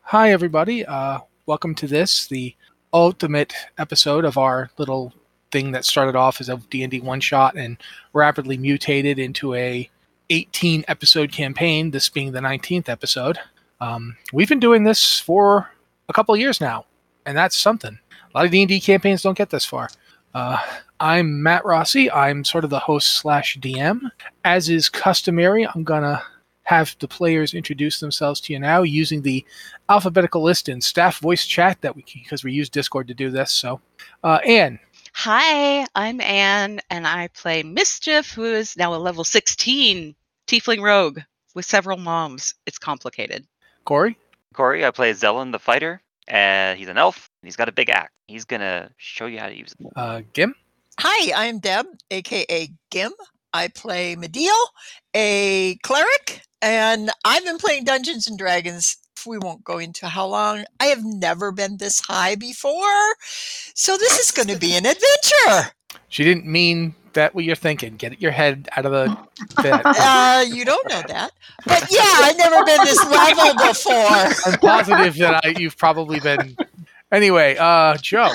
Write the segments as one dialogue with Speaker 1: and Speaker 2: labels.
Speaker 1: Hi, everybody. Uh, welcome to this, the ultimate episode of our little thing that started off as a D&D one shot and rapidly mutated into a 18 episode campaign. This being the 19th episode. Um, we've been doing this for a couple of years now, and that's something. A lot of D&D campaigns don't get this far. Uh, I'm Matt Rossi. I'm sort of the host slash DM. As is customary, I'm gonna have the players introduce themselves to you now using the alphabetical list in staff voice chat that we because we use Discord to do this. So, uh, Anne,
Speaker 2: Hi, I'm Anne, and I play Mischief, who is now a level 16 Tiefling Rogue with several moms. It's complicated.
Speaker 1: Corey,
Speaker 3: Corey, I play Zellin the fighter. Uh, he's an elf. And he's got a big axe. He's gonna show you how to use it.
Speaker 1: uh, Gim,
Speaker 4: Hi, I'm Deb, aka Gim. I play Mediel, a cleric, and I've been playing Dungeons and Dragons. We won't go into how long. I have never been this high before, so this is going to be an adventure.
Speaker 1: she didn't mean that what you're thinking. Get your head out of the bed.
Speaker 4: Uh, you don't know that, but yeah, I've never been this level before.
Speaker 1: I'm positive that I, you've probably been. Anyway, uh, Joe,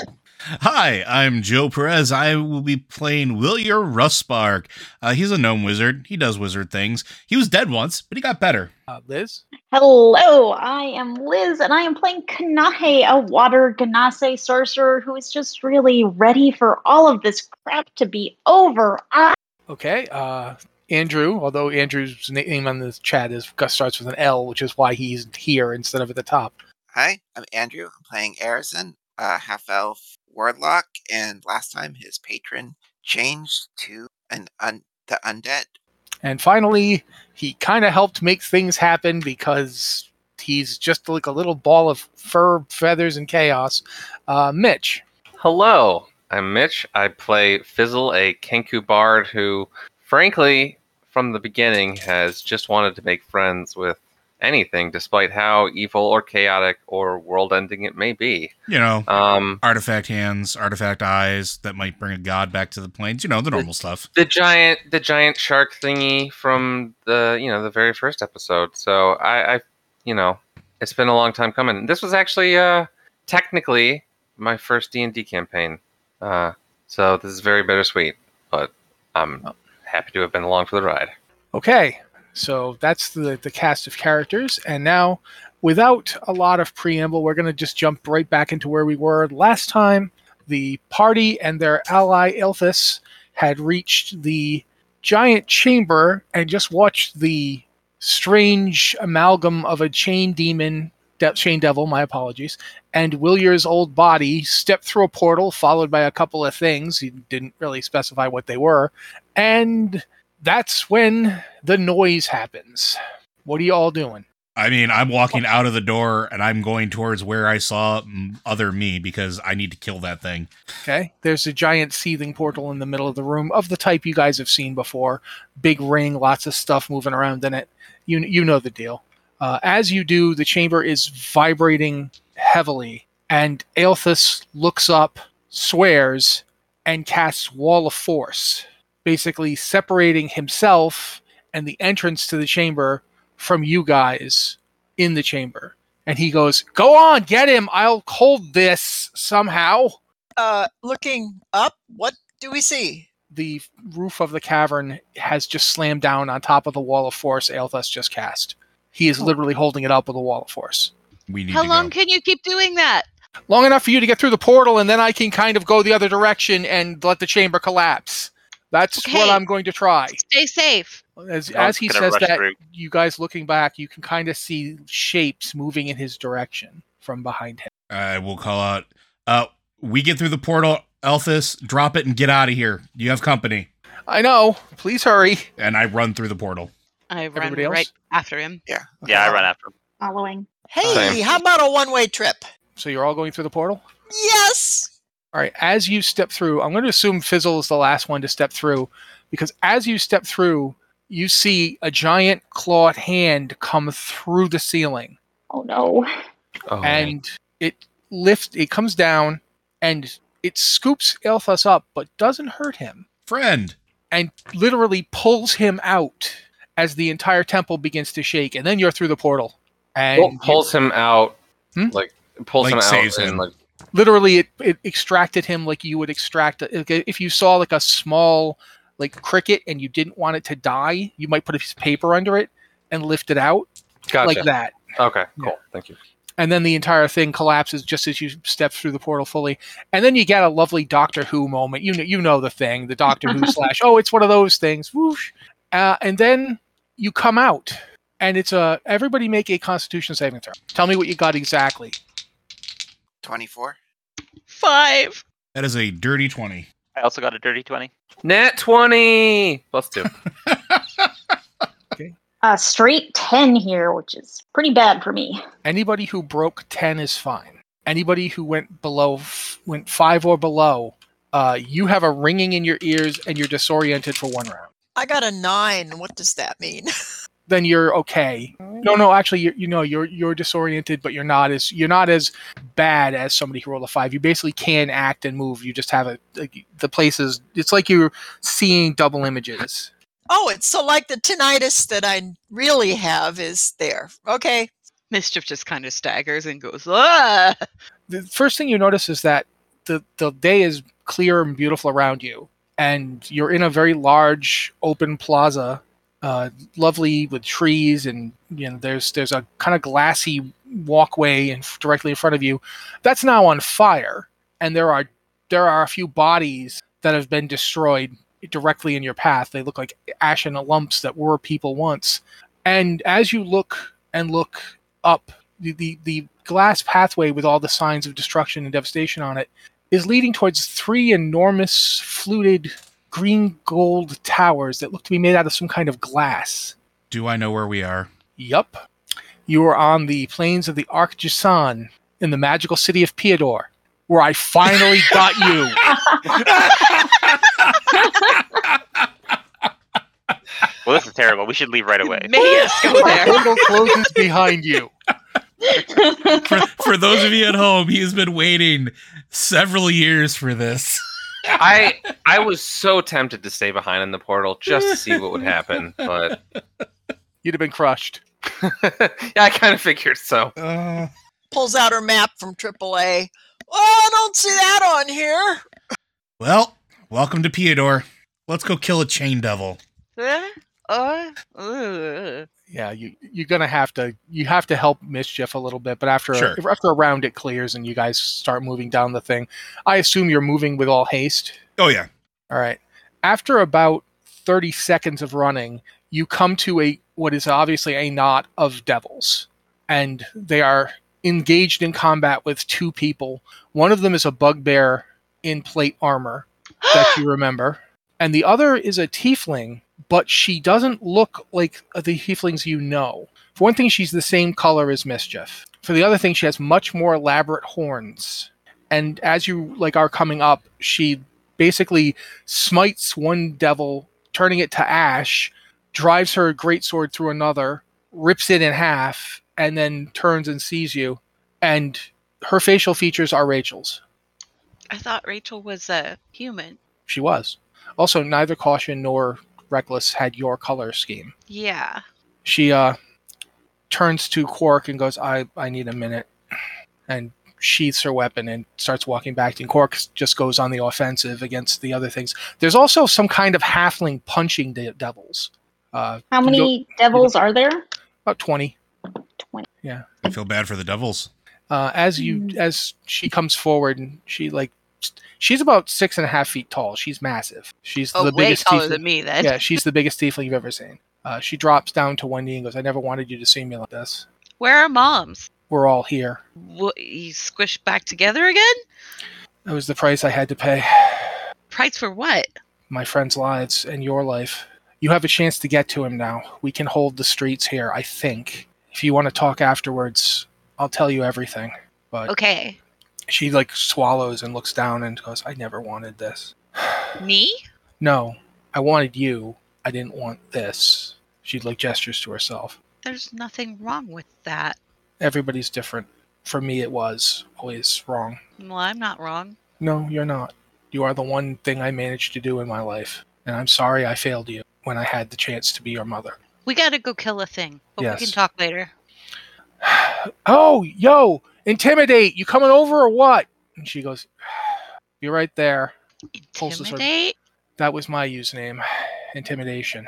Speaker 5: Hi, I'm Joe Perez. I will be playing Willier Ruspark. Uh, he's a gnome wizard. He does wizard things. He was dead once, but he got better.
Speaker 1: uh, Liz,
Speaker 6: Hello, I am Liz, and I am playing Kanahe, a water Ganase sorcerer who is just really ready for all of this crap to be over. Ah,
Speaker 1: okay, uh, Andrew. Although Andrew's name on the chat is starts with an L, which is why he's here instead of at the top.
Speaker 7: Hi, I'm Andrew. I'm playing Arison, a half elf warlock, and last time his patron changed to an un- the undead.
Speaker 1: And finally, he kind of helped make things happen because he's just like a little ball of fur, feathers, and chaos. Uh, Mitch,
Speaker 8: Hello, I'm Mitch. I play Fizzle, a Kenku bard who, frankly, from the beginning has just wanted to make friends with anything, despite how evil or chaotic or world ending it may be.
Speaker 5: You know,
Speaker 8: Um,
Speaker 5: artifact hands, artifact eyes that might bring a god back to the plains. You know, the normal stuff.
Speaker 8: the giant the giant shark thingy from the you know the very first episode so i i you know it's been a long time coming this was actually uh technically my first d&d campaign uh so this is very bittersweet but i'm happy to have been along for the ride
Speaker 1: Okay, so that's the, the cast of characters. And now, without a lot of preamble, we're going to just jump right back into where we were last time. The party and their ally, Elthus, had reached the giant chamber and just watched the strange amalgam of a chain demon, de- chain devil, my apologies, and Willier's old body step through a portal, followed by a couple of things. He didn't really specify what they were. And that's when the noise happens. What are you all doing?
Speaker 5: I mean, I'm walking out of the door and I'm going towards where I saw mm, other me because I need to kill that thing.
Speaker 1: Okay. There's a giant seething portal in the middle of the room of the type you guys have seen before. Big ring, lots of stuff moving around in it. You you know the deal. Uh, as you do, the chamber is vibrating heavily, and Aelthus looks up, swears, and casts Wall of Force, basically separating himself and the entrance to the chamber from you guys in the chamber. And he goes, "Go on, get him! I'll hold this somehow."
Speaker 4: Uh, looking up, what do we see?
Speaker 1: the roof of the cavern has just slammed down on top of the wall of force Aelthus just cast. He is literally holding it up with a wall of force.
Speaker 5: We need
Speaker 2: How
Speaker 5: to
Speaker 2: long
Speaker 5: go.
Speaker 2: can you keep doing that?
Speaker 1: Long enough for you to get through the portal, and then I can kind of go the other direction and let the chamber collapse. That's what
Speaker 2: Okay.
Speaker 1: I'm going to try.
Speaker 2: Stay safe.
Speaker 1: As,
Speaker 3: I was
Speaker 1: as he
Speaker 3: gonna
Speaker 1: says
Speaker 3: rush
Speaker 1: that,
Speaker 3: through.
Speaker 1: you guys looking back, you can kind of see shapes moving in his direction from behind him.
Speaker 5: I will call out. Uh, we get through the portal, Elthus, drop it and get out of here. You have company.
Speaker 1: I know. Please hurry.
Speaker 5: And I run through the portal.
Speaker 2: I run
Speaker 1: Everybody else?
Speaker 2: right after him.
Speaker 3: Yeah, I run after him.
Speaker 6: following.
Speaker 4: Hey,
Speaker 8: Same.
Speaker 4: how about a one-way trip?
Speaker 1: So you're all going through the portal?
Speaker 4: Yes.
Speaker 1: All right, as you step through, I'm going to assume Fizzle is the last one to step through because as you step through, you see a giant clawed hand come through the ceiling
Speaker 6: Oh no.
Speaker 8: oh,
Speaker 1: and it lifts, it comes down and it scoops Elthus up but doesn't hurt him
Speaker 5: Friend.
Speaker 1: and literally pulls him out as the entire temple begins to shake. And then you're through the portal. And
Speaker 8: Well, pulls him out
Speaker 1: Hmm?
Speaker 8: Like pulls
Speaker 5: Like,
Speaker 8: him out
Speaker 5: saves
Speaker 8: and
Speaker 5: him.
Speaker 8: like
Speaker 1: literally it, it extracted him like you would extract like, if you saw like a small like cricket and you didn't want it to die you might put a piece of paper under it and lift it out
Speaker 8: gotcha.
Speaker 1: like that
Speaker 8: Okay,
Speaker 1: Yeah.
Speaker 8: cool. Thank you.
Speaker 1: and then the entire thing collapses just as you step through the portal fully and then you get a lovely doctor who moment you know you know the thing the doctor who slash oh it's one of those things whoosh uh, and then you come out and it's a everybody make a constitution saving throw tell me what you got exactly
Speaker 7: 24.
Speaker 2: Five.
Speaker 5: That is a dirty 20.
Speaker 3: I also got a dirty twenty.
Speaker 8: Nat twenty plus two.
Speaker 6: A Uh, straight 10 here, which is pretty bad for me.
Speaker 1: anybody who broke 10 is fine anybody who went below f- went 5 or below uh, you have a ringing in your ears and you're disoriented for one round
Speaker 4: I got a nine. What does that mean?
Speaker 1: then you're okay no no actually you you know you're you're disoriented but you're not as you're not as bad as somebody who rolled a 5 you basically can act and move you just have a like, the places it's like you're seeing double images
Speaker 4: Oh, it's so like the tinnitus that I really have is there. Okay.
Speaker 2: Mischief just kind of staggers and goes, ah.
Speaker 1: the first thing you notice is that the the day is clear and beautiful around you, and you're in a very large open plaza, uh, lovely with trees, and you know there's there's a kind of glassy walkway and directly in front of you, that's now on fire, and there are there are a few bodies that have been destroyed directly in your path. They look like ashen lumps that were people once, and as you look and look up the, the, the glass pathway with all the signs of destruction and devastation on it is leading towards three enormous fluted green gold towers that look to be made out of some kind of glass.
Speaker 5: Do I know where we are?
Speaker 1: Yup. You are on the plains of the Arcgisan in the magical city of Piador, where I finally got you.
Speaker 3: Well, this is terrible. We should leave right away.
Speaker 2: Mayus, go
Speaker 1: The
Speaker 2: there.
Speaker 1: portal closes behind you.
Speaker 5: For, for those of you at home, he has been waiting several years for this.
Speaker 8: I I was so tempted to stay behind in the portal just to see what would happen, but
Speaker 1: You'd have been crushed.
Speaker 8: yeah, I kind of figured so.
Speaker 5: Uh,
Speaker 4: Pulls out her map from AAA. Oh, I don't see that on here.
Speaker 5: well, welcome to Piador. Let's go kill a chain devil.
Speaker 2: Eh? Uh, uh.
Speaker 1: Yeah, you, you're gonna have to you have to help mischief a little bit, but after
Speaker 5: Sure.
Speaker 1: after a round it clears and you guys start moving down the thing. I assume you're moving with all haste.
Speaker 5: Oh, yeah.
Speaker 1: All right. After about 30 seconds of running, you come to a what is obviously a knot of devils. And they are engaged in combat with two people. One of them is a bugbear in plate armor that you remember, and the other is a tiefling, but she doesn't look like the tieflings you know. For one thing, she's the same color as Mischief. For the other thing, she has much more elaborate horns. And as you like are coming up, she basically smites one devil, turning it to ash, drives her greatsword through another, rips it in half, and then turns and sees you. And her facial features are Rachel's.
Speaker 2: I thought Rachel was a human.
Speaker 1: She was. Also, neither caution nor reckless had your color scheme.
Speaker 2: Yeah.
Speaker 1: She uh, turns to Quark and goes, "I I need a minute," and sheaths her weapon and starts walking back. And Quark just goes on the offensive against the other things. There's also some kind of halfling punching de- devils. Uh,
Speaker 6: How many devils are there?
Speaker 1: about twenty.
Speaker 6: 20.
Speaker 5: I feel bad for the devils.
Speaker 1: Uh, as you
Speaker 6: Mm.
Speaker 1: as she comes forward, and she like she's about six and a half feet tall. She's massive. She's
Speaker 2: Oh,
Speaker 1: the
Speaker 2: way
Speaker 1: biggest.
Speaker 2: taller
Speaker 1: tiefling-
Speaker 2: than me then.
Speaker 1: yeah, she's the biggest tiefling you've ever seen. Uh, she drops down to one knee and goes, "I never wanted you to see me like this.
Speaker 2: Where are moms?
Speaker 1: We're all here.
Speaker 2: What, you squished back together again?
Speaker 1: It was the price I had to pay.
Speaker 2: Price for what?
Speaker 1: My friends' lives and your life. You have a chance to get to him now. We can hold the streets here. I think. If you want to talk afterwards, I'll tell you everything." But
Speaker 2: Okay.
Speaker 1: she like swallows and looks down and goes, "I never wanted this."
Speaker 2: Me?
Speaker 1: No, I wanted you. I didn't want this. She'd like gestures to herself.
Speaker 2: There's nothing wrong with that.
Speaker 1: Everybody's different. For me, it was always wrong.
Speaker 2: Well, I'm not wrong.
Speaker 1: No, you're not. You are the one thing I managed to do in my life. And I'm sorry I failed you when I had the chance to be your mother.
Speaker 2: We gotta go kill a thing, but we
Speaker 1: Yes.
Speaker 2: can talk later.
Speaker 1: Oh, yo, Intimidate, you coming over or what? And she goes, You're right there. Pulls the sword.
Speaker 2: Intimidate?
Speaker 1: That was my username. Intimidation.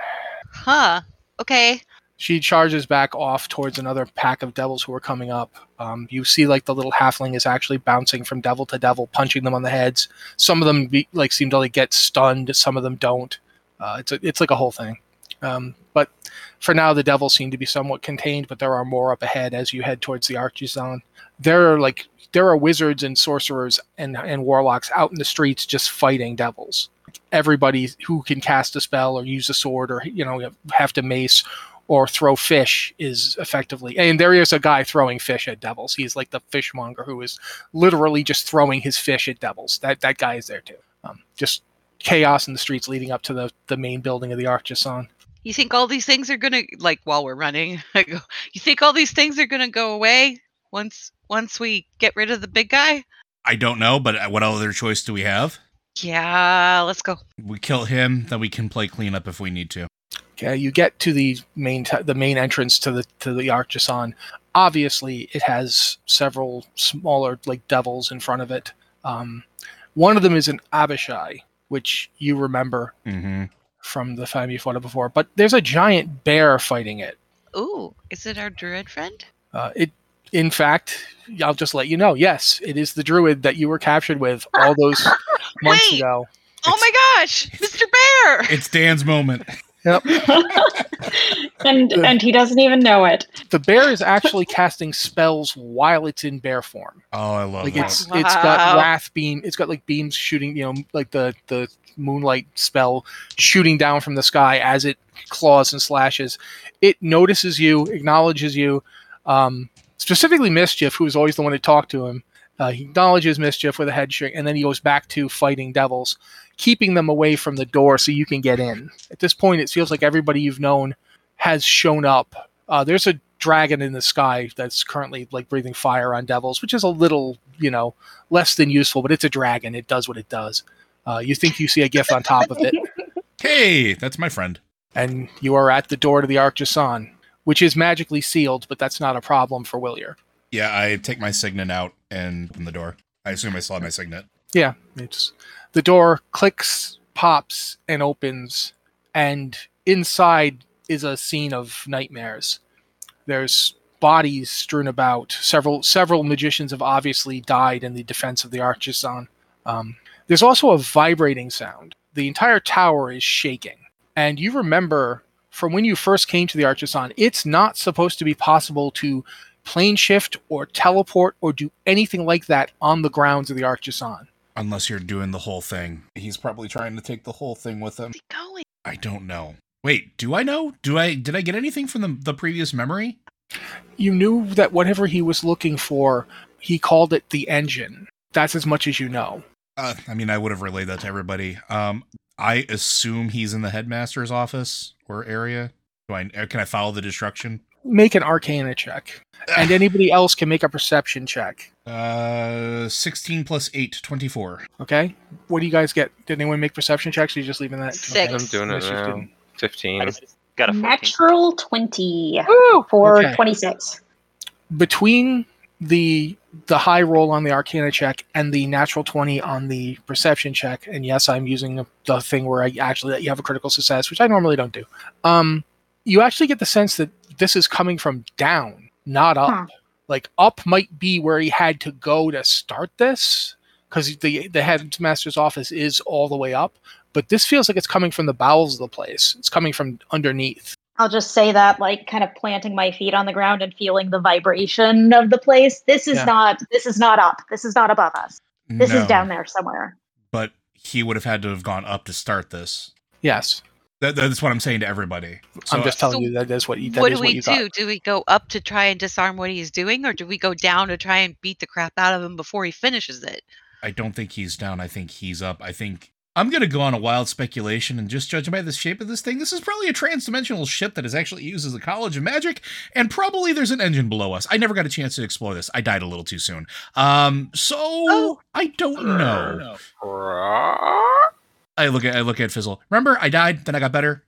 Speaker 2: Huh. Okay.
Speaker 1: she charges back off towards another pack of devils who are coming up. Um, you see, like the little halfling is actually bouncing from devil to devil, punching them on the heads. Some of them be, like seem to like get stunned. Some of them don't. Uh, it's a, it's like a whole thing. Um, but for now, the devils seem to be somewhat contained, but there are more up ahead as you head towards the Archizon. There are like there are wizards and sorcerers and and warlocks out in the streets just fighting devils. Everybody who can cast a spell or use a sword or you know have to mace or throw fish is effectively and there is a guy throwing fish at devils he's like the fishmonger who is literally just throwing his fish at devils that that guy is there too um, just chaos in the streets leading up to the the main building of the archison
Speaker 2: You think all these things are gonna like while we're running? I go. You think all these things are gonna go away once once we get rid of the big guy?
Speaker 5: I don't know, but what other choice do we have?
Speaker 2: Yeah. Let's go.
Speaker 5: We kill him, then we can play cleanup if we need to.
Speaker 1: Okay, you get to the main t- the main entrance to the to the Archison. Obviously, it has several smaller like devils in front of it. Um, one of them is an Abishai, which you remember
Speaker 5: Mm-hmm.
Speaker 1: from the time you fought it before. But there's a giant bear fighting it.
Speaker 2: Ooh, is it our druid friend?
Speaker 1: Uh, it, in fact, I'll just let you know. Yes, it is the druid that you were captured with all those months
Speaker 2: Wait.
Speaker 1: ago.
Speaker 2: Oh my gosh, Mr. Bear!
Speaker 5: It's Dan's moment.
Speaker 6: and and he doesn't even know it.
Speaker 1: The bear is actually casting spells while it's in bear form.
Speaker 5: Oh, I love
Speaker 1: like
Speaker 5: that.
Speaker 1: it's it's got
Speaker 2: Wow.
Speaker 1: wrath beam it's got like beams shooting you know like the the moonlight spell shooting down from the sky as it claws and slashes it notices you acknowledges you um, specifically mischief who is always the one to talk to him uh, he acknowledges mischief with a head shake and then he goes back to fighting devils keeping them away from the door so you can get in at this point it feels like everybody you've known has shown up uh, there's a dragon in the sky that's currently like breathing fire on devils, which is a little, you know, less than useful, but it's a dragon. It does what it does. Uh, you think you see a gift on top of it,
Speaker 5: Hey, that's my friend.
Speaker 1: and you are at the door to the Archjason, which is magically sealed, but that's not a problem for Willier.
Speaker 5: Yeah, I take my signet out and open the door. I assume I still have my signet.
Speaker 1: Yeah, it's the door clicks, pops, and opens, and inside is a scene of nightmares. There's bodies strewn about. Several several magicians have obviously died in the defense of the Archison. Um, there's also a vibrating sound. The entire tower is shaking, and you remember from when you first came to the Archison, it's not supposed to be possible to plane shift or teleport or do anything like that on the grounds of the Archison.
Speaker 5: Unless you're doing the whole thing. He's probably trying to take the whole thing with him.
Speaker 2: Where's he going?
Speaker 5: I don't know. Wait, do I know? Do I did I get anything from the, the previous memory?
Speaker 1: you knew that whatever he was looking for, he called it the engine. That's as much as you know.
Speaker 5: Uh, I mean, I would have relayed that to everybody. Um, I assume he's in the headmaster's office or area. Do I uh, can I follow the destruction?
Speaker 1: Make an arcana check, and anybody else can make a perception check.
Speaker 5: Uh, 16 plus 8, 24.
Speaker 1: Okay, what do you guys get? Did anyone make perception checks? Or you just leaving that?
Speaker 2: Six.
Speaker 1: Okay.
Speaker 8: I'm doing it
Speaker 1: Mischief
Speaker 8: now.
Speaker 1: didn't.
Speaker 8: 15.
Speaker 3: I just got a 14.
Speaker 6: Natural twenty
Speaker 1: Woo!
Speaker 6: for
Speaker 1: Okay.
Speaker 6: twenty six.
Speaker 1: Between the the high roll on the arcana check and the natural 20 on the perception check and yes i'm using the thing where i actually let you have a critical success which i normally don't do um, you actually get the sense that this is coming from down not up
Speaker 6: Huh.
Speaker 1: like up might be where he had to go to start this because the the headmaster's office is all the way up but this feels like it's coming from the bowels of the place it's coming from underneath
Speaker 6: I'll just say that, like, kind of planting my feet on the ground and feeling the vibration of the place. This is
Speaker 1: Yeah.
Speaker 6: not. This is not up. This is not above us. This
Speaker 5: No,
Speaker 6: is down there somewhere.
Speaker 5: But he would have had to have gone up to start this.
Speaker 1: yes
Speaker 5: That, that's what I'm saying to everybody.
Speaker 1: i'm
Speaker 5: So-
Speaker 1: just telling
Speaker 2: So
Speaker 1: you that is what you that
Speaker 2: what
Speaker 1: is
Speaker 2: do we
Speaker 1: you
Speaker 2: do?
Speaker 1: got.
Speaker 2: Do we go up to try and disarm what he's doing, or do we go down to try and beat the crap out of him before he finishes it?
Speaker 5: I don't think he's down. I think he's up. I think I'm going to go on a wild speculation and just judging by the shape of this thing, this is probably a trans-dimensional ship that is actually used as a college of magic, and probably there's an engine below us. I never got a chance to explore this. I died a little too soon. Um, so I don't know. I look at I look at Fizzle. Remember, I died, then I got better.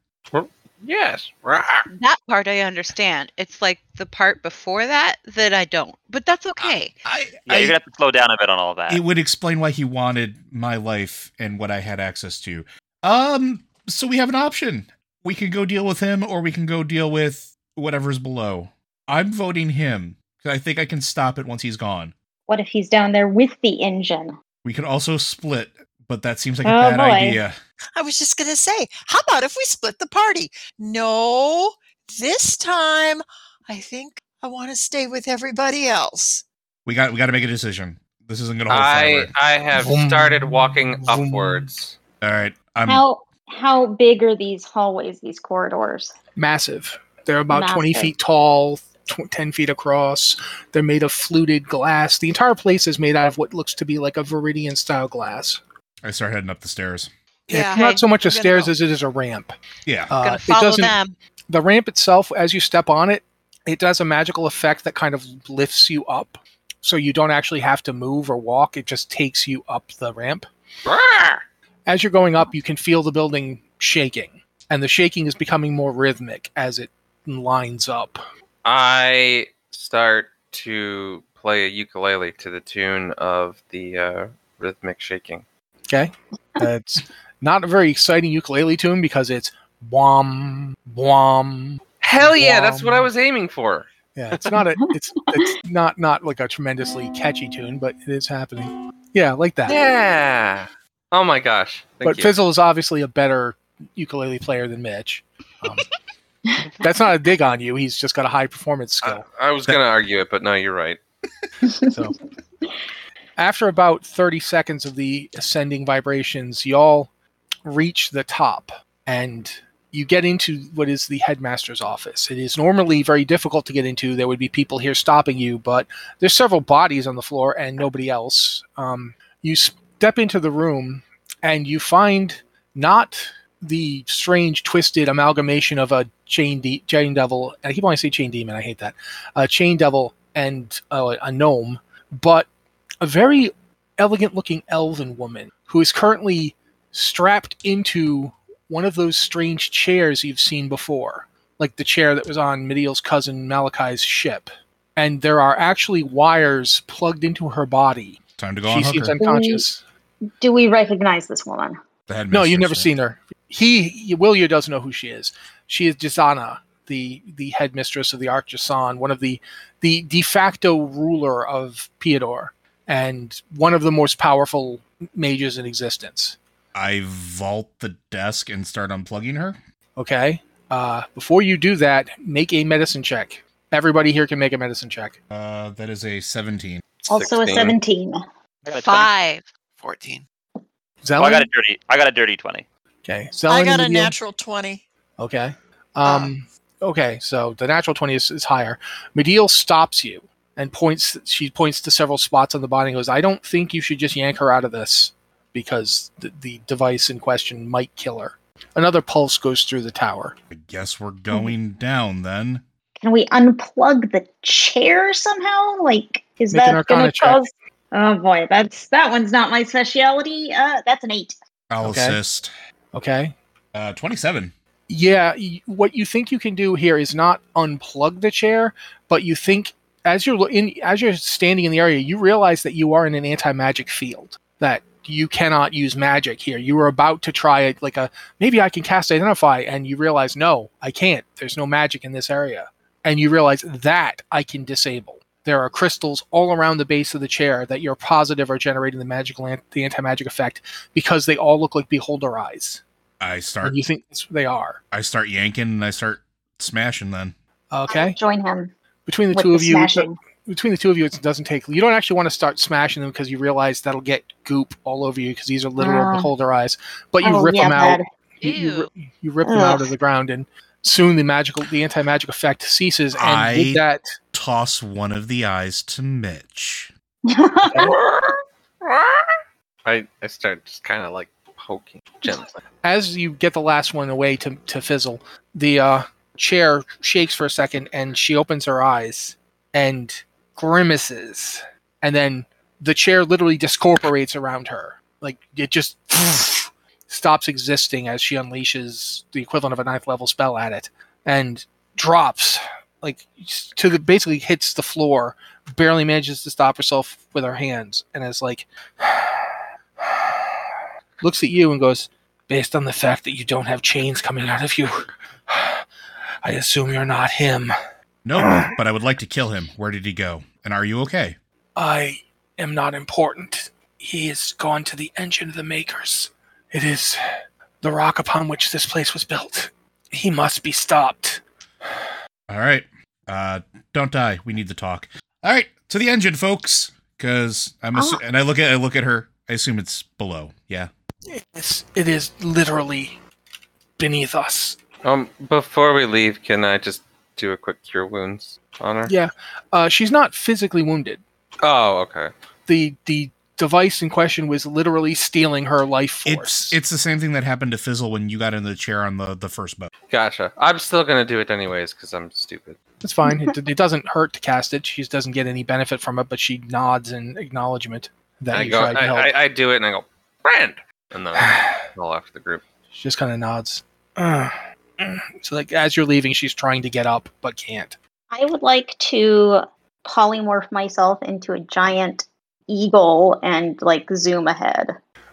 Speaker 8: Yes. Rah.
Speaker 1: Oh,
Speaker 2: That part I understand. It's like the part before that that I don't. But that's
Speaker 1: Ah,
Speaker 2: okay.
Speaker 5: I,
Speaker 3: Yeah, you're
Speaker 5: I-
Speaker 3: gonna have to slow down a bit on all that.
Speaker 5: it would explain why he wanted my life and what I had access to. Um, so we have an option. We can go deal with him, or we can go deal with whatever's below. I'm voting him 'cause I think I can stop it once he's gone.
Speaker 6: What if he's down there with the engine?
Speaker 5: We could also split, but that seems like a
Speaker 6: Oh,
Speaker 5: bad
Speaker 6: boy.
Speaker 5: idea.
Speaker 4: I was just going to say, how about if we split the party? No, this time I think I want to stay with everybody else.
Speaker 5: We got we got to make a decision. This isn't gonna hold
Speaker 8: I
Speaker 5: forever.
Speaker 8: I have
Speaker 1: Vroom,
Speaker 8: started walking
Speaker 1: vroom.
Speaker 8: upwards.
Speaker 5: All right, I'm
Speaker 6: how how big are these hallways, these corridors?
Speaker 1: Massive. They're about 20
Speaker 6: Massive.
Speaker 1: feet tall, tw- 10 feet across. They're made of fluted glass. The entire place is made out of what looks to be like a Viridian style glass.
Speaker 5: I start heading up the stairs.
Speaker 1: It's
Speaker 2: Yeah.
Speaker 1: not so much a
Speaker 4: Good
Speaker 1: stairs
Speaker 4: help.
Speaker 1: as it is a ramp.
Speaker 5: Yeah,
Speaker 1: Uh,
Speaker 2: Gonna
Speaker 1: it
Speaker 2: follow
Speaker 1: doesn't-
Speaker 2: them.
Speaker 1: the ramp itself, as you step on it, it does a magical effect that kind of lifts you up. So you don't actually have to move or walk. It just takes you up the ramp.
Speaker 8: Rah.
Speaker 1: As you're going up, you can feel the building shaking, and the shaking is becoming more rhythmic as it lines up.
Speaker 8: I start to play a ukulele to the tune of the uh, rhythmic shaking.
Speaker 1: That's not a very exciting ukulele tune because it's wham wham.
Speaker 8: Hell yeah, that's what I
Speaker 1: Wham.
Speaker 8: was aiming for.
Speaker 1: Yeah, it's not a it's it's not not like a tremendously catchy tune, but it is happening. Yeah, like that.
Speaker 8: Yeah. Oh my gosh. Thank
Speaker 1: but
Speaker 8: you.
Speaker 1: Fizzle is obviously a better ukulele player than Mitch. Um, that's not a dig on you. He's just got a high performance
Speaker 8: I,
Speaker 1: skill.
Speaker 8: I was gonna argue it, but no, you're right.
Speaker 1: So after about 30 seconds of the ascending vibrations, y'all reach the top and you get into what is the headmaster's office. It is normally very difficult to get into. There would be people here stopping you, but there's several bodies on the floor and nobody else. Um, you step into the room and you find not the strange, twisted amalgamation of a chain, de- chain devil. I keep wanting to say chain demon. I hate that. A chain devil and uh, a gnome, but a very elegant looking elven woman who is currently strapped into one of those strange chairs you've seen before, like the chair that was on Medial's cousin Malachi's ship. And there are actually wires plugged into her body.
Speaker 5: time to go
Speaker 1: she
Speaker 5: on
Speaker 1: seems
Speaker 5: hooker.
Speaker 1: unconscious.
Speaker 6: Do we recognize this woman?
Speaker 5: The
Speaker 1: No, you've never
Speaker 5: headmistress.
Speaker 1: seen her. He, he Willio doesn't know who she is. She is Jisana, the the headmistress of the Archjasan, one of the the de facto ruler of Piedor, and one of the most powerful mages in existence.
Speaker 5: I vault the desk and start unplugging her.
Speaker 1: Okay. Uh, before you do that, make a medicine check. Everybody here can make a medicine check.
Speaker 5: Uh, that is a 17.
Speaker 6: Also
Speaker 8: 16.
Speaker 6: a seventeen.
Speaker 3: I got a 20.
Speaker 2: Five.
Speaker 7: 14.
Speaker 1: Zelen.
Speaker 3: Oh, I got a dirty. I got a dirty twenty.
Speaker 1: okay. Zelen
Speaker 4: I
Speaker 1: and
Speaker 4: got a
Speaker 1: Nabil?
Speaker 4: natural 20.
Speaker 1: Okay. Um, okay. So the natural twenty is, is higher. Mediel stops you and points. She points to several spots on the body and goes, "I don't think you should just yank her out of this because the, the device in question might kill her." Another pulse goes through the tower.
Speaker 5: I guess we're going down then.
Speaker 6: Can we unplug the chair somehow? Like, is
Speaker 1: Make an
Speaker 6: that going
Speaker 1: arcana
Speaker 6: to
Speaker 1: check.
Speaker 6: cause? Oh boy, that's that one's not my specialty. Uh, that's an eight.
Speaker 5: I'll
Speaker 1: Okay.
Speaker 5: assist.
Speaker 1: Okay.
Speaker 5: Uh, 27.
Speaker 1: Yeah, y- what you think you can do here is not unplug the chair, but you think as you're lo- in as you're standing in the area, you realize that you are in an anti-magic field that you cannot use magic here. You were about to try it like a maybe I can cast identify and you realize no, I can't. There's no magic in this area. And you realize that I can disable. There are crystals all around the base of the chair that you're positive are generating the magical an- the anti-magic effect because they all look like beholder eyes.
Speaker 5: I
Speaker 1: And
Speaker 5: start
Speaker 1: you think that's what they are.
Speaker 5: I start yanking and I start smashing then.
Speaker 1: Okay.
Speaker 6: I'll join him
Speaker 1: between the
Speaker 6: with
Speaker 1: two
Speaker 6: the
Speaker 1: of you
Speaker 6: smashing.
Speaker 1: between the two of you it doesn't take you don't actually want to start smashing them because you realize that'll get goop all over you because these are literal
Speaker 6: Ah.
Speaker 1: beholder eyes but you
Speaker 6: oh
Speaker 1: rip
Speaker 6: yeah,
Speaker 1: them out
Speaker 6: bad.
Speaker 1: you, you,
Speaker 2: Ew.
Speaker 1: ri- you rip them out
Speaker 6: Ugh.
Speaker 1: of the ground and soon the magical the anti-magic effect ceases and
Speaker 5: I-
Speaker 1: with that
Speaker 5: Toss one of the eyes to Mitch.
Speaker 8: I I start just kind of like poking gently.
Speaker 1: as you get the last one away to, to fizzle the uh, chair shakes for a second and she opens her eyes and grimaces and then the chair literally discorporates around her like it just stops existing as she unleashes the equivalent of a ninth level spell at it and drops like to the basically hits the floor barely manages to stop herself with her hands and is like looks at you and goes based on the fact that you don't have chains coming out of you i assume you're not him
Speaker 5: No, but I would like to kill him. Where did he go? And are you okay?
Speaker 1: I am not important. He is gone to the engine of the makers. It is the rock upon which this place was built. He must be stopped.
Speaker 5: All right. Uh, don't die. We need to talk. All right, to the engine, folks. Because I'm assu-
Speaker 6: Oh.
Speaker 5: and I look at I look at her. I assume it's below. Yeah.
Speaker 1: It's, it is literally beneath us.
Speaker 8: Um, before we leave, can I just do a quick cure wounds on her?
Speaker 1: Yeah. Uh, she's not physically wounded.
Speaker 8: Oh, okay.
Speaker 1: The the device in question was literally stealing her life force.
Speaker 5: It's it's the same thing that happened to Fizzle when you got in the chair on the the first boat.
Speaker 8: Gotcha. I'm still gonna do it anyways because I'm stupid.
Speaker 1: It's fine. It, it doesn't hurt to cast it. She doesn't get any benefit from it, but she nods in acknowledgement that
Speaker 8: I
Speaker 1: you
Speaker 8: go.
Speaker 1: tried to help.
Speaker 8: I, I, I do it and I go, friend, and then I call after the group.
Speaker 1: She just kind of nods. "Ugh." So, like, as you're leaving, she's trying to get up but can't.
Speaker 6: I would like to polymorph myself into a giant eagle and like zoom ahead.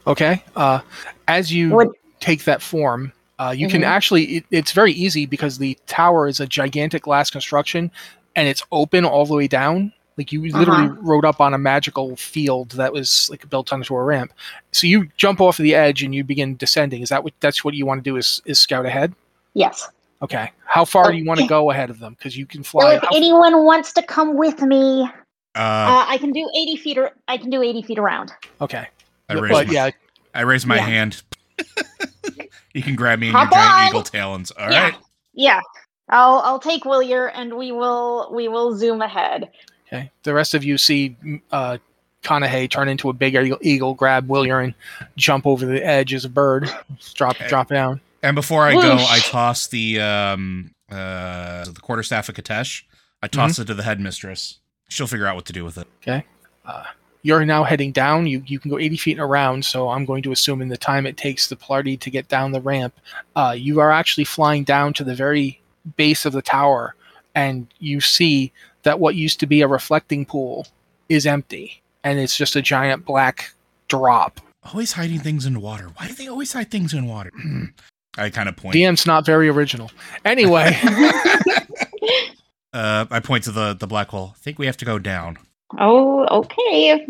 Speaker 1: Okay. Uh, as you
Speaker 6: Would
Speaker 1: take that form, uh, you can
Speaker 6: Mhm.
Speaker 1: actually, it, it's very easy because the tower is a gigantic glass construction and it's open all the way down. Like, you literally rode up on a magical field that was like built onto a ramp. So, you jump off of the edge and you begin descending. Is that what that's what you want to do? Is, is scout ahead?
Speaker 6: yes.
Speaker 1: Okay. How far do you want to
Speaker 6: Okay.
Speaker 1: go ahead of them? Because you can
Speaker 6: So
Speaker 1: fly.
Speaker 6: if
Speaker 1: how-
Speaker 6: anyone wants to come with me,
Speaker 1: Oh.
Speaker 5: Uh,
Speaker 6: uh, I can do eighty feet. Or, I can do eighty feet around.
Speaker 1: okay.
Speaker 5: I raised
Speaker 1: But
Speaker 5: my,
Speaker 1: yeah,
Speaker 5: I raised my
Speaker 6: Yeah.
Speaker 5: hand. you can grab me in
Speaker 6: Hop
Speaker 5: your giant
Speaker 6: on.
Speaker 5: eagle talons. All right.
Speaker 6: yeah, yeah. I'll I'll take Willier and we will we will zoom ahead.
Speaker 1: Okay. The rest of you see uh, Conahay turn into a big eagle- eagle, grab Willier, and jump over the edge as a bird. Drop,
Speaker 5: Okay.
Speaker 1: drop down.
Speaker 5: And before I go,
Speaker 6: Whoosh.
Speaker 5: I toss the um uh the quarterstaff of Katesh. I toss it to the headmistress. She'll figure out what to do with it.
Speaker 1: You're now heading down. You you can go 80 feet in a round. So I'm going to assume in the time it takes the party to get down the ramp, uh, you are actually flying down to the very base of the tower, and you see that what used to be a reflecting pool is empty, and it's just a giant black drop.
Speaker 5: Always hiding things in water. Why do they always hide things in water? I kind of point.
Speaker 1: DM's not very original. Anyway.
Speaker 5: uh, I point to the the black hole. I think we have to go down.
Speaker 6: Oh, okay.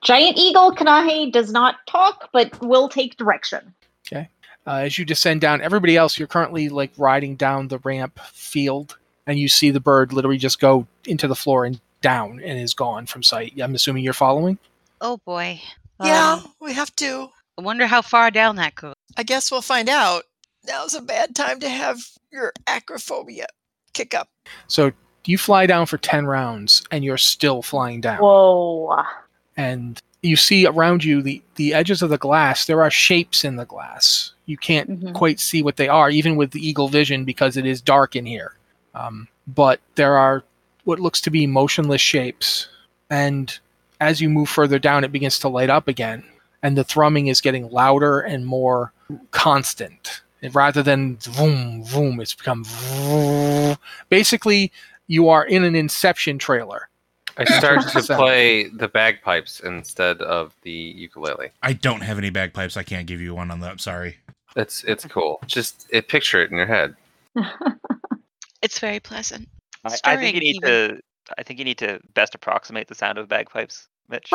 Speaker 6: Giant eagle Kanahe does not talk, but will take direction.
Speaker 1: uh, as you descend down everybody else you're currently like riding down the ramp field and you see the bird literally just go into the floor and down and is gone from sight i'm assuming you're following
Speaker 2: Oh boy.
Speaker 4: yeah,
Speaker 2: Um,
Speaker 4: we have to.
Speaker 2: I wonder how far down that goes.
Speaker 4: I guess we'll find out. Now's a bad time to have your acrophobia kick up.
Speaker 1: so you fly down for 10 rounds and you're still flying down
Speaker 6: Whoa.
Speaker 1: and you see around you the the edges of the glass there are shapes in the glass you can't
Speaker 6: Mhm.
Speaker 1: quite see what they are even with the eagle vision because it is dark in here um, but there are what looks to be motionless shapes and as you move further down it begins to light up again and the thrumming is getting louder and more constant and rather than vroom vroom it's become vroom. basically you are in an inception trailer
Speaker 8: I start to
Speaker 1: So-
Speaker 8: play the bagpipes instead of the ukulele.
Speaker 5: I don't have any bagpipes. I can't give you one on that. I'm sorry.
Speaker 8: It's it's cool. Just it, picture it in your head.
Speaker 2: It's very pleasant.
Speaker 3: I, I
Speaker 2: Stirring
Speaker 3: think you need
Speaker 2: even.
Speaker 3: to. I think you need to best approximate the sound of bagpipes, Mitch.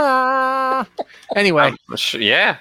Speaker 1: anyway
Speaker 8: Um, sh- yeah.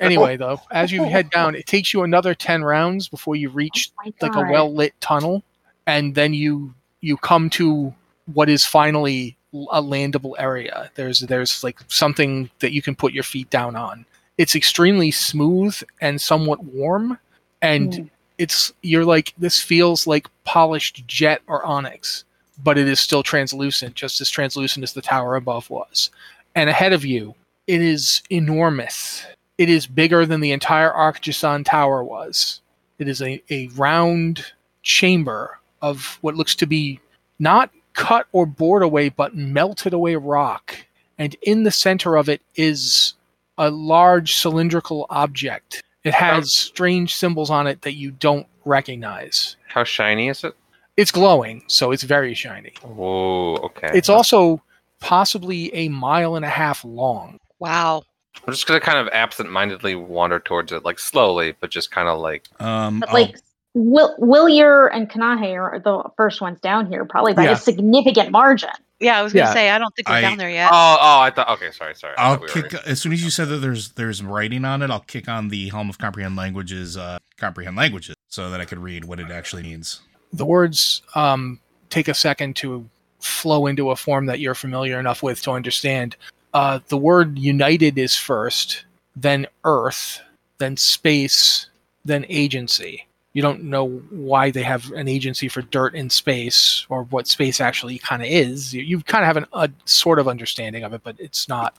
Speaker 1: anyway though as you head down it takes you another 10 rounds before you reach
Speaker 6: Oh my
Speaker 1: like a
Speaker 6: God.
Speaker 1: well lit tunnel and then you you come to what is finally l- a landable area there's there's like something that you can put your feet down on it's extremely smooth and somewhat warm and
Speaker 6: Mm.
Speaker 1: it's you're like this feels like polished jet or onyx but it is still translucent just as translucent as the tower above was and ahead of you it is enormous it is bigger than the entire archisan tower was it is a, a round chamber of what looks to be not cut or bored away but melted away rock and in the center of it is a large cylindrical object. It has strange symbols on it that you don't recognize.
Speaker 8: How shiny is it?
Speaker 1: It's glowing, so it's very shiny.
Speaker 8: Whoa, okay.
Speaker 1: It's also possibly a mile and a half long.
Speaker 2: Wow.
Speaker 8: I'm just gonna kind of absent-mindedly wander towards it, like slowly, but just kind of like
Speaker 5: Um,
Speaker 6: But
Speaker 5: I'll-
Speaker 6: like Will Willier and Kanahe are the first ones down here, probably by
Speaker 1: Yeah.
Speaker 6: a significant margin.
Speaker 2: Yeah, I was gonna
Speaker 1: Yeah.
Speaker 2: say I don't think we're
Speaker 5: I-
Speaker 2: down there
Speaker 8: oh
Speaker 2: yet.
Speaker 8: oh I thought okay sorry sorry I
Speaker 5: I'll
Speaker 8: thought we were
Speaker 5: kick as soon as you said that there's there's writing on it. I'll kick on the helm of comprehend languages, uh, comprehend languages, so that I could read what it actually means.
Speaker 1: The words um, take a second to flow into a form that you're familiar enough with to understand. Uh, the word united is first, then earth, then space, then agency. You don't know why they have an agency for dirt in space or what space actually kind of is. You, you kind of have an, a sort of understanding of it, but it's not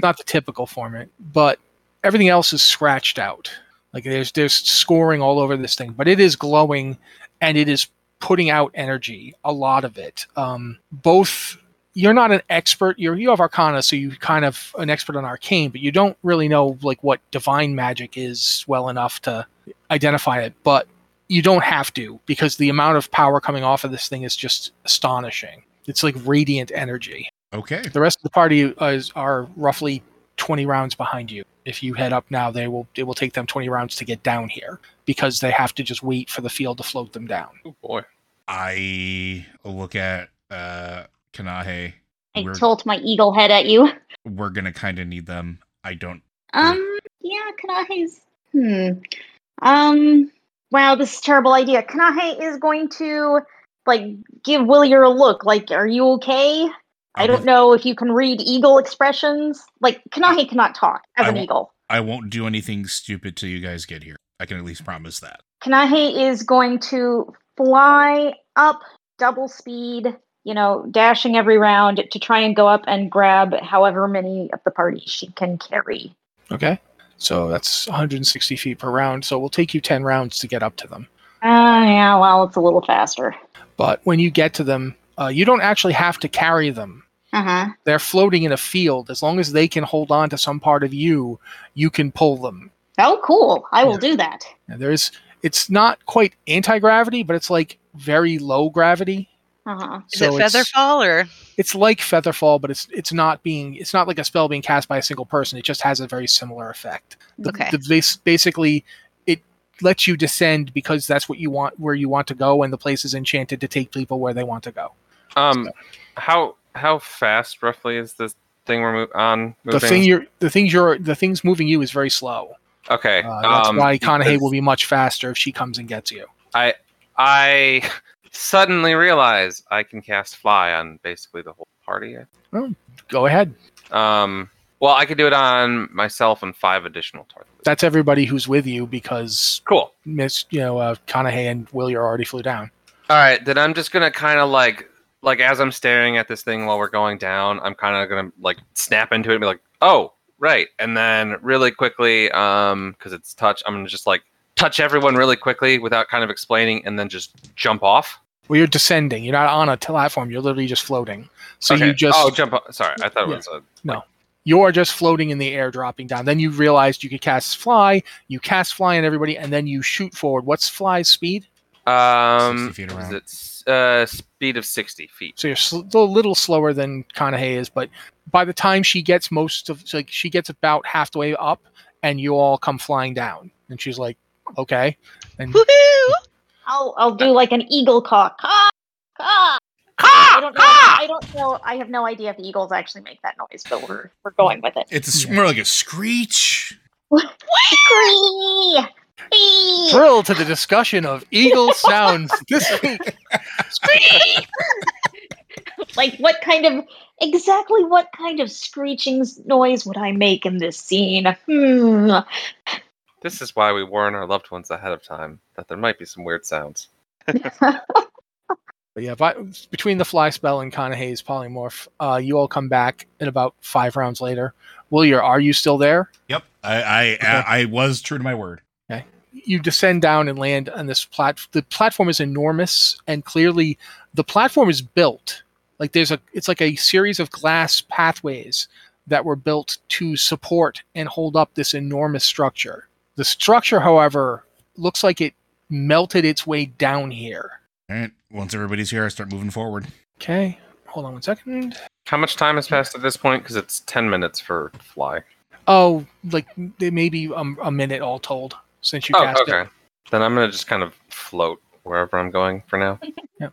Speaker 1: not the typical format. But everything else is scratched out. Like there's there's scoring all over this thing, but it is glowing and it is putting out energy, a lot of it. Um, both you're not an expert. You're you have Arcana, so you kind of an expert on Arcane, but you don't really know like what divine magic is well enough to identify it. But you don't have to because the amount of power coming off of this thing is just astonishing. It's like radiant energy.
Speaker 5: Okay.
Speaker 1: The rest of the party is, are roughly 20 rounds behind you. If you head up now, they will it will take them 20 rounds to get down here because they have to just wait for the field to float them down.
Speaker 8: oh boy
Speaker 5: I will look at uh Kanahe.
Speaker 6: I
Speaker 5: We're-
Speaker 6: tilt my eagle head at you.
Speaker 5: We're gonna kind of need them. I don't.
Speaker 6: Um, yeah, Kanahe's. Hmm. Um. Wow, this is a terrible idea. Kanahe is going to like give Willier a look. Like, are you okay? I
Speaker 5: I'll
Speaker 6: don't
Speaker 5: be-
Speaker 6: know if you can read eagle expressions. Like, Kanahe cannot talk as
Speaker 5: I
Speaker 6: an
Speaker 5: won't-
Speaker 6: eagle.
Speaker 5: I won't do anything stupid till you guys get here. I can at least promise that.
Speaker 6: Kanahe is going to fly up double speed, you know, dashing every round to try and go up and grab however many of the party she can carry.
Speaker 1: Okay. So that's 160 feet per round. So it will take you 10 rounds to get up to them.
Speaker 6: Uh, yeah, well, it's a little faster.
Speaker 1: But when you get to them, uh, you don't actually have to carry them.
Speaker 6: Uh huh.
Speaker 1: They're floating in a field. As long as they can hold on to some part of you, you can pull them.
Speaker 6: Oh, cool. I will do that.
Speaker 1: And there's, it's not quite anti gravity, but it's like very low gravity.
Speaker 6: Uh-huh.
Speaker 2: Is
Speaker 1: so
Speaker 2: it feather
Speaker 1: it's,
Speaker 2: fall or
Speaker 1: it's like featherfall, but it's it's not being it's not like a spell being cast by a single person. It just has a very similar effect. The,
Speaker 2: Okay.
Speaker 1: the base, basically, it lets you descend because that's what you want, where you want to go, and the place is enchanted to take people where they want to go.
Speaker 8: um how how fast roughly is this thing we're mo- on
Speaker 1: The
Speaker 8: moving?
Speaker 1: thing you're, the things you're, the things moving you is very slow.
Speaker 8: okay
Speaker 1: Uh, that's
Speaker 8: um,
Speaker 1: why Kanahe
Speaker 8: because-
Speaker 1: will be much faster if she comes and gets you.
Speaker 8: I suddenly realize I can cast fly on basically the whole party.
Speaker 1: Go ahead.
Speaker 8: Um, well, I could do it on myself and five additional targets.
Speaker 1: That's everybody who's with you because
Speaker 8: cool.
Speaker 1: Miss, you know, uh, Kanahe and Willier already flew down.
Speaker 8: All right, then I'm just gonna kind of like, like as I'm staring at this thing while we're going down, I'm kind of gonna like snap into it and be like, oh, right, and then really quickly, um, because it's touch, I'm gonna just like touch everyone really quickly without kind of explaining, and then just jump off.
Speaker 1: Well, you're descending. You're not on a platform. You're literally just floating. So
Speaker 8: Okay.
Speaker 1: you just
Speaker 8: oh jump. Off. Sorry, I thought it
Speaker 1: Yeah.
Speaker 8: was a
Speaker 1: you're just floating in the air dropping down then you realized you could cast fly you cast fly on everybody and then you shoot forward what's fly's speed
Speaker 8: um.
Speaker 5: 60 feet
Speaker 8: what is
Speaker 5: around.
Speaker 8: it S- uh, speed of sixty feet?
Speaker 1: so you're sl- a little slower than Kanahe is but by the time she gets most of so, like she gets about halfway up and you all come flying down and she's like okay and
Speaker 2: woohoo?
Speaker 6: I'll I'll do like an eagle caw. Caw, caw. I don't know. I don't know. I have no idea if the eagles actually make that noise, but we're we're going with it.
Speaker 5: It's a s more like a screech.
Speaker 6: Cree! Cree!
Speaker 1: thrill to the discussion of eagle sounds this week
Speaker 6: like what kind of exactly what kind of screeching s- noise would I make in this scene? Hmm.
Speaker 8: This is why we warn our loved ones ahead of time that there might be some weird sounds.
Speaker 1: But yeah, but between the fly spell and Kanahe's polymorph, uh, you all come back in about five rounds later. Willier, are you still there?
Speaker 5: Yep. I I, I I was true to my word.
Speaker 1: You descend down and land on this plat. The platform is enormous, and clearly, the platform is built like there's a. It's like a series of glass pathways that were built to support and hold up this enormous structure. The structure, however, looks like it melted its way down here.
Speaker 5: All right. Once everybody's here, I start moving forward.
Speaker 1: Okay, hold on one second.
Speaker 8: How much time has passed at this point? Because it's ten minutes for fly.
Speaker 1: Oh, like they maybe um, a minute all told since you
Speaker 8: Oh,
Speaker 1: cast
Speaker 8: okay.
Speaker 1: it.
Speaker 8: Then I'm gonna just kind of float wherever I'm going for now.
Speaker 1: Uh,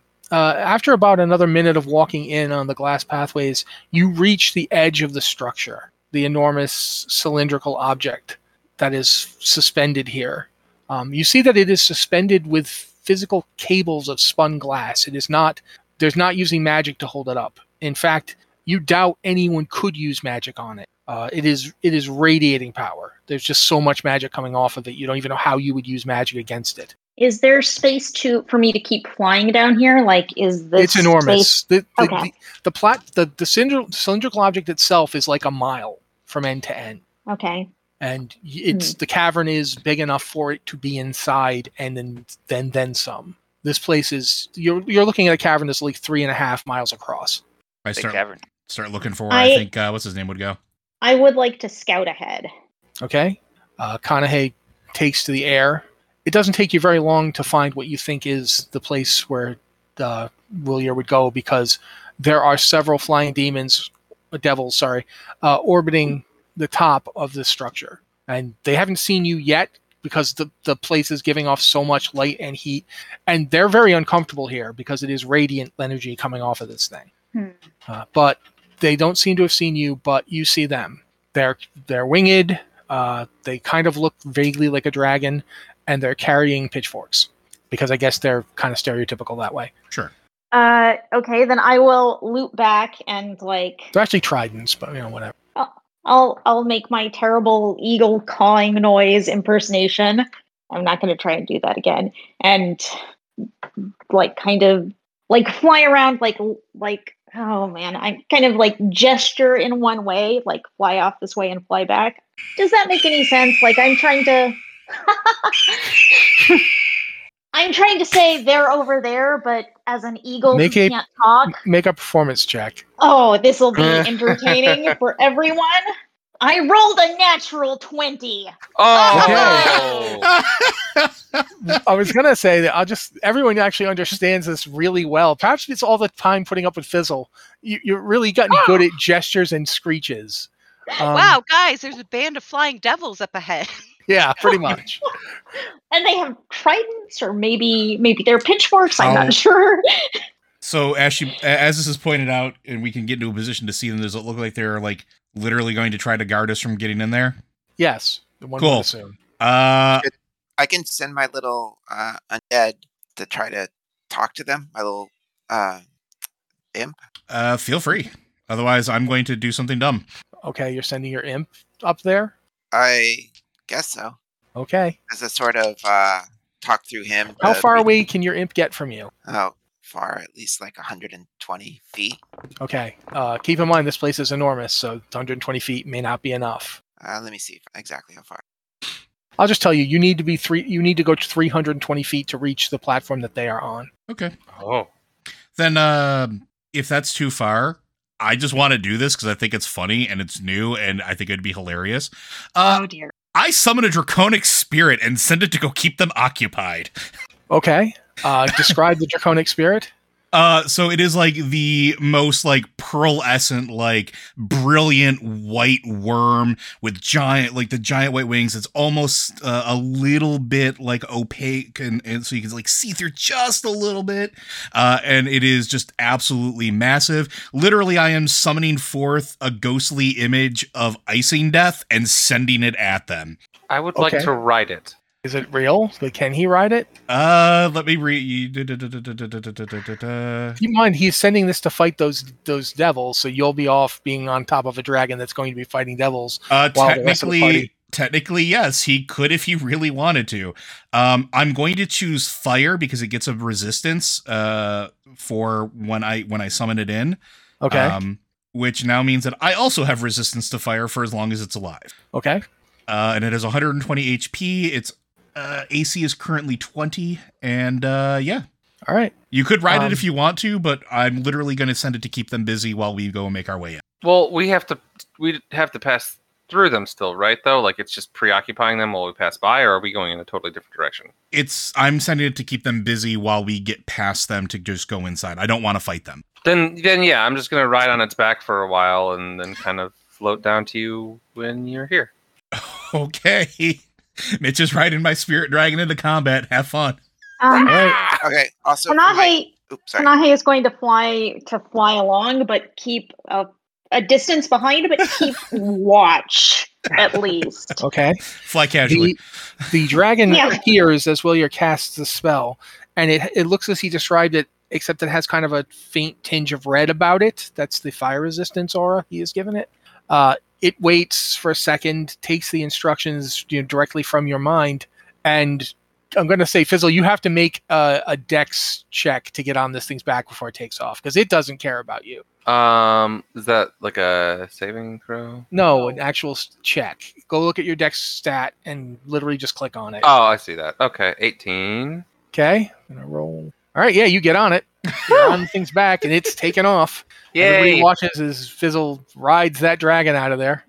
Speaker 1: after about another minute of walking in on the glass pathways, you reach the edge of the structure, the enormous cylindrical object that is suspended here. Um, you see that it is suspended with physical cables of spun glass. It is not, there's not using magic to hold it up. In fact, you doubt anyone could use magic on it. Uh, it is it is radiating power. There's just so much magic coming off of it. You don't even know how you would use magic against it.
Speaker 6: Is there space to for me to keep flying down here? Like, is this
Speaker 1: it's enormous. The, the,
Speaker 6: Okay.
Speaker 1: the, the plat the, the cylinder- cylindrical object itself is like a mile from end to end,
Speaker 6: space- Okay.
Speaker 1: and y- it's
Speaker 6: Hmm.
Speaker 1: the cavern is big enough for it to be inside, and then then then some. This place is you're you're looking at a cavern that's like three and a half miles across.
Speaker 5: I
Speaker 3: Big
Speaker 5: start
Speaker 3: cavern.
Speaker 5: start looking forward. I,
Speaker 6: I-
Speaker 5: think uh, what's his name would go.
Speaker 6: I would like to scout ahead.
Speaker 1: Okay, uh, Conahay takes to the air. It doesn't take you very long to find what you think is the place where uh, Willier would go because there are several flying demons, uh, devils, sorry, uh, orbiting the top of this structure, and they haven't seen you yet because the the place is giving off so much light and heat, and they're very uncomfortable here because it is radiant energy coming off of this thing.
Speaker 6: Hmm.
Speaker 1: Uh, but they don't seem to have seen you, but you see them. They're they're winged. Uh, they kind of look vaguely like a dragon, and they're carrying pitchforks because I guess they're kind of stereotypical that way.
Speaker 5: Sure.
Speaker 6: Uh, okay, then I will loop back and like
Speaker 1: They're actually tridents, but you know whatever.
Speaker 6: I'll I'll make my terrible eagle cawing noise impersonation. I'm not going to try and do that again. And like kind of like fly around like like oh man, I kind of like gesture in one way, like fly off this way and fly back. Does that make any sense? Like I'm trying to I'm trying to say they're over there, but as an eagle
Speaker 1: Make
Speaker 6: who
Speaker 1: a-
Speaker 6: can't talk.
Speaker 1: Make a performance check.
Speaker 6: Oh, this will be entertaining for everyone. I rolled a natural 20.
Speaker 8: Oh,
Speaker 1: I was gonna say that I'll just everyone actually understands this really well. Perhaps it's all the time putting up with Fizzle. You, you're really gotten good at gestures and screeches. Um,
Speaker 2: wow, guys, there's a band of flying devils up ahead.
Speaker 1: Yeah, pretty much.
Speaker 6: And they have tridents or maybe maybe they're pitchforks, I'm
Speaker 5: Oh.
Speaker 6: not sure.
Speaker 5: So as she, a- as this is pointed out, and we can get into a position to see them. Does it look like they're like literally going to try to guard us from getting in there?
Speaker 1: Yes, the one
Speaker 5: Cool.
Speaker 1: would assume.
Speaker 5: Uh,
Speaker 7: I can send my little uh, undead to try to talk to them. My little uh,
Speaker 5: uh, feel free. Otherwise, I'm going to do something dumb.
Speaker 1: Okay, you're sending your imp up there.
Speaker 7: I guess so.
Speaker 1: Okay,
Speaker 7: As a sort of uh, talk through him.
Speaker 1: how
Speaker 7: to
Speaker 1: far
Speaker 7: read-
Speaker 1: away can your imp get from you?
Speaker 7: Oh, far at least like 120 feet.
Speaker 1: Okay, uh, keep in mind this place is enormous, so 120 feet may not be enough.
Speaker 7: Uh, let me see if- exactly how far.
Speaker 1: I'll just tell you, you need to be three. You need to go to 320 feet to reach the platform that they are on.
Speaker 5: Okay.
Speaker 8: oh,
Speaker 5: Then uh, if that's too far, I just want to do this because I think it's funny and it's new, and I think it'd be hilarious. Uh,
Speaker 6: oh dear.
Speaker 5: I summon a draconic spirit and send it to go keep them occupied.
Speaker 1: Okay, uh, describe the draconic spirit.
Speaker 5: Uh, so it is like the most like pearlescent, like brilliant white worm with giant, like the giant white wings. It's almost uh, a little bit like opaque, and, and so you can like see through just a little bit. Uh, and it is just absolutely massive. Literally, I am summoning forth a ghostly image of icing death and sending it at them.
Speaker 8: I would
Speaker 1: Okay.
Speaker 8: like to ride it.
Speaker 1: Is it real? Like, can he ride it?
Speaker 5: Uh, let me read.
Speaker 1: Keep in mind, he's sending this to fight those those devils, so you'll be off being on top of a dragon that's going to be fighting devils.
Speaker 5: Uh,
Speaker 1: while the rest of the
Speaker 5: technically,
Speaker 1: party-
Speaker 5: technically, yes, he could if he really wanted to. Um, I'm going to choose fire because it gets a resistance uh, for when I when I summon it in.
Speaker 1: Okay,
Speaker 5: Um, which now means that I also have resistance to fire for as long as it's alive.
Speaker 1: okay,
Speaker 5: Uh, and it has 120 HP. Its uh, AC is currently 20, and uh, yeah.
Speaker 1: all right,
Speaker 5: You could ride it
Speaker 1: Um,
Speaker 5: if you want to, but I'm literally going to send it to keep them busy while we go and make our way in.
Speaker 8: Well, we have to we have to pass through them still, right? Though, like it's just preoccupying them while we pass by, or are we going in a totally different direction?
Speaker 5: It's I'm sending it to keep them busy while we get past them to just go inside. I don't want to fight them.
Speaker 8: Then, then yeah, I'm just gonna ride on its back for a while and then kind of float down to you when you're here.
Speaker 5: Okay. Mitch is riding my spirit dragon into combat. Have fun.
Speaker 6: Um,
Speaker 7: Okay. Also, for my,
Speaker 6: Kanahe,
Speaker 7: oops, sorry.
Speaker 6: Kanahe is going to fly to fly along, but keep a, a distance behind, but keep watch at least.
Speaker 1: Okay.
Speaker 5: Fly casually.
Speaker 1: The, the dragon
Speaker 6: Yeah.
Speaker 1: hears as Willier casts the spell, and it it looks as he described it, except it has kind of a faint tinge of red about it. That's the fire resistance aura he has given it. Uh, it waits for a second, takes the instructions you know, directly from your mind, and I'm going to say, Fizzle, you have to make a, a dex check to get on this thing's back before it takes off because it doesn't care about you.
Speaker 8: Um, is that like a saving throw?
Speaker 1: No, an actual s- check. Go look at your dex stat and literally just click on it.
Speaker 8: Oh, I see that. Okay, 18.
Speaker 1: Okay, gonna roll. All right, yeah, you get on it. You're on things back, and it's taken off. Everybody
Speaker 8: Yay!
Speaker 1: watches as Fizzle rides that dragon out of there.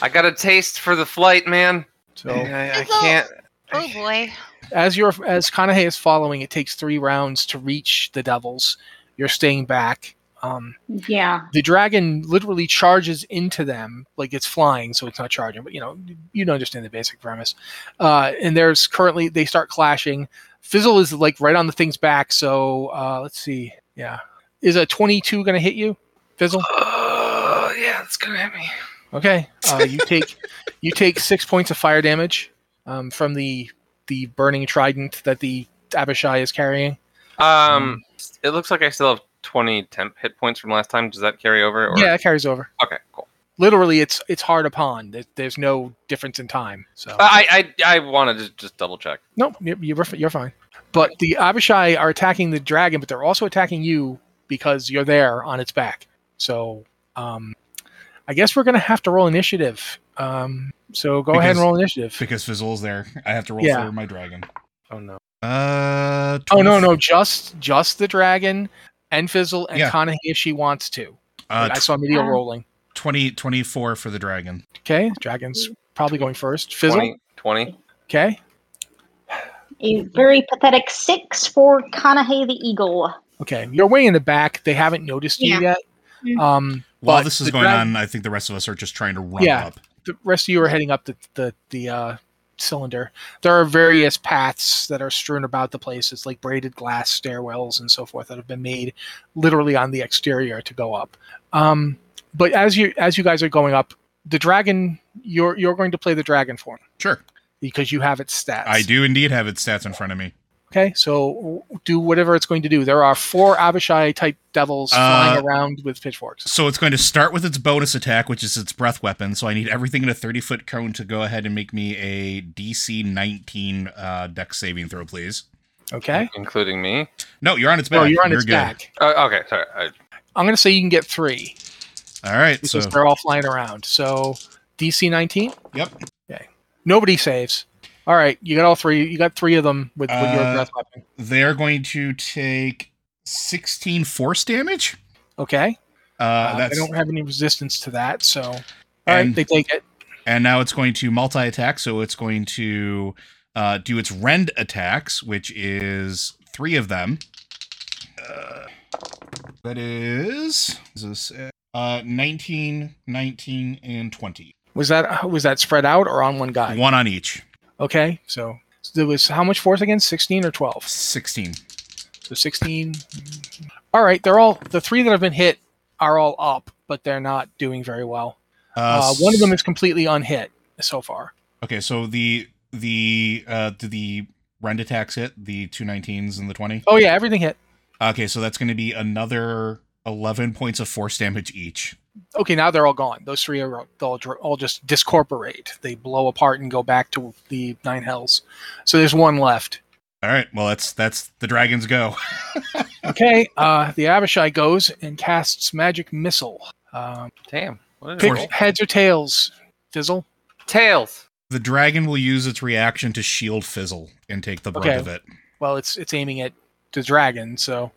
Speaker 8: I got a taste for the flight, man.
Speaker 1: So
Speaker 8: I, I
Speaker 4: It's all-
Speaker 8: can't.
Speaker 2: Oh boy.
Speaker 1: as you're as Kanahe is following, it takes three rounds to reach the devils. You're staying back. Um,
Speaker 6: Yeah.
Speaker 1: the dragon literally charges into them like it's flying so it's not charging but you know you don't understand the basic premise uh, and there's currently they start clashing fizzle is like right on the thing's back so uh, let's see yeah is a 22 gonna hit you fizzle
Speaker 8: Oh, yeah, it's gonna hit me.
Speaker 1: okay uh, you take you take six points of fire damage um, from the the burning trident that the abishai is carrying
Speaker 8: Um, it looks like I still have 20 temp hit points from last time. Does that carry over? Or?
Speaker 1: yeah that carries over
Speaker 8: Okay, cool.
Speaker 1: literally it's it's hard upon There- there's no difference in time so
Speaker 8: Ah, I I, I wanted to just double check.
Speaker 1: Nope, you're, you're, f- you're fine. But the Abishai are attacking the dragon, but they're also attacking you because you're there on its back. So um, I guess we're going to have to roll initiative. Um, so go ahead and
Speaker 5: Because-
Speaker 1: roll initiative.
Speaker 5: Because Fizzle's there. I have to roll
Speaker 1: Yeah.
Speaker 5: for my dragon.
Speaker 8: Oh no.
Speaker 5: Uh
Speaker 1: Oh, no,
Speaker 5: 20
Speaker 1: no, just just the dragon and Fizzle and
Speaker 5: Yeah.
Speaker 1: Kanahe if she wants to.
Speaker 5: Uh,
Speaker 1: I saw Medial
Speaker 6: Ah.
Speaker 1: rolling.
Speaker 5: 20, 24 for the dragon.
Speaker 1: Okay, dragon's probably going first. Fizzle,
Speaker 8: 20, 20.
Speaker 1: okay.
Speaker 6: A very pathetic six for Kanahe the Eagle.
Speaker 1: Okay, you're way in the back. They haven't noticed you
Speaker 6: Yeah.
Speaker 1: yet.
Speaker 6: Mm.
Speaker 1: Um,
Speaker 5: While
Speaker 1: but
Speaker 5: this
Speaker 1: the
Speaker 5: is going
Speaker 1: drag-
Speaker 5: on, I think the rest of us are just trying to run
Speaker 1: Yeah.
Speaker 5: up.
Speaker 1: the rest of you are heading up the the, the uh, cylinder. There are various paths that are strewn about the place. It's like braided glass stairwells and so forth that have been made literally on the exterior to go up. Um, but as you as you guys are going up, the dragon you're you're going to play the dragon form
Speaker 5: Sure.
Speaker 1: because you have its stats.
Speaker 5: I do indeed have its stats in front of me.
Speaker 1: Okay, so do whatever it's going to do. There are four Abishai type devils
Speaker 5: Uh,
Speaker 1: flying around with pitchforks.
Speaker 5: So it's going to start with its bonus attack, which is its breath weapon. So I need everything in a 30 foot cone to go ahead and make me a DC 19 uh, deck saving throw, please.
Speaker 1: Okay.
Speaker 8: Including me.
Speaker 5: No, you're on its back.
Speaker 1: Oh, you're on its
Speaker 5: good.
Speaker 1: back.
Speaker 8: Uh, okay, sorry. I,
Speaker 1: I'm going to say you can get three.
Speaker 5: All right. So,
Speaker 1: because they're all flying around. So DC 19.
Speaker 5: Yep.
Speaker 1: Okay. Nobody saves. All right, you got all three. You got three of them with, with your
Speaker 5: Uh,
Speaker 1: breath weapon.
Speaker 5: they're going to take 16 force damage.
Speaker 1: Okay.
Speaker 5: Uh,
Speaker 1: Uh,
Speaker 5: that's
Speaker 1: they don't have any resistance to that, so all right,
Speaker 5: And-
Speaker 1: they take it.
Speaker 5: and now it's going to multi attack. So it's going to uh, do its rend attacks, which is three of them. Uh, that is, is this uh, 19, 19, and 20.
Speaker 1: Was that was that spread out or on one guy?
Speaker 5: One on each.
Speaker 1: Okay, so, so there was how much force again? 16 or 12?
Speaker 5: 16.
Speaker 1: So 16. All right, they're all the three that have been hit are all up, but they're not doing very well. Uh, one of them is completely unhit so far.
Speaker 5: Okay, so the the uh do the rend attacks hit the two 19s and the 20
Speaker 1: Oh yeah, everything hit.
Speaker 5: okay so that's going to be another 11 points of force damage each
Speaker 1: okay, now they're all gone. Those three are all- they'll dr- all just discorporate. They blow apart and go back to the nine hells. So there's one left.
Speaker 5: all right well that's that's the dragon's go
Speaker 1: Okay, uh, the Abishai goes and casts magic missile. Um,
Speaker 8: damn. What is
Speaker 1: pick
Speaker 8: it?
Speaker 1: heads or tails, Fizzle.
Speaker 8: Tails.
Speaker 5: the dragon will use its reaction to shield fizzle and take the brunt
Speaker 1: Okay.
Speaker 5: of it
Speaker 1: Well, it's it's aiming at the uh, dragon, so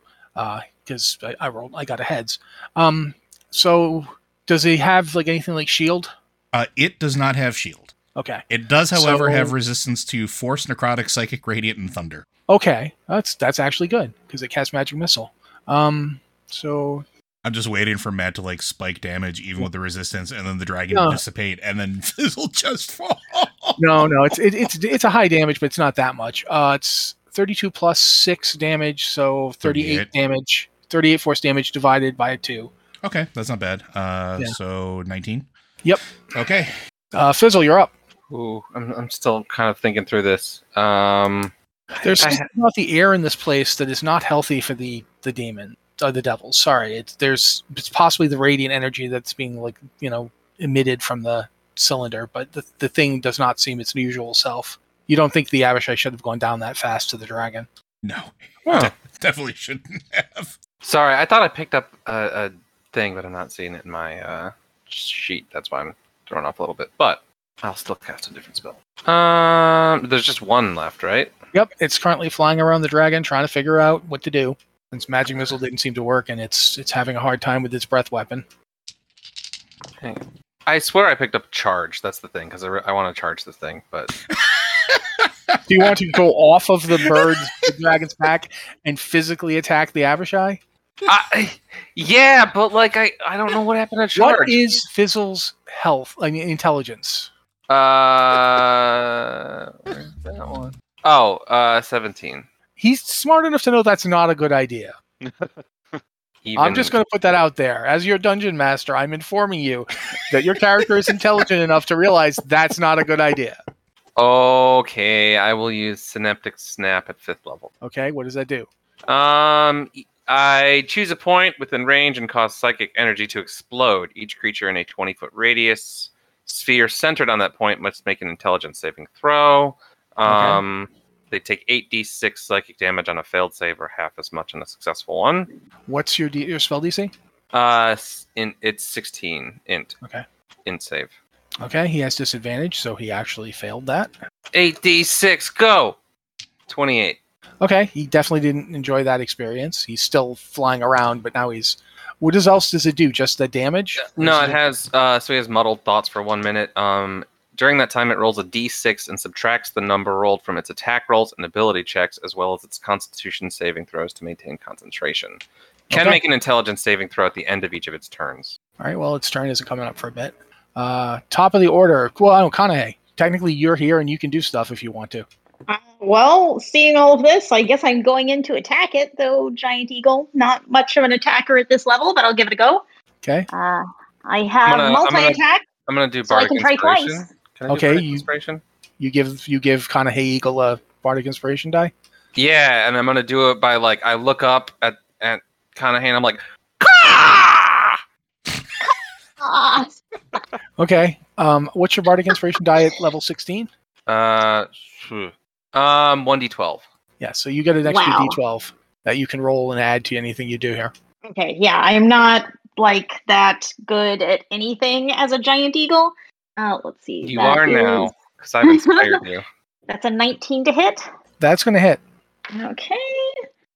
Speaker 1: because I, I rolled, I got a heads. Um, so Does he have like anything like shield?
Speaker 5: Uh, it does not have shield.
Speaker 1: Okay.
Speaker 5: It does, however,
Speaker 1: So-
Speaker 5: have resistance to force, necrotic, psychic, radiant, and thunder.
Speaker 1: Okay. That's that's actually good because it casts magic missile. Um. So
Speaker 5: I'm just waiting for Matt to like spike damage, even with the resistance, and then the dragon
Speaker 1: No.
Speaker 5: will dissipate, and then Fizzle just fall.
Speaker 1: no, no, it's it, it's it's a high damage, but it's not that much. Uh, it's 32 plus six damage, so 38,
Speaker 5: 38.
Speaker 1: damage, 38 force damage divided by two.
Speaker 5: Okay, that's not bad. Uh,
Speaker 1: Yeah.
Speaker 5: so 19.
Speaker 1: Yep.
Speaker 5: Okay.
Speaker 1: Uh, Fizzle, you're up.
Speaker 8: Ooh, I'm, I'm still kind of thinking through this. Um,
Speaker 1: There's
Speaker 8: I
Speaker 1: something about the air in this place that is not healthy for the the demon or the devil. Sorry, it's there's it's possibly the radiant energy that's being like you know emitted from the cylinder, but the the thing does not seem its usual self. You don't think the Abishai should have gone down that fast to the dragon?
Speaker 5: No,
Speaker 8: huh.
Speaker 5: de- definitely shouldn't have.
Speaker 8: Sorry, I thought I picked up a, a thing, but I'm not seeing it in my uh, sheet. That's why I'm thrown off a little bit. But I'll still cast a different spell. Um, there's just one left, right?
Speaker 1: Yep, it's currently flying around the dragon, trying to figure out what to do. Since magic missile didn't seem to work, and it's it's having a hard time with its breath weapon.
Speaker 8: I swear I picked up charge. That's the thing, because I, re- I want to charge this thing. But
Speaker 1: Do you want to go off of the bird's the dragon's back and physically attack the Abishai?
Speaker 8: I, yeah, but like I, I don't know what happened to charge.
Speaker 1: What is Fizzle's health? I mean, intelligence.
Speaker 8: uh, where's that one? Oh, uh, 17.
Speaker 1: He's smart enough to know that's not a good idea. I'm
Speaker 8: Even-
Speaker 1: just going to put that out there. As your dungeon master, I'm informing you that your character is intelligent enough to realize that's not a good idea.
Speaker 8: Okay, I will use synaptic snap at fifth level.
Speaker 1: Okay, what does that do?
Speaker 8: Um, I choose a point within range and cause psychic energy to explode. Each creature in a 20 foot radius sphere centered on that point must make an intelligence saving throw. Um, They take 8d6 psychic damage on a failed save or half as much on a successful one.
Speaker 1: What's your D- your spell DC?
Speaker 8: Uh, s- in, it's 16 int.
Speaker 1: Okay.
Speaker 8: Int save.
Speaker 1: Okay, he has disadvantage, so he actually failed that.
Speaker 8: 8d6, go! 28.
Speaker 1: Okay, he definitely didn't enjoy that experience. He's still flying around, but now he's. What is- else does it do? Just the damage?
Speaker 8: No,
Speaker 1: Or
Speaker 8: it
Speaker 1: is
Speaker 8: has. Uh, so he has muddled thoughts for one minute. Um, during that time, it rolls a d6 and subtracts the number rolled from its attack rolls and ability checks, as well as its Constitution saving throws to maintain concentration. Can
Speaker 1: Okay.
Speaker 8: make an intelligence saving throw at the end of each of its turns.
Speaker 1: All right. Well, its turn isn't coming up for a bit. Uh, top of the order. Well, I don't, Kanahe. Technically, you're here and you can do stuff if you want to.
Speaker 6: Uh, well, seeing all of this, I guess I'm going in to attack it, though Giant Eagle, not much of an attacker at this level, but I'll give it a go.
Speaker 1: Okay.
Speaker 6: Uh, I have
Speaker 8: gonna- I'm
Speaker 6: multi
Speaker 8: gonna-
Speaker 6: attack,
Speaker 8: I'm gonna do
Speaker 6: so I
Speaker 8: bardic
Speaker 6: can try
Speaker 8: inspiration.
Speaker 6: twice.
Speaker 8: Can I do
Speaker 1: Okay,
Speaker 8: bardic
Speaker 1: you-
Speaker 8: inspiration?
Speaker 1: You give you give Kanahe Eagle a bardic inspiration die.
Speaker 8: Yeah, and I'm gonna do it by like I look up at at Conahan. I'm like, "Caw!"
Speaker 6: Ah,
Speaker 1: Okay. Um, what's your bardic inspiration die at level sixteen?
Speaker 8: uh, phew. um, one d12.
Speaker 1: Yeah. So you get an extra
Speaker 6: Wow.
Speaker 1: D12 that you can roll and add to anything you do here.
Speaker 6: okay, yeah, I'm not like that good at anything as a Giant Eagle. Uh, let's see.
Speaker 8: You
Speaker 6: that
Speaker 8: are
Speaker 6: is-
Speaker 8: now because I've inspired you.
Speaker 6: That's a 19 to hit.
Speaker 1: That's going to hit.
Speaker 6: Okay.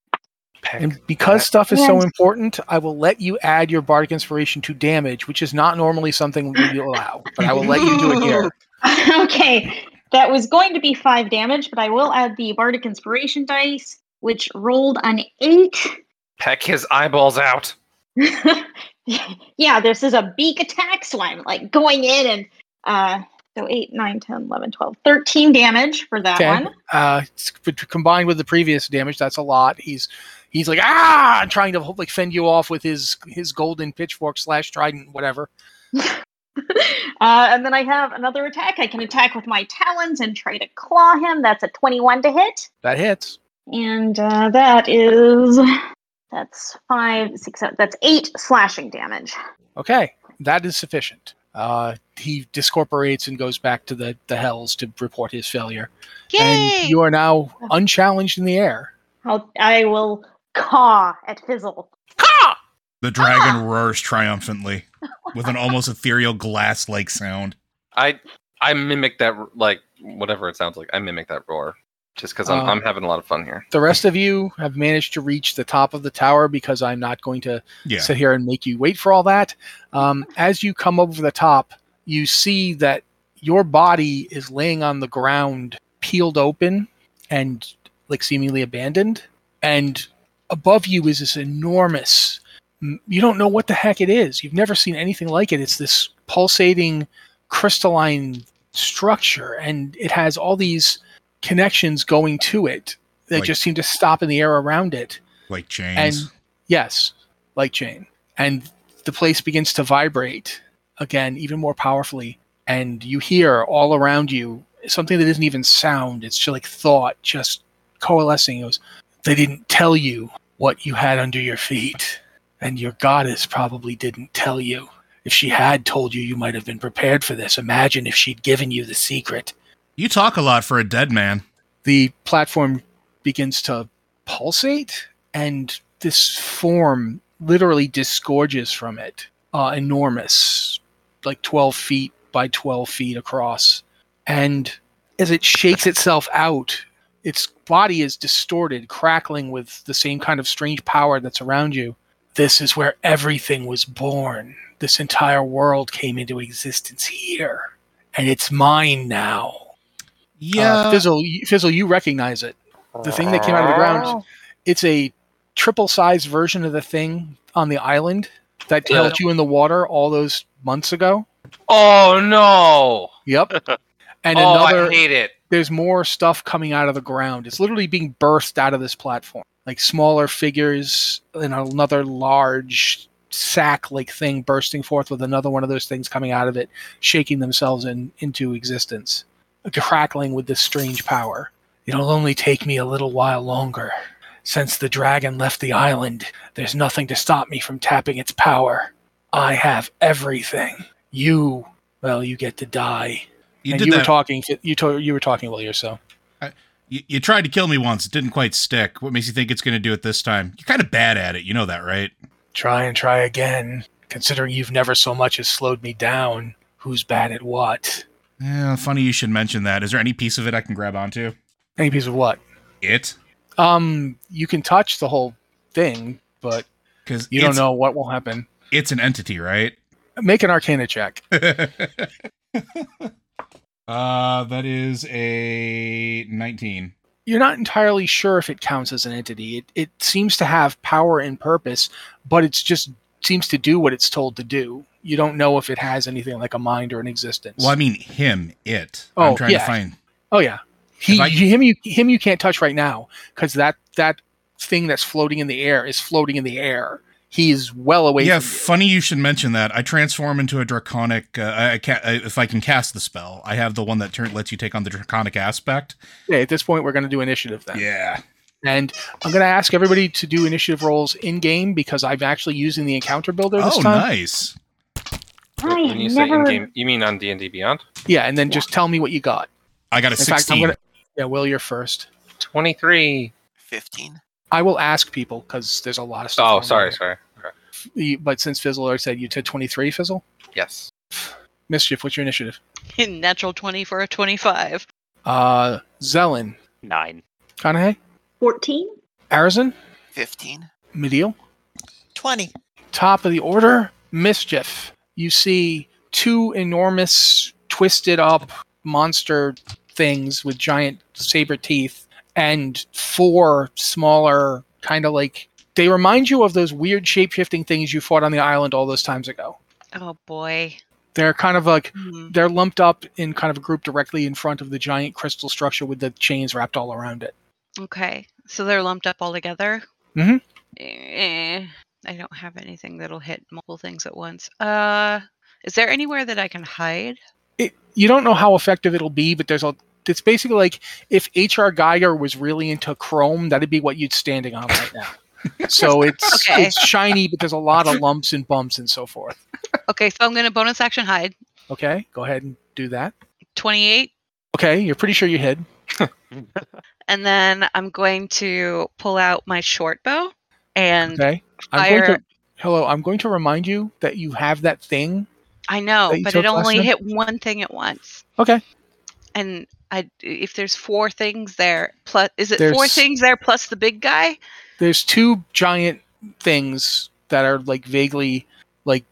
Speaker 1: And because stuff is so
Speaker 6: And-
Speaker 1: important, I will let you add your bardic inspiration to damage, which is not normally something we allow, but I will let you do it here.
Speaker 6: okay. That was going to be five damage, but I will add the Bardic Inspiration dice, which rolled an eight.
Speaker 8: Peck his eyeballs out.
Speaker 6: yeah, this is a beak attack, so I'm like going in and uh so 8, 9, 10, 11, 12, 13 damage for that
Speaker 1: Okay.
Speaker 6: one.
Speaker 1: uh, s- but combined with the previous damage, that's a lot. He's he's like ah, trying to like fend you off with his his golden pitchfork slash trident, whatever.
Speaker 6: uh, and then I have another attack. I can attack with my talons and try to claw him. That's a 21 to hit.
Speaker 1: That hits.
Speaker 6: And uh, that is that's five, six, seven, that's eight slashing damage.
Speaker 1: Okay, that is sufficient. Uh, he discorporates and goes back to the the hells to report his failure.
Speaker 2: Yay!
Speaker 1: And you are now unchallenged in the air.
Speaker 6: I'll, I will caw at Fizzle.
Speaker 5: The dragon roars triumphantly with an almost ethereal glass like sound.
Speaker 8: I I mimic that r- like whatever it sounds like. I mimic that roar. just because I'm, I'm
Speaker 1: Um,
Speaker 8: having a lot of fun here.
Speaker 1: The rest of you have managed to reach the top of the tower because I'm not going to
Speaker 5: Yeah.
Speaker 1: sit here and make you wait for all that. Um, as you come over the top, you see that your body is laying on the ground, peeled open and like seemingly abandoned. And above you is this enormous, m- you don't know what the heck it is. You've never seen anything like it. It's this pulsating crystalline structure, and it has all these connections going to it that
Speaker 5: Like-
Speaker 1: just seem to stop in the air around it.
Speaker 5: like chains.
Speaker 1: And yes, light chain. And the place begins to vibrate again, even more powerfully. And you hear all around you something that isn't even sound. It's just like thought just coalescing. It was, they didn't tell you what you had under your feet. And your goddess probably didn't tell you. If she had told you, you might have been prepared for this. Imagine if she'd given you the secret.
Speaker 5: you talk a lot for a dead man.
Speaker 1: the platform begins to pulsate, and this form literally disgorges from it. Uh, enormous, like 12 feet by 12 feet across. And as it shakes itself out, its body is distorted, crackling with the same kind of strange power that's around you. This is where everything was born. This entire world came into existence here. And it's mine now.
Speaker 5: Yeah.
Speaker 1: Uh, Fizzle, you- Fizzle, you recognize it. the thing that came out of the ground-
Speaker 6: Oh,
Speaker 1: It's a triple size version of the thing on the island that
Speaker 8: Yeah.
Speaker 1: held you in the water all those months ago.
Speaker 8: Oh no!
Speaker 1: Yep. And
Speaker 8: oh,
Speaker 1: another,
Speaker 8: I hate it.
Speaker 1: there's more stuff coming out of the ground. It's literally being burst out of this platform. Like smaller figures and another large sack like thing bursting forth with another one of those things coming out of it, shaking themselves in, into existence, crackling with this strange power. It'll only take me a little while longer. Since the dragon left the island, there's nothing to stop me from tapping its power. I have everything. You, well, you get to die
Speaker 5: you
Speaker 1: and
Speaker 5: did
Speaker 1: you were
Speaker 5: that.
Speaker 1: talking. You to, you were talking earlier, so
Speaker 5: you, you tried to kill me once. It didn't quite stick. What makes you think it's going to do it this time? You're kind of bad at it. You know that, right?
Speaker 1: try and try again. Considering you've never so much as slowed me down, who's bad at what?
Speaker 5: Yeah, funny you should mention that. Is there any piece of it I can grab onto?
Speaker 1: Any piece of what?
Speaker 5: It?
Speaker 1: Um, you can touch the whole thing, but
Speaker 5: Because
Speaker 1: you don't know what will happen.
Speaker 5: It's an entity, right?
Speaker 1: Make an Arcana check.
Speaker 5: uh, that is a 19.
Speaker 1: You're not entirely sure if it counts as an entity. It it seems to have power and purpose, but it's just seems to do what it's told to do. You don't know if it has anything like a mind or an existence.
Speaker 5: Well, I mean, him, it. I'm
Speaker 1: Oh,
Speaker 5: trying
Speaker 1: yeah.
Speaker 5: to find.
Speaker 1: Oh yeah, he
Speaker 5: If I-
Speaker 1: him you him you can't touch right now because that that thing that's floating in the air is floating in the air. He's well away.
Speaker 5: yeah,
Speaker 1: from you.
Speaker 5: funny you should mention that. I transform into a draconic. Uh, I, I ca- I, if I can cast the spell, I have the one that turn, lets you take on the draconic aspect.
Speaker 1: Okay, at this point, we're going to do initiative then,
Speaker 5: Yeah.
Speaker 1: and I'm going to ask everybody to do initiative rolls in game because I'm actually using the encounter builder this
Speaker 5: Oh,
Speaker 1: time.
Speaker 5: nice.
Speaker 6: I
Speaker 8: When you
Speaker 6: have
Speaker 8: say in
Speaker 6: never.
Speaker 8: game, you mean on D and D Beyond?
Speaker 1: Yeah, and then just tell me what you got.
Speaker 5: I got a
Speaker 1: In fact, I'm
Speaker 5: 16.
Speaker 1: going to. Yeah, Will, you're first.
Speaker 8: Twenty three.
Speaker 7: 15.
Speaker 1: I will ask people because there's a lot of stuff.
Speaker 8: Oh,
Speaker 1: going on
Speaker 8: sorry,
Speaker 1: here.
Speaker 8: sorry. Okay.
Speaker 1: You- But since Fizzle already said you said 23, Fizzle
Speaker 8: Yes.
Speaker 1: mischief. What's your initiative?
Speaker 2: Natural 20 for a 25.
Speaker 1: Uh, Zelen,
Speaker 3: Nine.
Speaker 1: Conahay,
Speaker 6: 14?
Speaker 1: Arizin,
Speaker 7: 15.
Speaker 1: Mediel.
Speaker 4: 20.
Speaker 1: top of the order, mischief. You see two enormous, twisted up monster things with giant saber teeth, and four smaller, kind of like they remind you of those weird shape shifting things you fought on the island all those times ago.
Speaker 2: Oh boy.
Speaker 1: They're kind of like
Speaker 2: Hmm.
Speaker 1: they're lumped up in kind of a group directly in front of the giant crystal structure with the chains wrapped all around it.
Speaker 2: Okay. So they're lumped up all together?
Speaker 1: Mhm.
Speaker 2: Eh, I don't have anything that'll hit multiple things at once. Uh, is there anywhere that I can hide?
Speaker 1: it, you don't know how effective it'll be, but there's a it's basically like if HR Geiger was really into chrome, that'd be what you'd standing on right now. so it's
Speaker 2: Okay.
Speaker 1: it's shiny, but there's a lot of lumps and bumps and so forth.
Speaker 2: Okay, so I'm going to bonus action hide.
Speaker 1: Okay, go ahead and do that.
Speaker 2: 28.
Speaker 1: Okay, you're pretty sure you hid.
Speaker 2: And then I'm going to pull out my short bow and
Speaker 1: Okay, I'm
Speaker 2: fire.
Speaker 1: going to hello. I'm going to remind you that you have that thing.
Speaker 2: I know,
Speaker 1: that you
Speaker 2: but it
Speaker 1: took last
Speaker 2: only
Speaker 1: time?
Speaker 2: hit one thing at once.
Speaker 1: Okay.
Speaker 2: And I, if there's four things there, plus is it four
Speaker 1: There's-
Speaker 2: things there plus the big guy?
Speaker 1: There's two giant things that are like vaguely like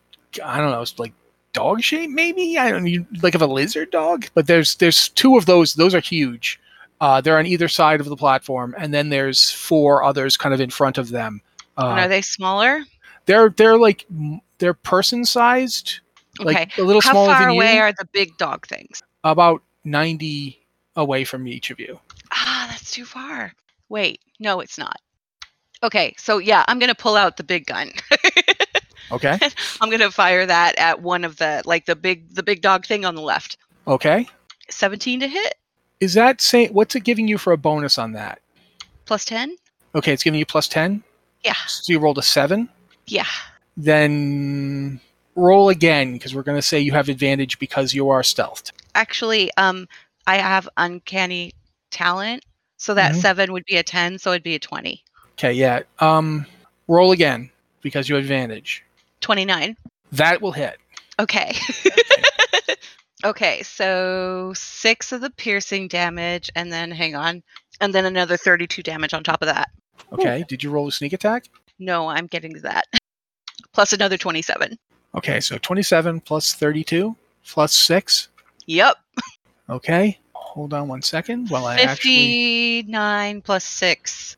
Speaker 1: I don't know, it's like dog shape maybe. I don't you like of a lizard dog, but there's there's two of those. Those are huge. Uh, they're on either side of the platform, and then there's four others kind of in front of them.
Speaker 2: and are
Speaker 1: Uh,
Speaker 2: they smaller?
Speaker 1: they're they're like m- they're person sized, like
Speaker 2: okay.
Speaker 1: a little
Speaker 2: How
Speaker 1: smaller
Speaker 2: far
Speaker 1: than
Speaker 2: away
Speaker 1: you,
Speaker 2: are the big dog things?
Speaker 1: about ninety away from each of you.
Speaker 2: Ah, that's too far. Wait, no, it's not. Okay, so yeah, I'm gonna pull out the big gun.
Speaker 1: Okay,
Speaker 2: I'm gonna fire that at one of the like the big the big dog thing on the left.
Speaker 1: okay.
Speaker 2: 17 to hit
Speaker 1: Is that saying what's it giving you for a bonus on that?
Speaker 2: plus 10.
Speaker 1: Okay, it's giving you plus ten.
Speaker 2: Yeah.
Speaker 1: So you rolled a seven.
Speaker 2: Yeah.
Speaker 1: Then roll again because we're going to say you have advantage because you are stealthed.
Speaker 2: Actually, um, I have uncanny talent, so that
Speaker 1: Mhm.
Speaker 2: seven would be a 10, so it'd be a 20.
Speaker 1: Okay, yeah. Um, roll again because you have advantage.
Speaker 2: 29.
Speaker 1: That will hit.
Speaker 2: Okay. okay, so six of the piercing damage, and then hang on, and then another 32 damage on top of that.
Speaker 1: Okay. Did you roll a sneak attack?
Speaker 2: No, I'm getting to that. Plus another 27.
Speaker 1: Okay, so twenty-seven plus thirty-two plus six.
Speaker 2: Yep.
Speaker 1: Okay. Hold on one second while I actually.
Speaker 2: 59 plus six.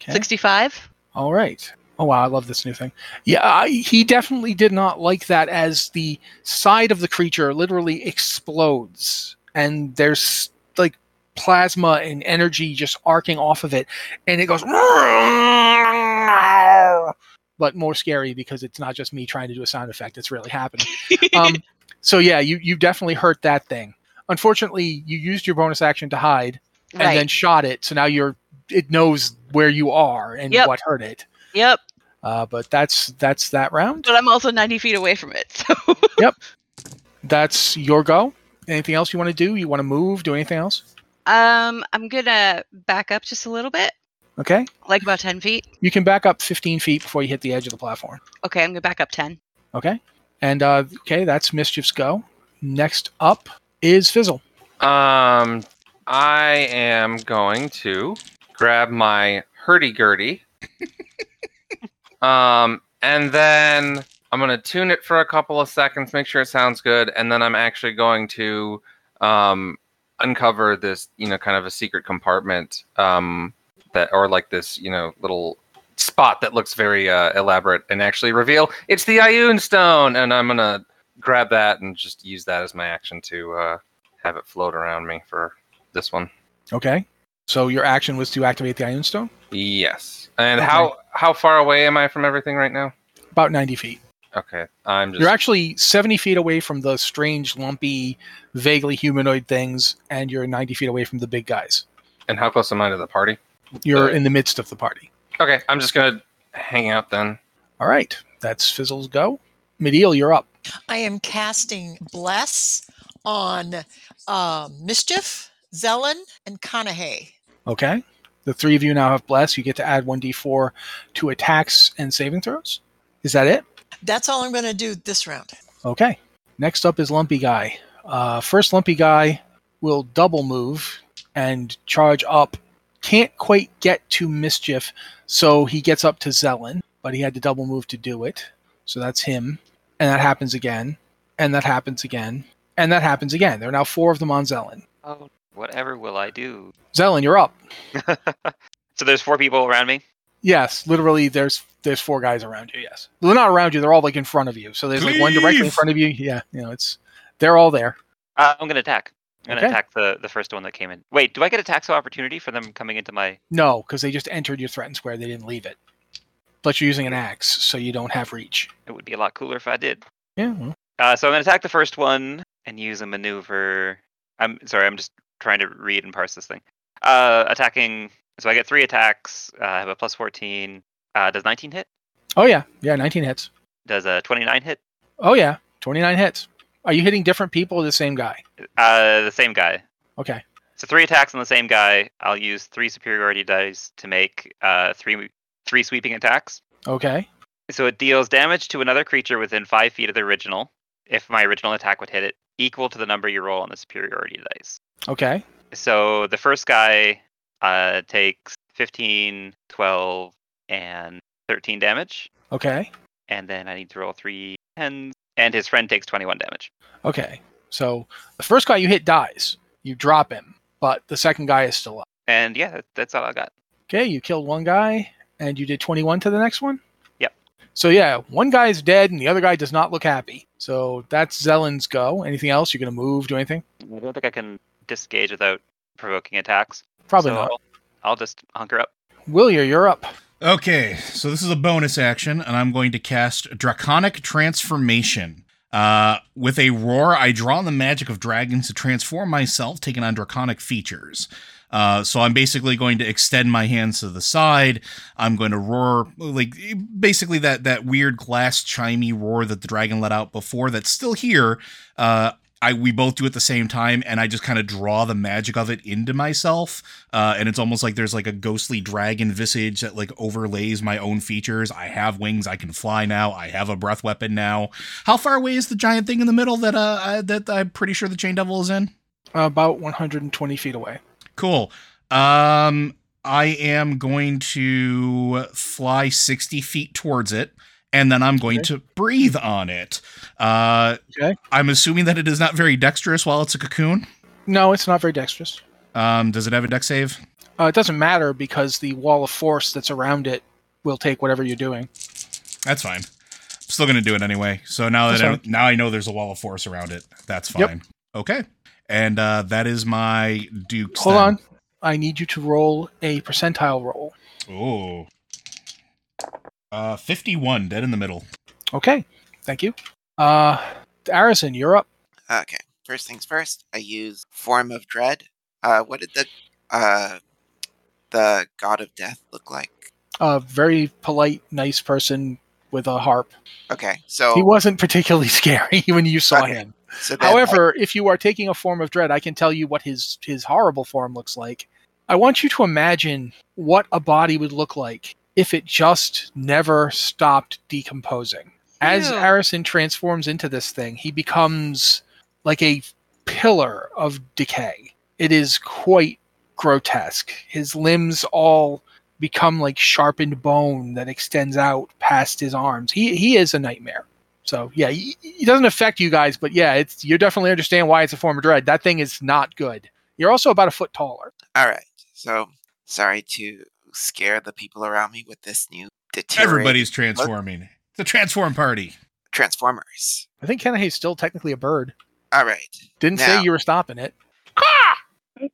Speaker 1: Okay.
Speaker 2: 65.
Speaker 1: All right. Oh wow, I love this new thing. Yeah, I, he definitely did not like that as the side of the creature literally explodes and there's like plasma and energy just arcing off of it and it goes but more scary because it's not just me trying to do a sound effect, it's really happening. Um, so yeah, you you definitely hurt that thing. Unfortunately, you used your bonus action to hide and
Speaker 2: right.
Speaker 1: then shot it, so now you're it knows where you are and
Speaker 2: Yep.
Speaker 1: what hurt it.
Speaker 2: yep.
Speaker 1: Uh, but that's that's that round.
Speaker 2: But I'm also 90 feet away from it. So
Speaker 1: That's your go. Anything else you want to do? You want to move? Do anything else?
Speaker 2: um, I'm going to back up just a little bit,
Speaker 1: Okay.
Speaker 2: like about 10 feet.
Speaker 1: You can back up 15 feet before you hit the edge of the platform.
Speaker 2: Okay, I'm going to back up 10.
Speaker 1: Okay. And uh, okay, that's mischief's go. Next up is Fizzle.
Speaker 8: Um, I am going to grab my hurdy gurdy. um, and then I'm gonna tune it for a couple of seconds, make sure it sounds good, and then I'm actually going to um uncover this, you know, kind of a secret compartment um that or like this, you know, little spot that looks very uh, elaborate and actually reveal it's the Ioun stone and I'm gonna grab that and just use that as my action to uh have it float around me for this one.
Speaker 1: Okay. So your action was to activate the Iron Stone.
Speaker 8: Yes. And
Speaker 1: Okay.
Speaker 8: how how far away am I from everything right now?
Speaker 1: About 90 feet.
Speaker 8: Okay, I'm just
Speaker 1: You're actually 70 feet away from the strange, lumpy, vaguely humanoid things, and you're 90 feet away from the big guys.
Speaker 8: and how close am I to the party?
Speaker 1: You're
Speaker 8: Uh,
Speaker 1: in the midst of the party.
Speaker 8: Okay, I'm just gonna hang out then.
Speaker 1: All right. That's Fizzle's go. Medial, you're up.
Speaker 4: I am casting Bless on uh, Mischief, Zelen, and Conahay.
Speaker 1: Okay. The three of you now have bless. You get to add 1d4 to attacks and saving throws. Is that it?
Speaker 4: That's all I'm going to do this round.
Speaker 1: Okay. Next up is Lumpy Guy. Uh, first, Lumpy Guy will double move and charge up. Can't quite get to Mischief, so he gets up to Zelen, but he had to double move to do it. So that's him. And that happens again. And that happens again. And that happens again. There are now four of them on Zelen.
Speaker 3: Oh, whatever will I do?
Speaker 1: Zelen, you're up.
Speaker 3: So there's four people around me.
Speaker 1: Yes, literally. There's there's four guys around you. Yes, they're not around you. They're all like in front of you. So there's like one directly in
Speaker 5: Please.
Speaker 1: front of you. Yeah, you know it's they're all there.
Speaker 3: Uh, I'm gonna attack. I'm gonna
Speaker 1: Okay.
Speaker 3: attack the the first one that came in. Wait, do I get a tax of opportunity for them coming into my?
Speaker 1: No, because they just entered your threatened square. They didn't leave it. But you're using an axe, so you don't have reach.
Speaker 3: It would be a lot cooler if I did.
Speaker 1: Yeah. well,
Speaker 3: Uh, so I'm gonna attack the first one and use a maneuver. I'm sorry, I'm just trying to read and parse this thing. Uh, attacking. So I get three attacks. Uh, I have a plus 14. Uh, does 19 hit?
Speaker 1: Oh yeah, yeah. 19 hits.
Speaker 3: Does a 29 hit?
Speaker 1: Oh yeah, 29 hits. Are you hitting different people or the same guy?
Speaker 3: Uh, the same guy.
Speaker 1: Okay.
Speaker 3: So three attacks on the same guy. I'll use three superiority dice to make uh, three three sweeping attacks.
Speaker 1: Okay.
Speaker 3: So it deals damage to another creature within five feet of the original, if my original attack would hit it, equal to the number you roll on the superiority dice.
Speaker 1: Okay.
Speaker 3: So the first guy uh, takes 15, 12, and 13 damage.
Speaker 1: Okay.
Speaker 3: And then I need to roll three tens. And his friend takes 21 damage.
Speaker 1: Okay. So the first guy you hit dies. You drop him, but the second guy is still up.
Speaker 3: And yeah, that, that's all I got.
Speaker 1: Okay, you killed one guy and you did 21 to the next one?
Speaker 3: Yep.
Speaker 1: So yeah, one guy is dead and the other guy does not look happy. So that's Zelen's go. Anything else? You're going to move, do anything?
Speaker 3: I don't think I can disengage without provoking attacks.
Speaker 1: Probably
Speaker 3: so
Speaker 1: not.
Speaker 3: I'll, I'll just hunker up.
Speaker 1: Willier, you're up.
Speaker 5: Okay, so this is a bonus action, and I'm going to cast Draconic Transformation. Uh, with a roar, I draw on the magic of dragons to transform myself, taking on draconic features. Uh, so I'm basically going to extend my hands to the side. I'm going to roar like basically that that weird glass chimey roar that the dragon let out before. That's still here. Uh, I we both do at the same time, and I just kind of draw the magic of it into myself. Uh, and it's almost like there's like a ghostly dragon visage that like overlays my own features. I have wings. I can fly now. I have a breath weapon now. How far away is the giant thing in the middle that uh I, that I'm pretty sure the chain devil is in?
Speaker 1: About 120 feet away.
Speaker 5: Cool. Um, I am going to fly 60 feet towards it, and then I'm going
Speaker 1: Okay.
Speaker 5: to breathe on it. Uh,
Speaker 1: Okay.
Speaker 5: I'm assuming that it is not very dexterous while it's a cocoon.
Speaker 1: No, it's not very dexterous.
Speaker 5: Um, does it have a dex save?
Speaker 1: Uh, it doesn't matter because the wall of force that's around it will take whatever you're doing.
Speaker 5: That's fine. I'm still going to do it anyway. So now
Speaker 1: That's
Speaker 5: that I, now I know there's a wall of force around it, that's
Speaker 1: Yep.
Speaker 5: fine. Okay. And uh, that is my Duke's.
Speaker 1: Hold on. I need you to roll a percentile roll.
Speaker 5: Oh. Uh, 51, dead in the middle.
Speaker 1: Okay. Thank you. Uh, Arison, you're up.
Speaker 7: Okay. First things first, I use Form of Dread. Uh, what did the uh, the God of Death look like?
Speaker 1: A very polite, nice person with a harp.
Speaker 7: Okay,
Speaker 1: He
Speaker 7: so
Speaker 1: wasn't particularly scary when you saw
Speaker 7: Okay.
Speaker 1: him.
Speaker 7: so Oh. then I-
Speaker 1: However, if you are taking a form of dread, I can tell you what his his horrible form looks like. I want you to imagine what a body would look like if it just never stopped decomposing. As
Speaker 2: Ew.
Speaker 1: Arison transforms into this thing, he becomes like a pillar of decay. It is quite grotesque. His limbs all become like sharpened bone that extends out past his arms. He he is a nightmare. So yeah, he, he doesn't affect you guys, but yeah, it's you definitely understand why it's a form of dread. That thing is not good. You're also about a foot taller.
Speaker 7: all right. So sorry to scare the people around me with this new deteriorating
Speaker 5: Everybody's transforming. The transform party.
Speaker 7: Transformers.
Speaker 1: I think Kennehe's still technically a bird.
Speaker 7: All right.
Speaker 1: Didn't
Speaker 7: Now-
Speaker 1: say you were stopping it.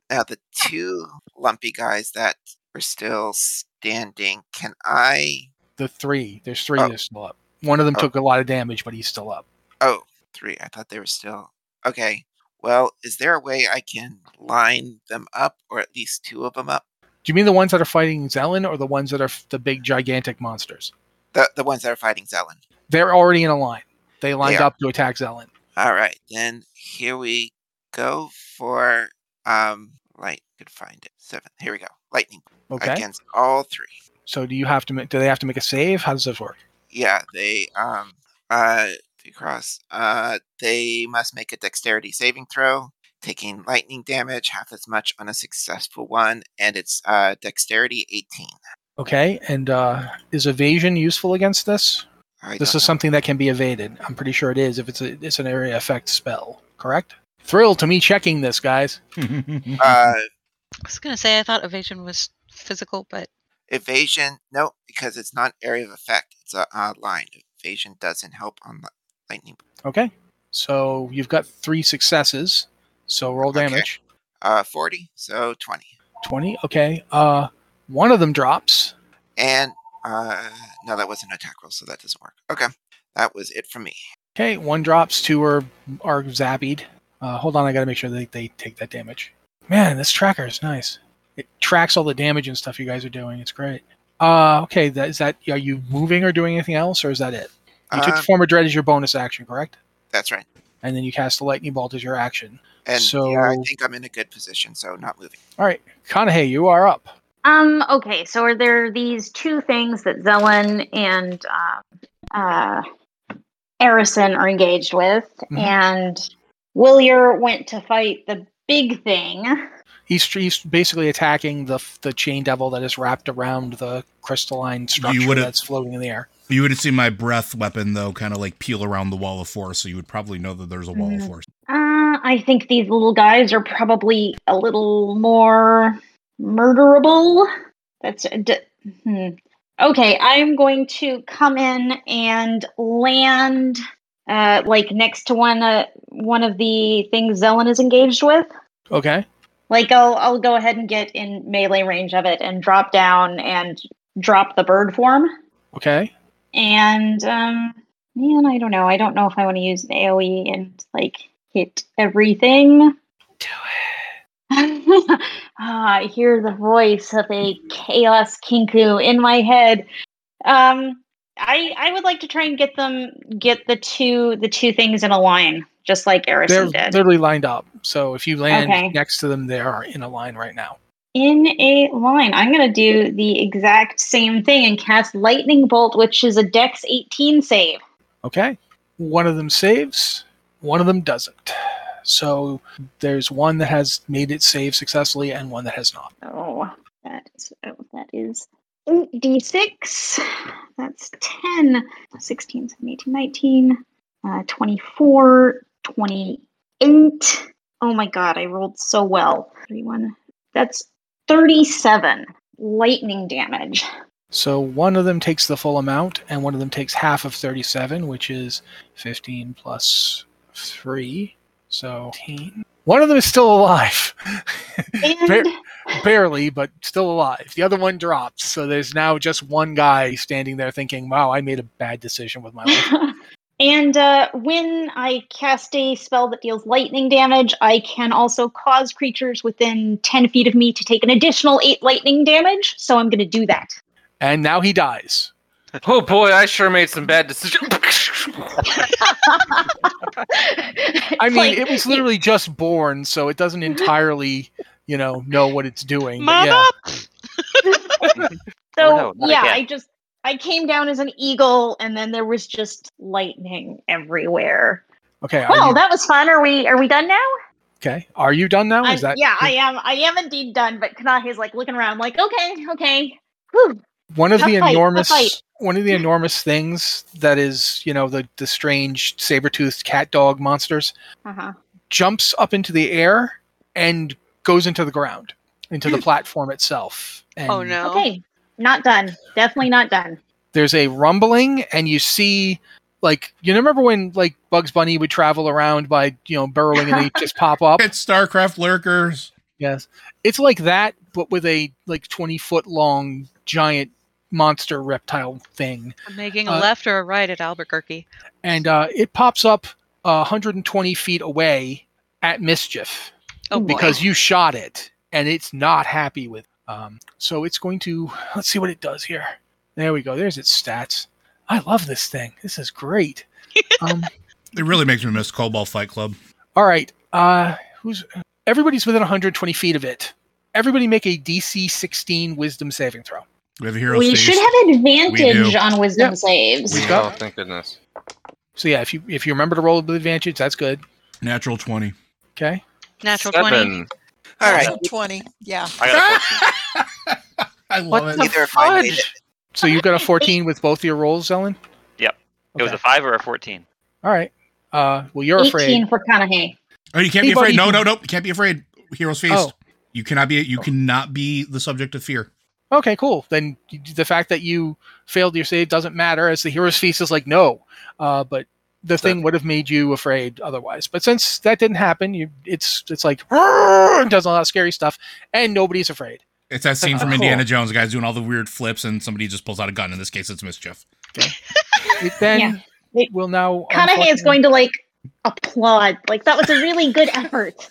Speaker 7: Now the two lumpy guys that are still standing. Can I?
Speaker 1: The three, there's three
Speaker 7: Oh.
Speaker 1: that are still up. One of them
Speaker 7: Oh.
Speaker 1: took a lot of damage, but he's still up.
Speaker 7: Oh, three. I thought they were still okay. Well, is there a way I can line them up, or at least two of them up?
Speaker 1: Do you mean the ones that are fighting Zelen or the ones that are f- the big gigantic monsters?
Speaker 7: The the ones that are fighting Zelen.
Speaker 1: They're already in a line. They lined
Speaker 7: are.
Speaker 1: up to attack Zelen.
Speaker 7: All right, then here we go for um light. Could find it. Seven. Here we go. Lightning
Speaker 1: Okay.
Speaker 7: against all three.
Speaker 1: So do you have to make? Do they have to make a save? How does this work?
Speaker 7: Yeah, they um uh they cross. Uh, they must make a dexterity saving throw, taking lightning damage half as much on a successful one, and it's uh dexterity eighteen.
Speaker 1: Okay. And uh, is evasion useful against this? This
Speaker 7: I don't
Speaker 1: is
Speaker 7: know.
Speaker 1: something that can be evaded. I'm pretty sure it is if it's a, it's an area effect spell, correct? Thrill to me checking this, guys.
Speaker 7: Uh,
Speaker 2: I was going to say I thought evasion was physical, but
Speaker 7: evasion. No, because it's not area of effect. It's a uh, line. Evasion doesn't help on li- lightning.
Speaker 1: Okay. So you've got three successes. So roll
Speaker 7: Okay.
Speaker 1: damage.
Speaker 7: Uh, forty. So twenty.
Speaker 1: 20. Okay. Uh one of them drops.
Speaker 7: And uh, no, that wasn't a tackle, so that doesn't work. Okay, that was it for me.
Speaker 1: Okay, one drops, two are are zappied. Uh, hold on, I gotta make sure they, they take that damage. Man, this tracker is nice. It tracks all the damage and stuff you guys are doing. It's great. Uh, okay, that is that. Are you moving or doing anything else, or is that it? You took the
Speaker 7: Um,
Speaker 1: form of dread as your bonus action, correct?
Speaker 7: that's right.
Speaker 1: and then you cast the lightning bolt as your action.
Speaker 7: And yeah, I
Speaker 1: So-
Speaker 7: think I'm in a good position, so not moving.
Speaker 1: All right, Conahay, you are up.
Speaker 6: Um. Okay. So are there these two things that Zelen and um, uh, Arison are engaged with,
Speaker 1: Mhm.
Speaker 6: and Willier went to fight the big thing. Uh,
Speaker 1: He's, he's basically attacking the the chain devil that is wrapped around the crystalline structure
Speaker 5: would've-
Speaker 1: that's floating in the air.
Speaker 5: You would have seen my breath weapon though, kind of like peel around the wall of force, so you would probably know that there's a wall
Speaker 1: Mm-hmm.
Speaker 5: of
Speaker 6: Mhm.
Speaker 5: force.
Speaker 6: Uh, I think these little guys are probably a little more murderable. That's d- hmm. okay. I'm going to come in and land, uh, like next to one uh, one of the things Zelen is engaged with.
Speaker 1: Okay.
Speaker 6: Like I'll I'll go ahead and get in melee range of it and drop down and drop the bird form.
Speaker 1: Okay.
Speaker 6: And um man, I don't know. I don't know if I want to use the AoE E and like hit everything.
Speaker 3: Do
Speaker 6: ah, I hear the voice of a chaos kinku in my head. Um I I would like to try and get them get the two the two things in a line, just like
Speaker 1: They're
Speaker 6: Arison did.
Speaker 1: literally lined up. So if you land
Speaker 6: Okay.
Speaker 1: next to them, they are in a line right now.
Speaker 6: in a line. I'm going to do the exact same thing and cast Lightning Bolt, which is a Dex 18 save.
Speaker 1: Okay. One of them saves, one of them doesn't. So there's one that has made it save successfully and one that has not.
Speaker 6: Oh, that is oh, that is eight d6. That's 10, 16, 17, 18, 19, uh, 24, 28. Oh my god, I rolled so well. 31. That's 37 lightning damage.
Speaker 1: So one of them takes the full amount and one of them takes half of 37, which is 15 plus 3. So 18. one of them is still alive.
Speaker 6: And
Speaker 1: Fair- Barely, but still alive. The other one drops. So there's now just one guy standing there thinking, wow, I made a bad decision with my life.
Speaker 6: and uh, when I cast a spell that deals lightning damage, I can also cause creatures within 10 feet of me to take an additional 8 lightning damage. So I'm going to do that.
Speaker 1: And now he dies.
Speaker 8: Oh boy, I sure made some bad decisions.
Speaker 1: I
Speaker 6: It's
Speaker 1: mean,
Speaker 6: like- Mm-hmm.
Speaker 1: it was literally just born, so it doesn't entirely, you know, know what it's doing. but
Speaker 2: Mama!
Speaker 3: Oh,
Speaker 6: So
Speaker 3: no, not
Speaker 6: yeah,
Speaker 3: again.
Speaker 6: I just I came down as an eagle, and then there was just lightning everywhere.
Speaker 1: yeah. Okay. Are
Speaker 6: Well,
Speaker 1: you,
Speaker 6: that was fun. Are we are we done now?
Speaker 1: okay. Are you done now?
Speaker 6: I'm-
Speaker 1: Is that
Speaker 6: yeah, I am. I am indeed done. But Kanahe's like looking around, like okay, okay. Whew.
Speaker 1: one of
Speaker 6: Tough
Speaker 1: the
Speaker 6: fight, tough
Speaker 1: enormous
Speaker 6: fight.
Speaker 1: one of the enormous things that is, you know, the the strange saber-toothed cat dog monsters
Speaker 6: Uh-huh.
Speaker 1: jumps up into the air and goes into the ground, into
Speaker 6: Hmm.
Speaker 1: the platform itself. And
Speaker 2: Oh no.
Speaker 6: Okay, not done. Definitely not done.
Speaker 1: there's a rumbling and you see like you remember when like Bugs Bunny would travel around by, you know, burrowing and they just pop up?
Speaker 5: It's StarCraft lurkers.
Speaker 1: Yes. It's like that, but with a like twenty foot long giant monster reptile thing.
Speaker 2: I'm making a
Speaker 1: Uh,
Speaker 2: left or a right at Albuquerque.
Speaker 1: And uh, it pops up uh, hundred and twenty feet away at mischief
Speaker 2: Oh boy.
Speaker 1: because you shot it and it's not happy with um so it's going to let's see what it does here. There we go. There's its stats. I love this thing. This is great. Um
Speaker 5: It really makes me miss Cobalt Fight Club.
Speaker 1: All right. Uh, who's everybody's within 120 feet of it. Everybody make a DC 16 Wisdom saving throw.
Speaker 5: We have a hero
Speaker 6: we
Speaker 5: stage.
Speaker 6: should have
Speaker 5: We
Speaker 6: advantage
Speaker 5: do.
Speaker 6: on wisdom
Speaker 1: Yep.
Speaker 6: saves.
Speaker 1: We-
Speaker 8: oh, thank goodness.
Speaker 1: So yeah, if you if you remember to roll with advantage, that's good.
Speaker 5: Natural 20.
Speaker 1: Okay.
Speaker 2: Natural twenty.
Speaker 8: Seven.
Speaker 7: All right.
Speaker 4: Also 20. Yeah.
Speaker 3: I got a 14.
Speaker 5: I
Speaker 2: What
Speaker 5: love it.
Speaker 2: the
Speaker 7: Either of mine made
Speaker 2: fudge?
Speaker 1: So you got a 14 with both your rolls, Ellen.
Speaker 3: Yep. It was
Speaker 1: Okay.
Speaker 3: a five or a fourteen.
Speaker 1: All right. Uh, well, you're
Speaker 6: 18
Speaker 1: afraid.
Speaker 6: for Kanahe.
Speaker 5: Oh, you can't
Speaker 1: Anybody
Speaker 5: be afraid. No,
Speaker 1: who-
Speaker 5: no, no. You can't be afraid. Heroes feast.
Speaker 1: Oh.
Speaker 5: You cannot be. You cannot be the subject of fear.
Speaker 1: Okay, cool. Then you- the fact that you failed your save doesn't matter, as the hero's feast is like no. Uh, but the thing would have made you afraid otherwise. But since that didn't happen, you it's it's like "Rrrr," it does a lot of scary stuff, and nobody's afraid.
Speaker 5: It's that scene from
Speaker 3: Cool.
Speaker 5: Indiana Jones, the guys doing all the weird flips, and somebody just pulls out a gun. In this case, it's mischief.
Speaker 1: It then
Speaker 6: Yeah.
Speaker 1: it will now.
Speaker 6: Kanahe is
Speaker 1: unfortunately-
Speaker 6: going to like applaud. Like that was a really good effort.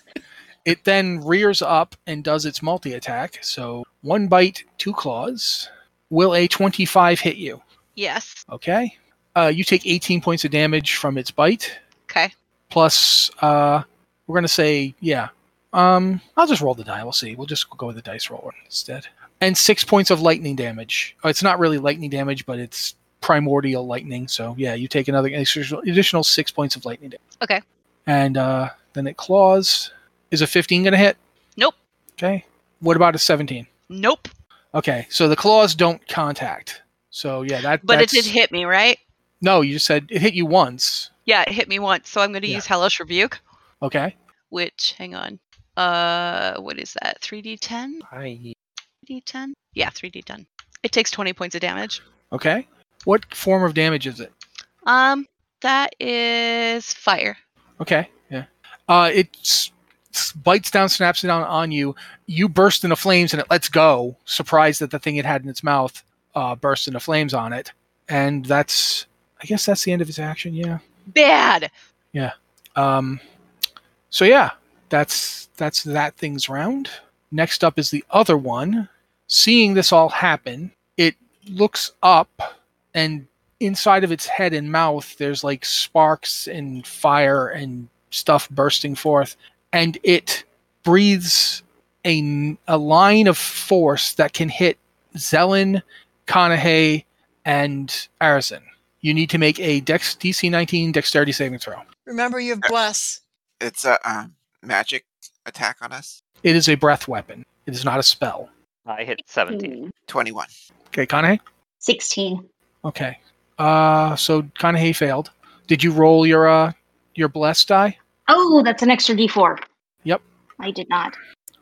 Speaker 1: It then rears up and does its multi attack. So one bite, two claws. Will a 25 hit you?
Speaker 2: Yes.
Speaker 1: Okay. Uh, you take 18 points of damage from its bite.
Speaker 2: Okay.
Speaker 1: Plus, uh, we're going to say, yeah. Um, I'll just roll the die. We'll see. We'll just go with the dice roller instead. And six points of lightning damage. Oh, it's not really lightning damage, but it's primordial lightning. So yeah, you take another additional additional six points of lightning damage.
Speaker 2: Okay.
Speaker 1: And uh, then it claws. Is a 15 going to hit?
Speaker 2: Nope.
Speaker 1: Okay. What about a 17?
Speaker 2: Nope.
Speaker 1: Okay. So the claws don't contact. So yeah, that.
Speaker 2: But it
Speaker 1: that's-
Speaker 2: did hit me, right?
Speaker 1: No, you just said it hit you once.
Speaker 2: Yeah, it hit me once. So I'm going to
Speaker 1: Yeah.
Speaker 2: use Hellish Rebuke,
Speaker 1: Okay.
Speaker 2: which, hang on. Uh, what is that? 3d10?
Speaker 8: I
Speaker 2: 3d10? Yeah, 3d10. It takes 20 points of damage.
Speaker 1: Okay. What form of damage is it?
Speaker 2: Um, that is fire.
Speaker 1: Okay. Yeah. Uh, it s- s- bites down, snaps it down on you. You burst into flames and it lets go, surprised that the thing it had in its mouth uh, burst into flames on it. And that's, I guess that's the end of its action. Yeah.
Speaker 2: Bad.
Speaker 1: Um, so yeah, that's that's that thing's round. Next up is the other one. Seeing this all happen, it looks up and inside of its head and mouth there's like sparks and fire and stuff bursting forth and it breathes a, n- a line of force that can hit Zelen, Conahay, and Arison. You need to make a Dex DC 19 dexterity saving throw.
Speaker 4: Remember, you have bless.
Speaker 7: It's a um, magic attack on us.
Speaker 1: It is a breath weapon. It is not a spell.
Speaker 3: I hit 17.
Speaker 7: 21.
Speaker 1: Okay, Conahay?
Speaker 6: 16.
Speaker 1: Okay. Uh so Conahay failed. Did you roll your uh your blessed die?
Speaker 6: Oh, that's an extra d4.
Speaker 1: Yep.
Speaker 6: I did not.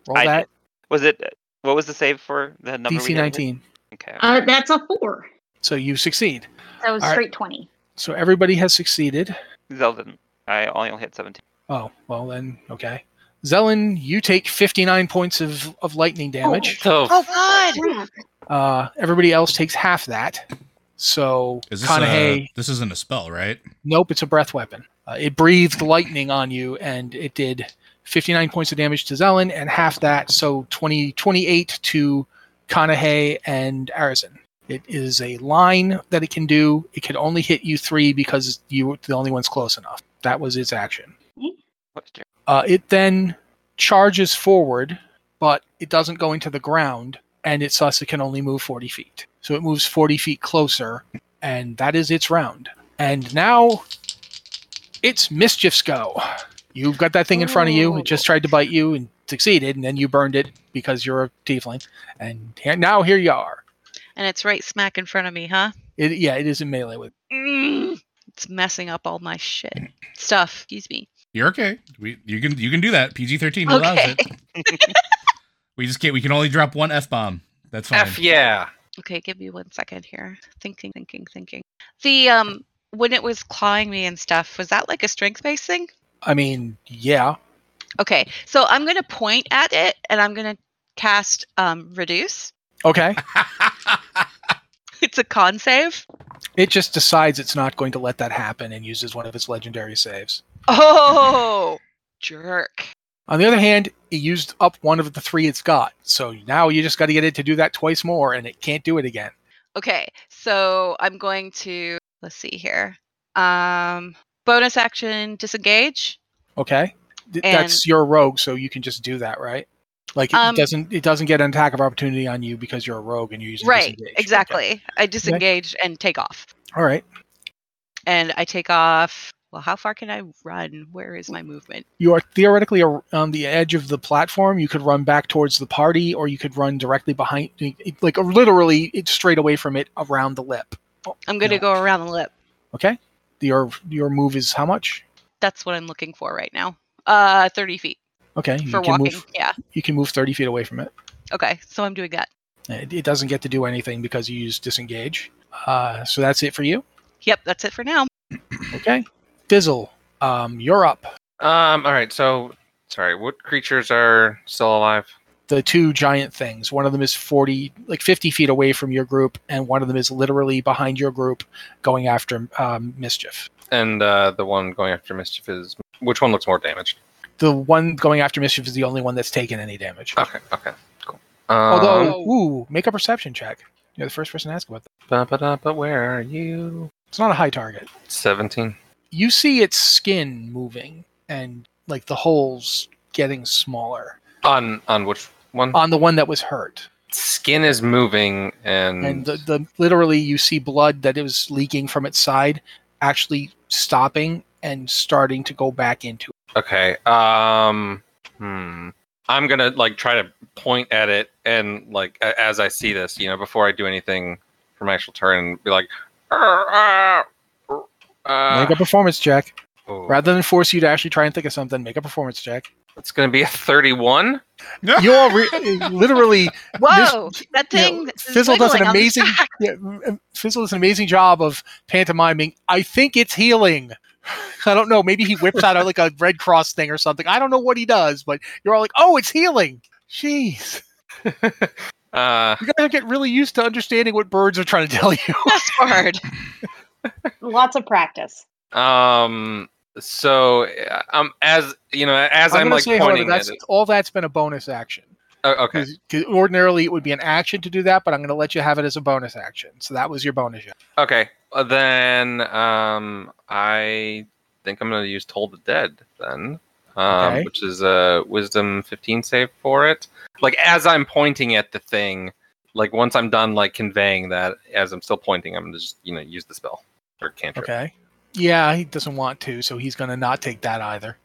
Speaker 1: Roll
Speaker 3: I
Speaker 1: that.
Speaker 3: Was it what was the save for the number? we
Speaker 1: DC
Speaker 3: hit?
Speaker 1: 19.
Speaker 3: Okay.
Speaker 6: Uh, that's a 4.
Speaker 1: So you succeed.
Speaker 6: That was
Speaker 1: All right.
Speaker 6: straight 20.
Speaker 1: So everybody has succeeded.
Speaker 3: Zeldin. I only hit 17.
Speaker 1: Oh, well then, okay. Zelen, you take 59 points of, of lightning damage.
Speaker 8: so
Speaker 2: Oh, God.
Speaker 6: Crap.
Speaker 1: Uh, everybody else takes half that. So
Speaker 5: Is this
Speaker 1: Conahay,
Speaker 5: a, this isn't a spell, right?
Speaker 1: nope, it's a breath weapon. Uh, it breathed lightning on you, and it did 59 points of damage to Zelen and half that, so 20, 28 to Kanahe and Arizin. It is a line that it can do. It can only hit you three because you were the only one's close enough. That was its action.
Speaker 3: What's your-
Speaker 1: Uh, it then charges forward, but it doesn't go into the ground, and it's thus it can only move 40 feet. So it moves 40 feet closer, and that is its round. And now it's mischief's go. You've got that thing in front of you. It just tried to bite you and succeeded, and then you burned it because you're a tiefling. And he- now here you are.
Speaker 2: And it's right smack in front of me, huh?
Speaker 1: It, yeah, it is in melee with.
Speaker 2: Mm, it's messing up all my shit. Stuff. Excuse me.
Speaker 5: You're okay. We you can you can do that. PG thirteen allows
Speaker 2: Okay.
Speaker 5: it. We just can't. We can only drop one f bomb. That's fine.
Speaker 8: F yeah.
Speaker 2: Okay, give me one second here. Thinking, thinking, thinking. The um when it was clawing me and stuff, was that like a strength based thing?
Speaker 1: I mean, yeah.
Speaker 2: Okay. So I'm gonna point at it and I'm gonna cast um reduce.
Speaker 1: Okay.
Speaker 2: It's a con save.
Speaker 1: It just decides it's not going to let that happen and uses one of its legendary saves.
Speaker 2: Oh jerk.
Speaker 1: On the other hand, it used up one of the three it's got. So now you just got to get it to do that twice more and it can't do it again.
Speaker 2: Okay, so I'm going to let's see here. Um bonus action disengage.
Speaker 1: Okay? Th-
Speaker 2: And-
Speaker 1: That's your rogue, so you can just do that, right? Like it
Speaker 2: Um,
Speaker 1: doesn't it doesn't get an attack of opportunity on you because you're a rogue and you use
Speaker 2: Right, exactly. I disengage and take off.
Speaker 1: All right.
Speaker 2: And I take off well, how far can I run? Where is my movement?
Speaker 1: You are theoretically ar- on the edge of the platform. You could run back towards the party or you could run directly behind like literally it's straight away from it around the lip.
Speaker 2: I'm gonna
Speaker 1: No.
Speaker 2: go around the lip.
Speaker 1: Okay? Your your move is how much?
Speaker 2: That's what I'm looking for right now. Uh, 30 feet
Speaker 1: Okay,
Speaker 2: for
Speaker 1: you can
Speaker 2: walking.
Speaker 1: move
Speaker 2: Yeah.
Speaker 1: you can move 30 feet away from it.
Speaker 2: Okay. So I'm doing that.
Speaker 1: It, it doesn't get to do anything because you use disengage. Uh, so that's it for you.
Speaker 2: Yep. That's it for now.
Speaker 1: Okay. Fizzle, um, you're up.
Speaker 8: Um. All right. So sorry. What creatures are still alive?
Speaker 1: The two giant things. One of them is 40, like 50 feet away from your group, and one of them is literally behind your group going after um, Mischief.
Speaker 8: And uh, the one going after mischief is which one looks more damaged?
Speaker 1: The one going after Mischief is the only one that's taken any damage.
Speaker 8: Okay. Okay. Cool. Um,
Speaker 1: Although, ooh, make a perception check. You're the first person to ask about that.
Speaker 8: But, but, but where are you?
Speaker 1: It's not a high target.
Speaker 8: 17.
Speaker 1: you see its skin moving and like the holes getting smaller
Speaker 8: On on which one?
Speaker 1: on the one that was hurt
Speaker 8: Skin is moving and,
Speaker 1: and the, the literally you see blood that is leaking from its side actually stopping and starting to go back into it.
Speaker 8: okay. Um Hmm. I'm gonna like try to point at it and like a- as I see this, you know, before I do anything for my actual turn, and be like, "Arr, arr, uh,
Speaker 1: Make a performance check.
Speaker 8: oh,
Speaker 1: Rather than force you to actually try and think of something, make a performance check.
Speaker 8: it's gonna be a 31.
Speaker 1: You're re- literally
Speaker 2: Whoa, that
Speaker 1: you know,
Speaker 2: thing is
Speaker 1: Fizzle does an
Speaker 2: wiggling on the
Speaker 1: amazing
Speaker 2: stack.
Speaker 1: yeah, m- Fizzle does an amazing job of pantomiming. I think it's healing. I don't know. Maybe he whips out like a Red Cross thing or something. I don't know what he does, but you're all like, "Oh, it's healing." Jeez,
Speaker 8: Uh,
Speaker 1: you guys are getting really used to understanding what birds are trying to tell you.
Speaker 2: That's hard.
Speaker 6: Lots of practice.
Speaker 8: um. So, uh, um, as you know, as I'm,
Speaker 1: gonna
Speaker 8: like
Speaker 1: however,
Speaker 8: pointing at
Speaker 1: that's
Speaker 8: it.
Speaker 1: all that's been a bonus action.
Speaker 8: Oh, okay.
Speaker 1: 'Cause- 'cause ordinarily it would be an action to do that, but I'm going to let you have it as a bonus action. So that was your bonus. action.
Speaker 8: Okay. uh, Then um, I think I'm going to use Toll the Dead then, um,
Speaker 1: Okay.
Speaker 8: which is a Wisdom 15 save for it. Like as I'm pointing at the thing, like once I'm done like conveying that, as I'm still pointing, I'm going to just you know use the spell or cantrip.
Speaker 1: Okay. Yeah, he doesn't want to, so he's going to not take that either.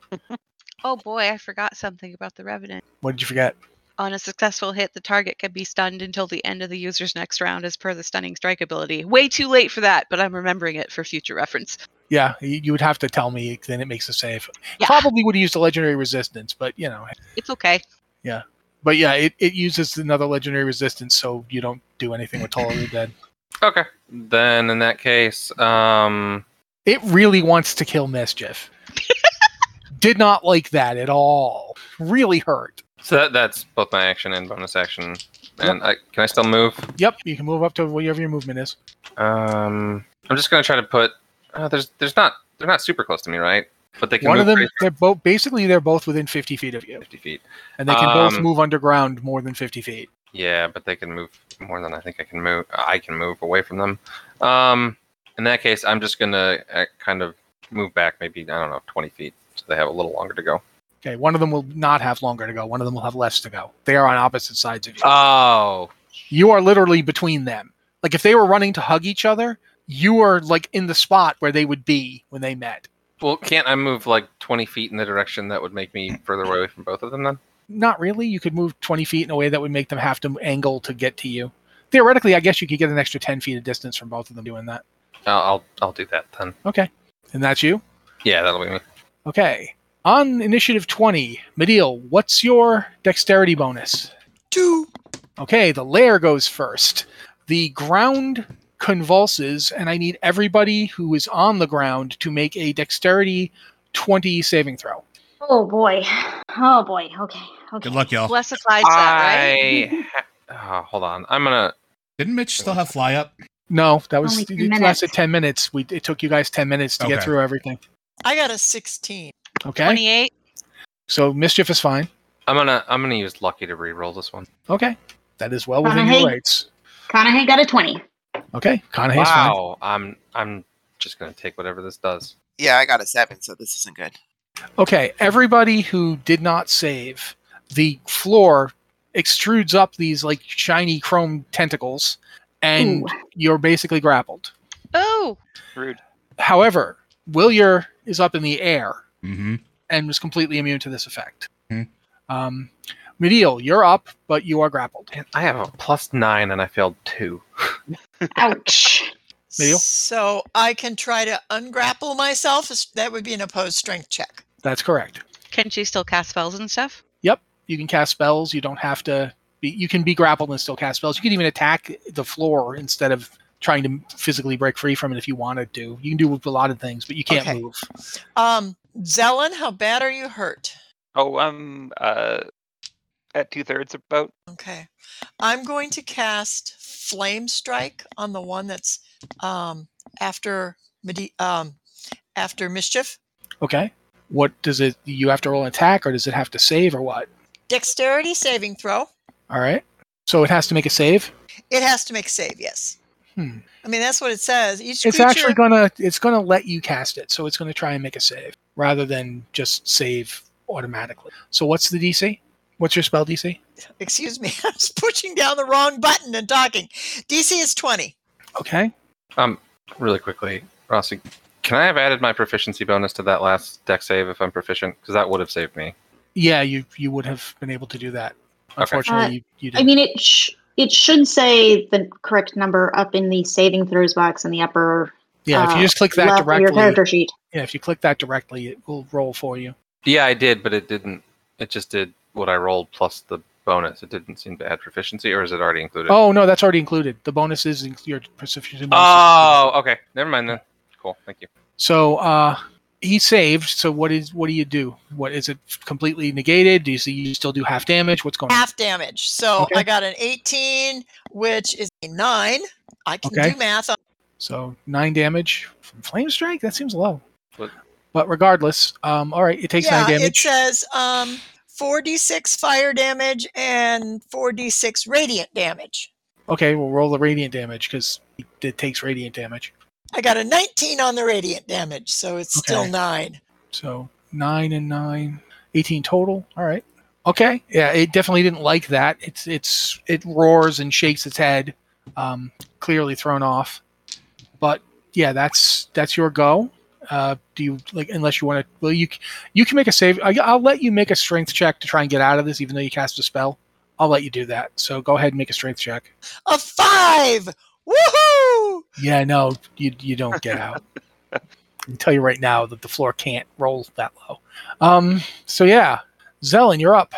Speaker 2: Oh boy, I forgot something about the Revenant.
Speaker 1: What did you forget?
Speaker 2: On a successful hit, the target can be stunned until the end of the user's next round as per the stunning strike ability. Way too late for that, but I'm remembering it for future reference.
Speaker 1: Yeah, you you would have to tell me, then it makes a save.
Speaker 2: Yeah.
Speaker 1: Probably would have used a legendary resistance, but you know.
Speaker 2: It's okay.
Speaker 1: But yeah, it, it uses another legendary resistance, so you don't do anything with Toll of the Dead.
Speaker 8: Okay. Then in that case, um,
Speaker 1: It really wants to kill Mischief. Did not like that at all. Really hurt.
Speaker 8: so that, that's both my action and bonus action. And I, can I still move?
Speaker 1: Yep, you can move up to whatever your movement is.
Speaker 8: Um, I'm just going to try to put. Uh, there's there's not they're not super close to me, right? But they can
Speaker 1: One of them,
Speaker 8: move pretty-
Speaker 1: they're both basically they're both within 50 feet of you,
Speaker 8: 50 feet.
Speaker 1: and they can both
Speaker 8: Um,
Speaker 1: move underground more than 50 feet.
Speaker 8: Yeah, but they can move more than I think I can move. I can move away from them. Um, in that case, I'm just gonna uh, kind of move back, maybe I don't know, 20 feet, so they have a little longer to go.
Speaker 1: Okay, one of them will not have longer to go. One of them will have less to go. They are on opposite sides of you.
Speaker 8: Oh,
Speaker 1: you are literally between them. Like if they were running to hug each other, you are like in the spot where they would be when they met.
Speaker 8: well, can't I move like 20 feet in the direction that would make me further away from both of them then?
Speaker 1: Not really. You could move 20 feet in a way that would make them have to angle to get to you. Theoretically, I guess you could get an extra 10 feet of distance from both of them doing that.
Speaker 8: I'll I'll, I'll do that then.
Speaker 1: Okay. And that's you?
Speaker 8: Yeah, that'll be me.
Speaker 1: Okay. On initiative 20, Mediel, what's your dexterity bonus?
Speaker 4: Two.
Speaker 1: Okay, the lair goes first. The ground convulses, and I need everybody who is on the ground to make a dexterity 20 saving throw.
Speaker 6: Oh boy. Oh boy. Okay. Okay.
Speaker 5: Good luck, y'all.
Speaker 2: Less applies that, right?
Speaker 8: I ha- oh, hold on. I'm gonna.
Speaker 5: Didn't Mitch still have fly up?
Speaker 1: No, that was
Speaker 6: Only 10
Speaker 1: it
Speaker 6: minutes.
Speaker 1: lasted 10 minutes. We it took you guys 10 minutes to get
Speaker 5: Okay.
Speaker 1: through everything.
Speaker 4: I got a 16.
Speaker 1: Okay?
Speaker 2: 28.
Speaker 1: So mischief is fine.
Speaker 8: I'm gonna. I'm gonna use lucky to re-roll this one.
Speaker 1: Okay. That is well within your
Speaker 6: Conahay.
Speaker 1: rights.
Speaker 6: Conahay got a 20.
Speaker 1: Okay. Conahay's fine.
Speaker 8: wow. I'm. I'm just gonna take whatever this does.
Speaker 7: Yeah, I got a seven, so this isn't good.
Speaker 1: Okay, everybody who did not save, the floor extrudes up these like shiny chrome tentacles and
Speaker 6: Ooh.
Speaker 1: you're basically grappled.
Speaker 2: Oh,
Speaker 3: Rude.
Speaker 1: However, Willier is up in the air
Speaker 5: Mm-hmm.
Speaker 1: and was completely immune to this effect.
Speaker 5: Mhm.
Speaker 1: Um, Mediel, you're up, but you are grappled.
Speaker 8: And I have a plus nine, and I failed two.
Speaker 6: Ouch.
Speaker 1: Neil?
Speaker 4: So I can try to ungrapple myself. That would be an opposed strength check.
Speaker 1: That's correct.
Speaker 2: can she still cast spells and stuff?
Speaker 1: You can cast spells. You don't have to. Be, you can be grappled and still cast spells. You can even attack the floor instead of trying to physically break free from it if you wanted to. You can do a lot of things, but you can't
Speaker 4: Okay.
Speaker 1: move.
Speaker 4: Um, Zelen, how bad are you hurt?
Speaker 3: Oh, I'm uh, at two thirds about.
Speaker 4: Okay. I'm going to cast Flame Strike on the one that's um, after Medi- um, after Mischief.
Speaker 1: Okay. What does it? You have to roll an attack, or does it have to save, or what?
Speaker 4: Dexterity saving throw.
Speaker 1: All right. So it has to make a save.
Speaker 4: It has to make save, yes.
Speaker 1: Hmm.
Speaker 4: I mean, that's what it says. Each
Speaker 1: it's
Speaker 4: creature,
Speaker 1: actually gonna it's gonna let you cast it so it's gonna try and make a save rather than just save automatically so what's the dc what's your spell dc
Speaker 4: excuse me, I was pushing down the wrong button and talking. DC is 20.
Speaker 1: okay
Speaker 8: Um, really quickly, Rossi, can I have added my proficiency bonus to that last deck save if I'm proficient? Because that would have saved me.
Speaker 1: Yeah, you you would have been able to do that. Unfortunately, you, you
Speaker 6: Uh, I
Speaker 1: didn't.
Speaker 6: mean, it sh- it should say the correct number up in the saving throws box in the upper
Speaker 1: yeah, if
Speaker 6: uh,
Speaker 1: you just click that
Speaker 6: left of your
Speaker 1: directly,
Speaker 6: character sheet.
Speaker 1: yeah, if you click that directly, it will roll for you.
Speaker 8: Yeah, I did, but it didn't. It just did what I rolled plus the bonus. It didn't seem to add proficiency, or is it already included?
Speaker 1: Oh no, that's already included. The bonus is inc- your proficiency. bonus is included.
Speaker 8: Oh, okay. Never mind then. Cool. Thank you.
Speaker 1: So uh, he saved. So what is what do you do? What is it completely negated? Do you see you still do half damage? What's going on?
Speaker 4: half damage. So
Speaker 1: Okay.
Speaker 4: I got an 18, which is a nine. I can
Speaker 1: Okay.
Speaker 4: do math. On-
Speaker 1: So nine damage from flame strike. That seems low.
Speaker 8: What-
Speaker 1: But regardless, um, all right, it takes
Speaker 4: yeah,
Speaker 1: nine
Speaker 4: it
Speaker 1: damage.
Speaker 4: says um, 4d6 fire damage and 4d6 radiant damage.
Speaker 1: okay, we'll roll the radiant damage because it takes radiant damage.
Speaker 4: I got a 19 on the radiant damage, so it's still
Speaker 1: Okay.
Speaker 4: nine.
Speaker 1: So nine and nine, 18 total. All right. Okay. Yeah, it definitely didn't like that. It's it's it roars and shakes its head, um, clearly thrown off. But yeah, that's that's your go. Uh, do you like unless you want to? Well, you c- you can make a save. I, I'll let you make a strength check to try and get out of this, even though you cast a spell. I'll let you do that. So go ahead and make a strength check.
Speaker 4: A five! Woohoo!
Speaker 1: Yeah, no, you you don't get out. I can tell you right now that the floor can't roll that low. Um, so yeah, Zellin, you're up.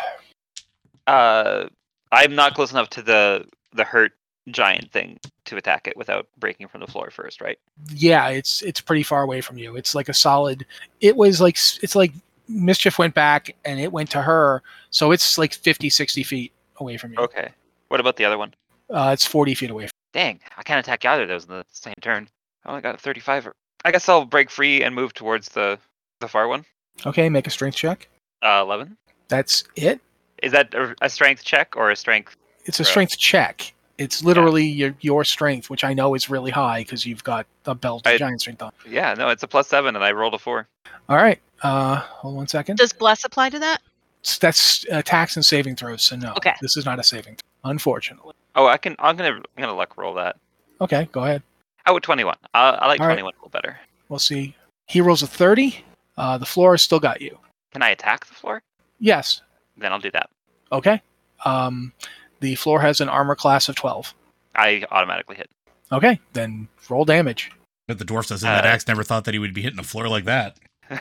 Speaker 3: Uh, I'm not close enough to the the hurt giant thing to attack it without breaking from the floor first, right?
Speaker 1: Yeah, it's it's pretty far away from you. It's like a solid. It was like s- it's like mischief went back and it went to her, so it's like 50, 60 feet away from you.
Speaker 3: Okay. What about the other one?
Speaker 1: Uh, it's forty feet away.
Speaker 3: Dang, I can't attack either of those in the same turn. I only got a 35. Or... I guess I'll break free and move towards the the far one.
Speaker 1: Okay, make a strength check.
Speaker 3: Uh, 11.
Speaker 1: That's it.
Speaker 3: Is that a, a strength check or a strength?
Speaker 1: It's a
Speaker 3: Right.
Speaker 1: strength check. It's literally your your strength, which I know is really high because you've got the belt
Speaker 3: I-
Speaker 1: giant strength on.
Speaker 3: Yeah, no, it's a plus seven, and I rolled a four.
Speaker 1: All right. Uh, hold on one second.
Speaker 2: Does bless apply to that?
Speaker 1: s- that's attacks and saving throws. So no,
Speaker 2: Okay.
Speaker 1: this is not a saving, throw, unfortunately.
Speaker 3: Oh, I can. I'm gonna. I'm gonna luck roll that.
Speaker 1: Okay, go ahead.
Speaker 3: Oh, with 21. I, I like
Speaker 1: All right.
Speaker 3: 21 a little better.
Speaker 1: We'll see. He rolls a thirty. Uh, the floor has still got you.
Speaker 3: Can I attack the floor?
Speaker 1: Yes.
Speaker 3: Then I'll do that.
Speaker 1: Okay. Um, the floor has an armor class of twelve.
Speaker 3: I automatically hit.
Speaker 1: Okay, then roll damage.
Speaker 5: But the dwarf says that
Speaker 3: Uh,
Speaker 5: axe never thought that he would be hitting a floor like that.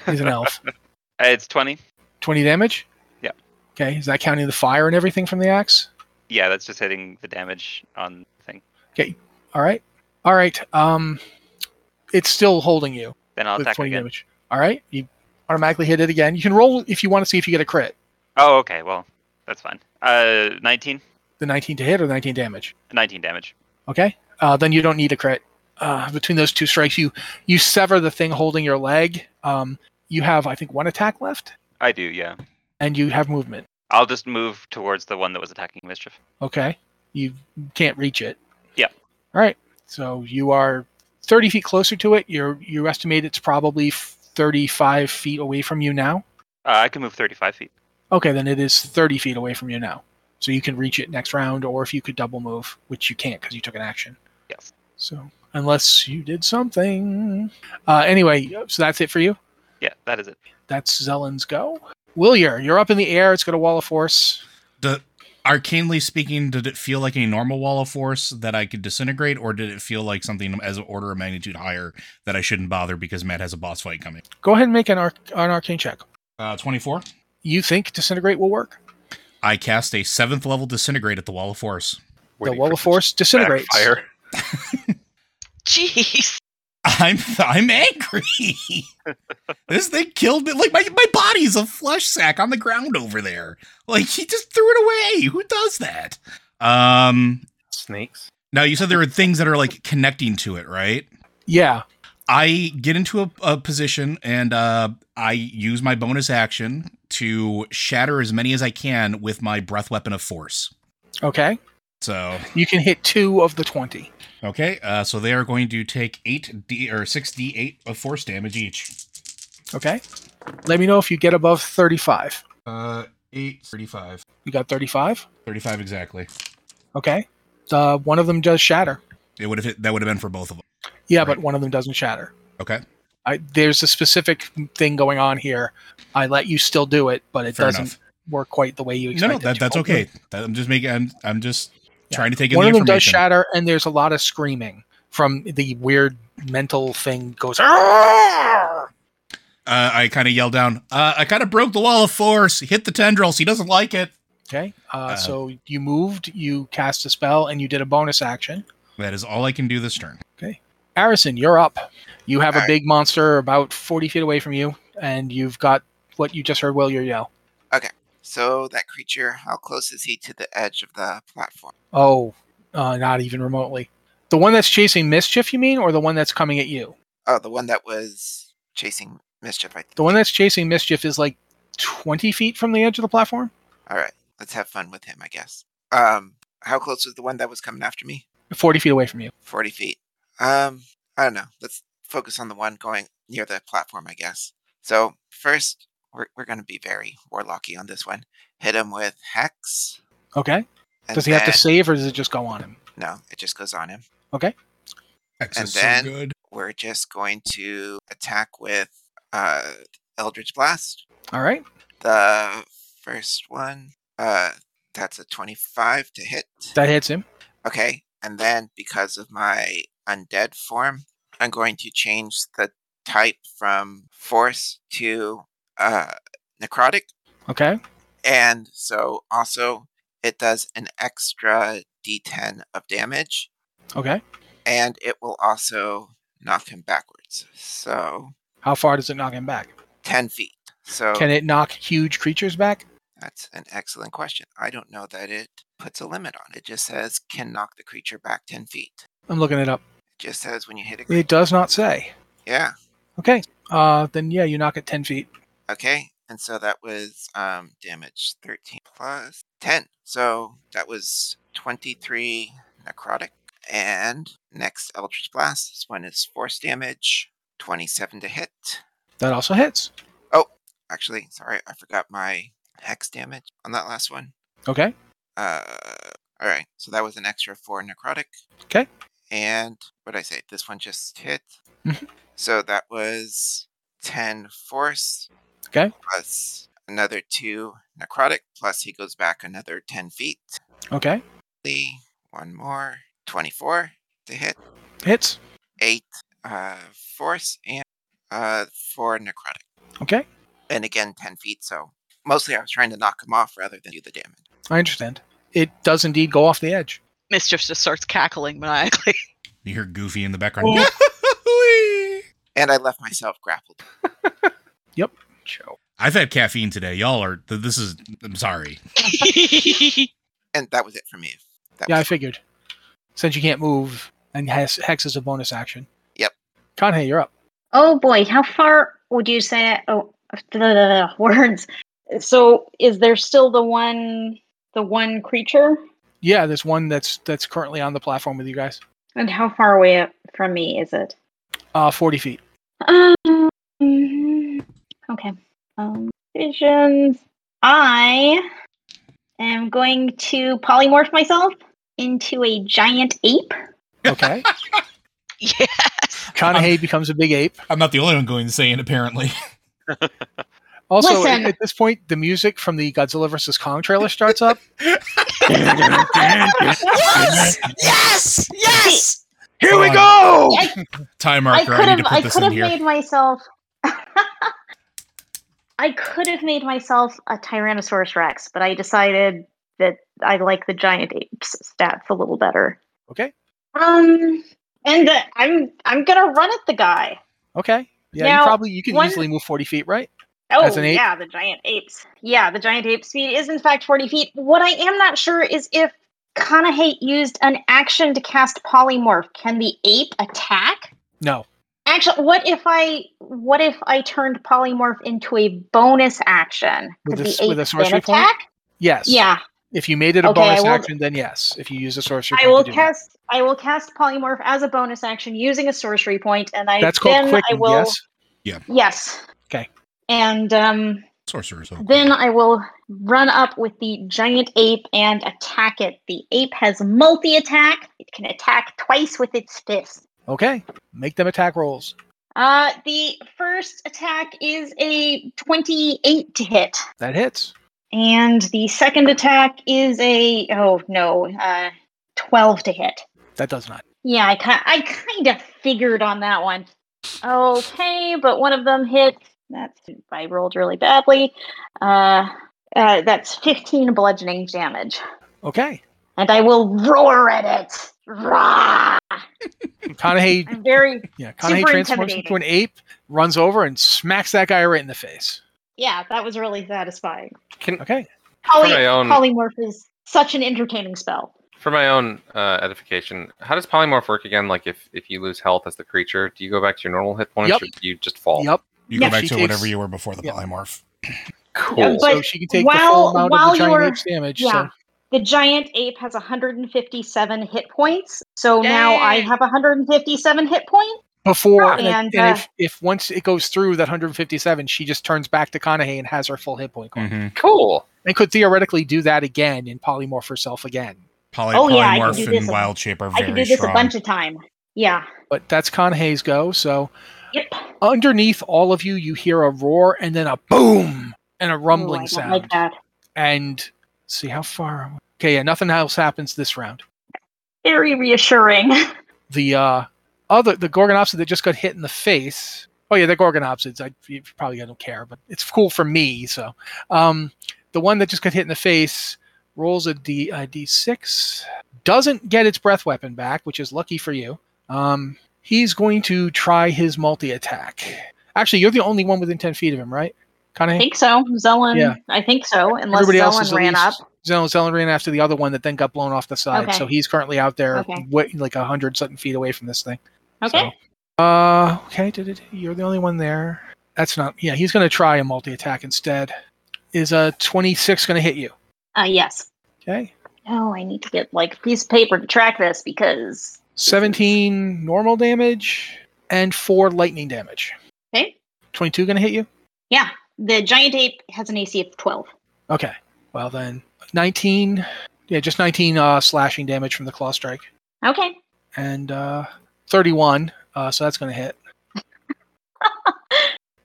Speaker 1: He's an elf.
Speaker 3: Uh, it's 20.
Speaker 1: Twenty damage.
Speaker 3: Yeah.
Speaker 1: Okay, is that counting the fire and everything from the axe?
Speaker 3: Yeah, that's just hitting the damage on the thing.
Speaker 1: All right. All right. Um, it's still holding you
Speaker 3: Then I'll
Speaker 1: with
Speaker 3: attack
Speaker 1: twenty
Speaker 3: again.
Speaker 1: damage. All right. You automatically hit it again. You can roll if you want to see if you get a crit.
Speaker 3: Oh, okay. Well, that's fine. Uh, 19.
Speaker 1: The nineteen to hit or the nineteen damage.
Speaker 3: 19 damage.
Speaker 1: Okay. Uh, then you don't need a crit. Uh, between those two strikes, you you sever the thing holding your leg. Um, you have, I think, one attack left,
Speaker 3: I do. Yeah.
Speaker 1: and you have movement.
Speaker 3: I'll just move towards the one that was attacking mischief.
Speaker 1: Okay. You can't reach it.
Speaker 3: Yeah.
Speaker 1: All right. So you are 30 feet closer to it. You're you estimate it's probably 35 feet away from you now.
Speaker 3: Uh, I can move 35 feet.
Speaker 1: Okay, then it is 30 feet away from you now. So you can reach it next round, or if you could double move, which you can't because you took an action.
Speaker 3: Yes.
Speaker 1: So unless you did something. Uh, anyway, so that's it for you.
Speaker 3: Yeah, that is it.
Speaker 1: That's Zellin's go. Willier, you're up in the air. It's got a wall of force.
Speaker 5: The, arcanely speaking, did it feel like a normal wall of force that I could disintegrate, or did it feel like something as an order of magnitude higher that I shouldn't bother because Matt has a boss fight coming?
Speaker 1: Go ahead and make an, arc- an arcane check.
Speaker 5: Uh, 24.
Speaker 1: You think disintegrate will work?
Speaker 5: I cast a seventh level disintegrate at the wall of force.
Speaker 1: the wall of force disintegrates.
Speaker 8: Fire.
Speaker 2: Jeez.
Speaker 5: I'm I'm angry. this thing killed me. Like my, my body's a flesh sack on the ground over there. Like he just threw it away. Who does that? Um
Speaker 8: Snakes.
Speaker 5: now you said there were things that are like connecting to it, right?
Speaker 1: Yeah.
Speaker 5: I get into a, a position and uh, I use my bonus action to shatter as many as I can with my breath weapon of force.
Speaker 1: Okay.
Speaker 5: So
Speaker 1: You can hit two of the 20.
Speaker 5: okay, uh, so they are going to take eight d or six d eight of force damage each.
Speaker 1: Okay. Let me know if you get above 35.
Speaker 5: Uh, eight thirty-five.
Speaker 1: You got 35.
Speaker 5: 35 exactly.
Speaker 1: Okay. Uh, one of them does shatter.
Speaker 5: It would have hit, that would have been for both of them.
Speaker 1: Yeah,
Speaker 5: Right.
Speaker 1: but one of them doesn't shatter.
Speaker 5: Okay,
Speaker 1: I, there's a specific thing going on here. I let you still do it, but it
Speaker 5: fair
Speaker 1: doesn't.
Speaker 5: enough.
Speaker 1: work quite the way you
Speaker 5: No,
Speaker 1: expected.
Speaker 5: no, that,
Speaker 1: to.
Speaker 5: that's okay. That, I'm just making. I'm, I'm just
Speaker 1: Yeah.
Speaker 5: trying to take in
Speaker 1: One
Speaker 5: the
Speaker 1: of them
Speaker 5: information.
Speaker 1: does shatter, and there's a lot of screaming from the weird mental thing goes. "Arrgh!"
Speaker 5: uh, I kind of yell down. Uh, I kind of broke the wall of force. Hit the tendrils. He doesn't like it.
Speaker 1: Okay, uh,
Speaker 5: Uh,
Speaker 1: so you moved, you cast a spell, and you did a bonus action.
Speaker 5: That is all I can do this turn.
Speaker 1: Arison, you're up. You have a
Speaker 7: Alright.
Speaker 1: big monster about 40 feet away from you, and you've got what you just heard Will your yell.
Speaker 7: So that creature, how close is he to the edge of the platform?
Speaker 1: Oh, uh, not even remotely. The one that's chasing mischief, you mean, or the one that's coming at you?
Speaker 7: Oh, the one that was chasing mischief. I think.
Speaker 1: The one that's chasing mischief is like 20 feet from the edge of the platform.
Speaker 7: All right, let's have fun with him, I guess. Um, how close was the one that was coming after me?
Speaker 1: 40 feet away from you.
Speaker 7: Forty feet. Um, I don't know. Let's focus on the one going near the platform, I guess. So first, we're we're gonna be very warlocky on this one. Hit him with hex.
Speaker 1: Okay.
Speaker 7: and
Speaker 1: Does he have to
Speaker 7: then-
Speaker 1: save, or does it just go on him?
Speaker 7: No, it just goes on him.
Speaker 5: X
Speaker 7: And
Speaker 5: is
Speaker 7: then-
Speaker 5: so good.
Speaker 7: We're just going to attack with uh Eldritch Blast.
Speaker 1: All right.
Speaker 7: The first one, uh, that's a 25 to hit.
Speaker 1: That hits him.
Speaker 7: Okay, and then because of my undead form, I'm going to change the type from force to uh, necrotic,
Speaker 1: Okay.
Speaker 7: and so also it does an extra d10 of damage,
Speaker 1: Okay.
Speaker 7: and it will also knock him backwards. So
Speaker 1: How far does it knock him back?
Speaker 7: 10 feet. So
Speaker 1: Can it knock huge creatures back?
Speaker 7: That's an excellent question. I don't know that it puts a limit on it. It just says can knock the creature back 10 feet.
Speaker 1: I'm looking it up.
Speaker 7: It just says when you hit a creature.
Speaker 1: It does not say.
Speaker 7: Yeah.
Speaker 1: Okay. Uh, then yeah, you knock it 10 feet.
Speaker 7: Okay. And so that was um, damage 13 plus 10. So that was 23 necrotic. And next Eldritch Blast. This one is force damage, 27 to hit.
Speaker 1: That also hits.
Speaker 7: Actually, sorry, I forgot my hex damage on that last one.
Speaker 1: Okay.
Speaker 7: Uh, all right. So that was an extra four necrotic.
Speaker 1: 'Kay.
Speaker 7: And what did I say? This one just hit.
Speaker 1: Mhm.
Speaker 7: so that was ten force.
Speaker 1: 'Kay.
Speaker 7: Plus another two necrotic. Plus he goes back another ten feet.
Speaker 1: Okay.
Speaker 7: The One more. Twenty-four to hit.
Speaker 1: Hits.
Speaker 7: Eight uh, force and uh, four necrotic.
Speaker 1: Okay.
Speaker 7: And again ten feet. So mostly I was trying to knock him off rather than do the damage.
Speaker 1: I understand. It does indeed go off the edge.
Speaker 2: Mischief just starts cackling maniacally.
Speaker 5: You hear Goofy in the background.
Speaker 7: And I left myself grappled.
Speaker 5: I've had caffeine today. Y'all are. th- This is. I'm sorry.
Speaker 7: And that was it for me. That
Speaker 1: Yeah, I
Speaker 7: was-
Speaker 1: figured. Since you can't move, and Hex, Hex is a bonus action.
Speaker 7: Yep.
Speaker 1: Kanhei, you're up.
Speaker 6: Oh boy, how far would you say? Oh, words. So, is there still the one, the one creature?
Speaker 1: Yeah, there's one that's that's currently on the platform with you guys.
Speaker 6: And how far away up from me is it?
Speaker 1: Uh, 40 feet.
Speaker 6: Um, okay. Um, visions. I am going to polymorph myself into a giant ape.
Speaker 1: Okay.
Speaker 2: yes.
Speaker 1: Kanhei becomes a big ape.
Speaker 5: I'm not the only one going insane. Apparently.
Speaker 1: Also, at,
Speaker 6: Listen.
Speaker 1: at this point, the music from the Godzilla vs. Kong trailer starts up.
Speaker 4: Yes! Yes! Yes!
Speaker 5: Here we
Speaker 1: go!
Speaker 5: Time
Speaker 6: I
Speaker 5: marker. I,
Speaker 6: could
Speaker 5: need
Speaker 6: have.
Speaker 5: to
Speaker 6: I
Speaker 5: put this
Speaker 6: could
Speaker 5: in
Speaker 6: have
Speaker 5: here.
Speaker 6: made myself. I could have made myself a Tyrannosaurus Rex, but I decided that I like the giant apes stats a little better.
Speaker 1: Okay.
Speaker 6: Um, and uh, I'm I'm gonna run at the guy.
Speaker 1: Okay. Yeah, you
Speaker 6: Now,
Speaker 1: probably you can
Speaker 6: one-
Speaker 1: easily move 40 feet, right?
Speaker 6: Oh,
Speaker 1: As an ape?
Speaker 6: yeah, the giant apes. Yeah, the giant ape speed is in fact 40 feet. What I am not sure is if Conahate used an action to cast polymorph. Can the ape attack?
Speaker 1: No.
Speaker 6: Actually, what if I what if I turned polymorph into a bonus action?
Speaker 1: With
Speaker 6: Could
Speaker 1: a s-
Speaker 6: the ape
Speaker 1: with a
Speaker 6: then
Speaker 1: sorcery point?
Speaker 6: attack?
Speaker 1: Yes.
Speaker 6: Yeah,
Speaker 1: If you made it a
Speaker 6: Okay, I
Speaker 1: bonus
Speaker 6: will-
Speaker 1: action, then yes. If you use a sorcery,
Speaker 6: I
Speaker 1: point
Speaker 6: will
Speaker 1: to do
Speaker 6: cast I will cast polymorph as a bonus action using a sorcery point, and I
Speaker 1: that. That's
Speaker 6: then
Speaker 1: called quick.
Speaker 6: I will
Speaker 1: Yes.
Speaker 6: yes.
Speaker 1: Okay.
Speaker 6: And um,
Speaker 5: Sorcerer's Oak.
Speaker 6: Then I will run up with the giant ape and attack it. The ape has multi attack, it can attack twice with its fist.
Speaker 1: Okay. Make them attack rolls.
Speaker 6: Uh, the first attack is a 28 to hit,
Speaker 1: That hits.
Speaker 6: And the second attack is a oh no, uh, twelve to hit.
Speaker 1: That does not.
Speaker 6: Yeah, I kind I kind of figured on that one. Okay, but one of them hit. That's I rolled really badly. Uh, uh, that's fifteen bludgeoning damage,
Speaker 1: Okay.
Speaker 6: and I will roar at it. Rah!
Speaker 1: Kanahe,
Speaker 6: I'm very
Speaker 1: yeah, Kanahe
Speaker 6: Super
Speaker 1: transforms into
Speaker 6: intimidating.
Speaker 1: an ape, runs over and smacks that guy right in the face.
Speaker 6: yeah. That was really satisfying.
Speaker 8: Can
Speaker 1: Okay.
Speaker 6: Poly-
Speaker 8: my own-
Speaker 6: polymorph is such an entertaining spell.
Speaker 8: for my own uh, edification, how does polymorph work again? Like if if you lose health as the creature, do you go back to your normal hit points
Speaker 1: Yep.
Speaker 8: or do you just fall?
Speaker 1: Yep.
Speaker 5: You go
Speaker 1: Yeah,
Speaker 5: back
Speaker 1: she
Speaker 5: to whatever
Speaker 1: takes-
Speaker 5: you were before the
Speaker 1: yeah.
Speaker 5: polymorph.
Speaker 8: Cool.
Speaker 6: Yeah, but-
Speaker 1: so she can take the full
Speaker 6: while-
Speaker 1: amount of
Speaker 6: while
Speaker 1: the giant
Speaker 6: you're-
Speaker 1: ape's damage.
Speaker 6: Yeah.
Speaker 1: So
Speaker 6: The giant ape has 157 hit points. So now I
Speaker 2: Yay.
Speaker 6: have 157 hit points.
Speaker 1: before and,
Speaker 6: And,
Speaker 1: and
Speaker 6: uh,
Speaker 1: if, if once it goes through that 157, she just turns back to Kanahe and has her full hit point card.
Speaker 5: Mm-hmm.
Speaker 8: Cool.
Speaker 1: They could theoretically do that again and polymorph herself again.
Speaker 5: Poly-
Speaker 6: Oh, yeah, I can do
Speaker 5: polymorph
Speaker 6: this
Speaker 5: and
Speaker 6: a-
Speaker 5: wild shape are
Speaker 6: I
Speaker 5: very
Speaker 6: could do this
Speaker 5: strong.
Speaker 6: a bunch of time. Yeah.
Speaker 1: But that's Kanahe's go. So
Speaker 6: Yep.
Speaker 1: underneath all of you, you hear a roar and then a boom and a rumbling
Speaker 6: Ooh, I don't
Speaker 1: sound.
Speaker 6: Like that.
Speaker 1: And see how far. am I- Okay, yeah, nothing else happens this round.
Speaker 6: Very reassuring.
Speaker 1: The uh, other, the Gorgonopsid that just got hit in the face. Oh yeah, they're Gorgonopsids. I you probably don't care, but it's cool for me. So, um, the one that just got hit in the face rolls a d a d6, doesn't get its breath weapon back, which is lucky for you. Um, he's going to try his multi attack. Actually, you're the only one within ten feet of him, right? Kind
Speaker 6: I think so. Zellin,
Speaker 1: Yeah.
Speaker 6: I think so. Unless
Speaker 1: Everybody else is
Speaker 6: Zellin
Speaker 1: at
Speaker 6: ran
Speaker 1: least-
Speaker 6: up.
Speaker 1: Zell- Zellin ran after the other one that then got blown off the side.
Speaker 6: Okay.
Speaker 1: So he's currently out there,
Speaker 6: Okay.
Speaker 1: wa- like a hundred something feet away from this thing.
Speaker 6: Okay.
Speaker 1: So, uh, okay. Did it, you're the only one there. That's not. Yeah, he's going to try a multi attack instead. Is a 26 going to hit you?
Speaker 6: Uh, yes.
Speaker 1: Okay.
Speaker 6: Oh, I need to get like a piece of paper to track this because
Speaker 1: 17 normal damage and four lightning damage.
Speaker 6: okay.
Speaker 1: 22 going to hit you?
Speaker 6: Yeah. The giant ape has an AC of 12.
Speaker 1: Okay. Well then, 19. Yeah, just 19 uh, slashing damage from the claw strike
Speaker 6: Okay.
Speaker 1: and uh, 31. Uh, so that's going to hit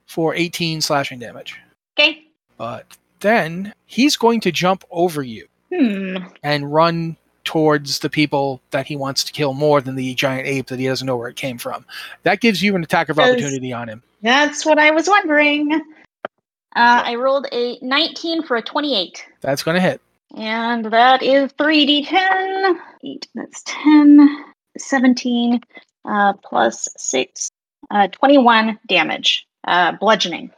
Speaker 1: for 18 slashing damage.
Speaker 6: Okay.
Speaker 1: But then he's going to jump over you.
Speaker 6: Hmm.
Speaker 1: and run towards the people that he wants to kill more than the giant ape that he doesn't know where it came from. That gives you an attack of
Speaker 6: Does-
Speaker 1: opportunity on him.
Speaker 6: That's what I was wondering. Uh, I rolled a 19 for a 28.
Speaker 1: That's going to hit.
Speaker 6: And that is 3d10. 8, that's 10. 17 uh, plus 6. Uh, 21 damage. Uh, bludgeoning.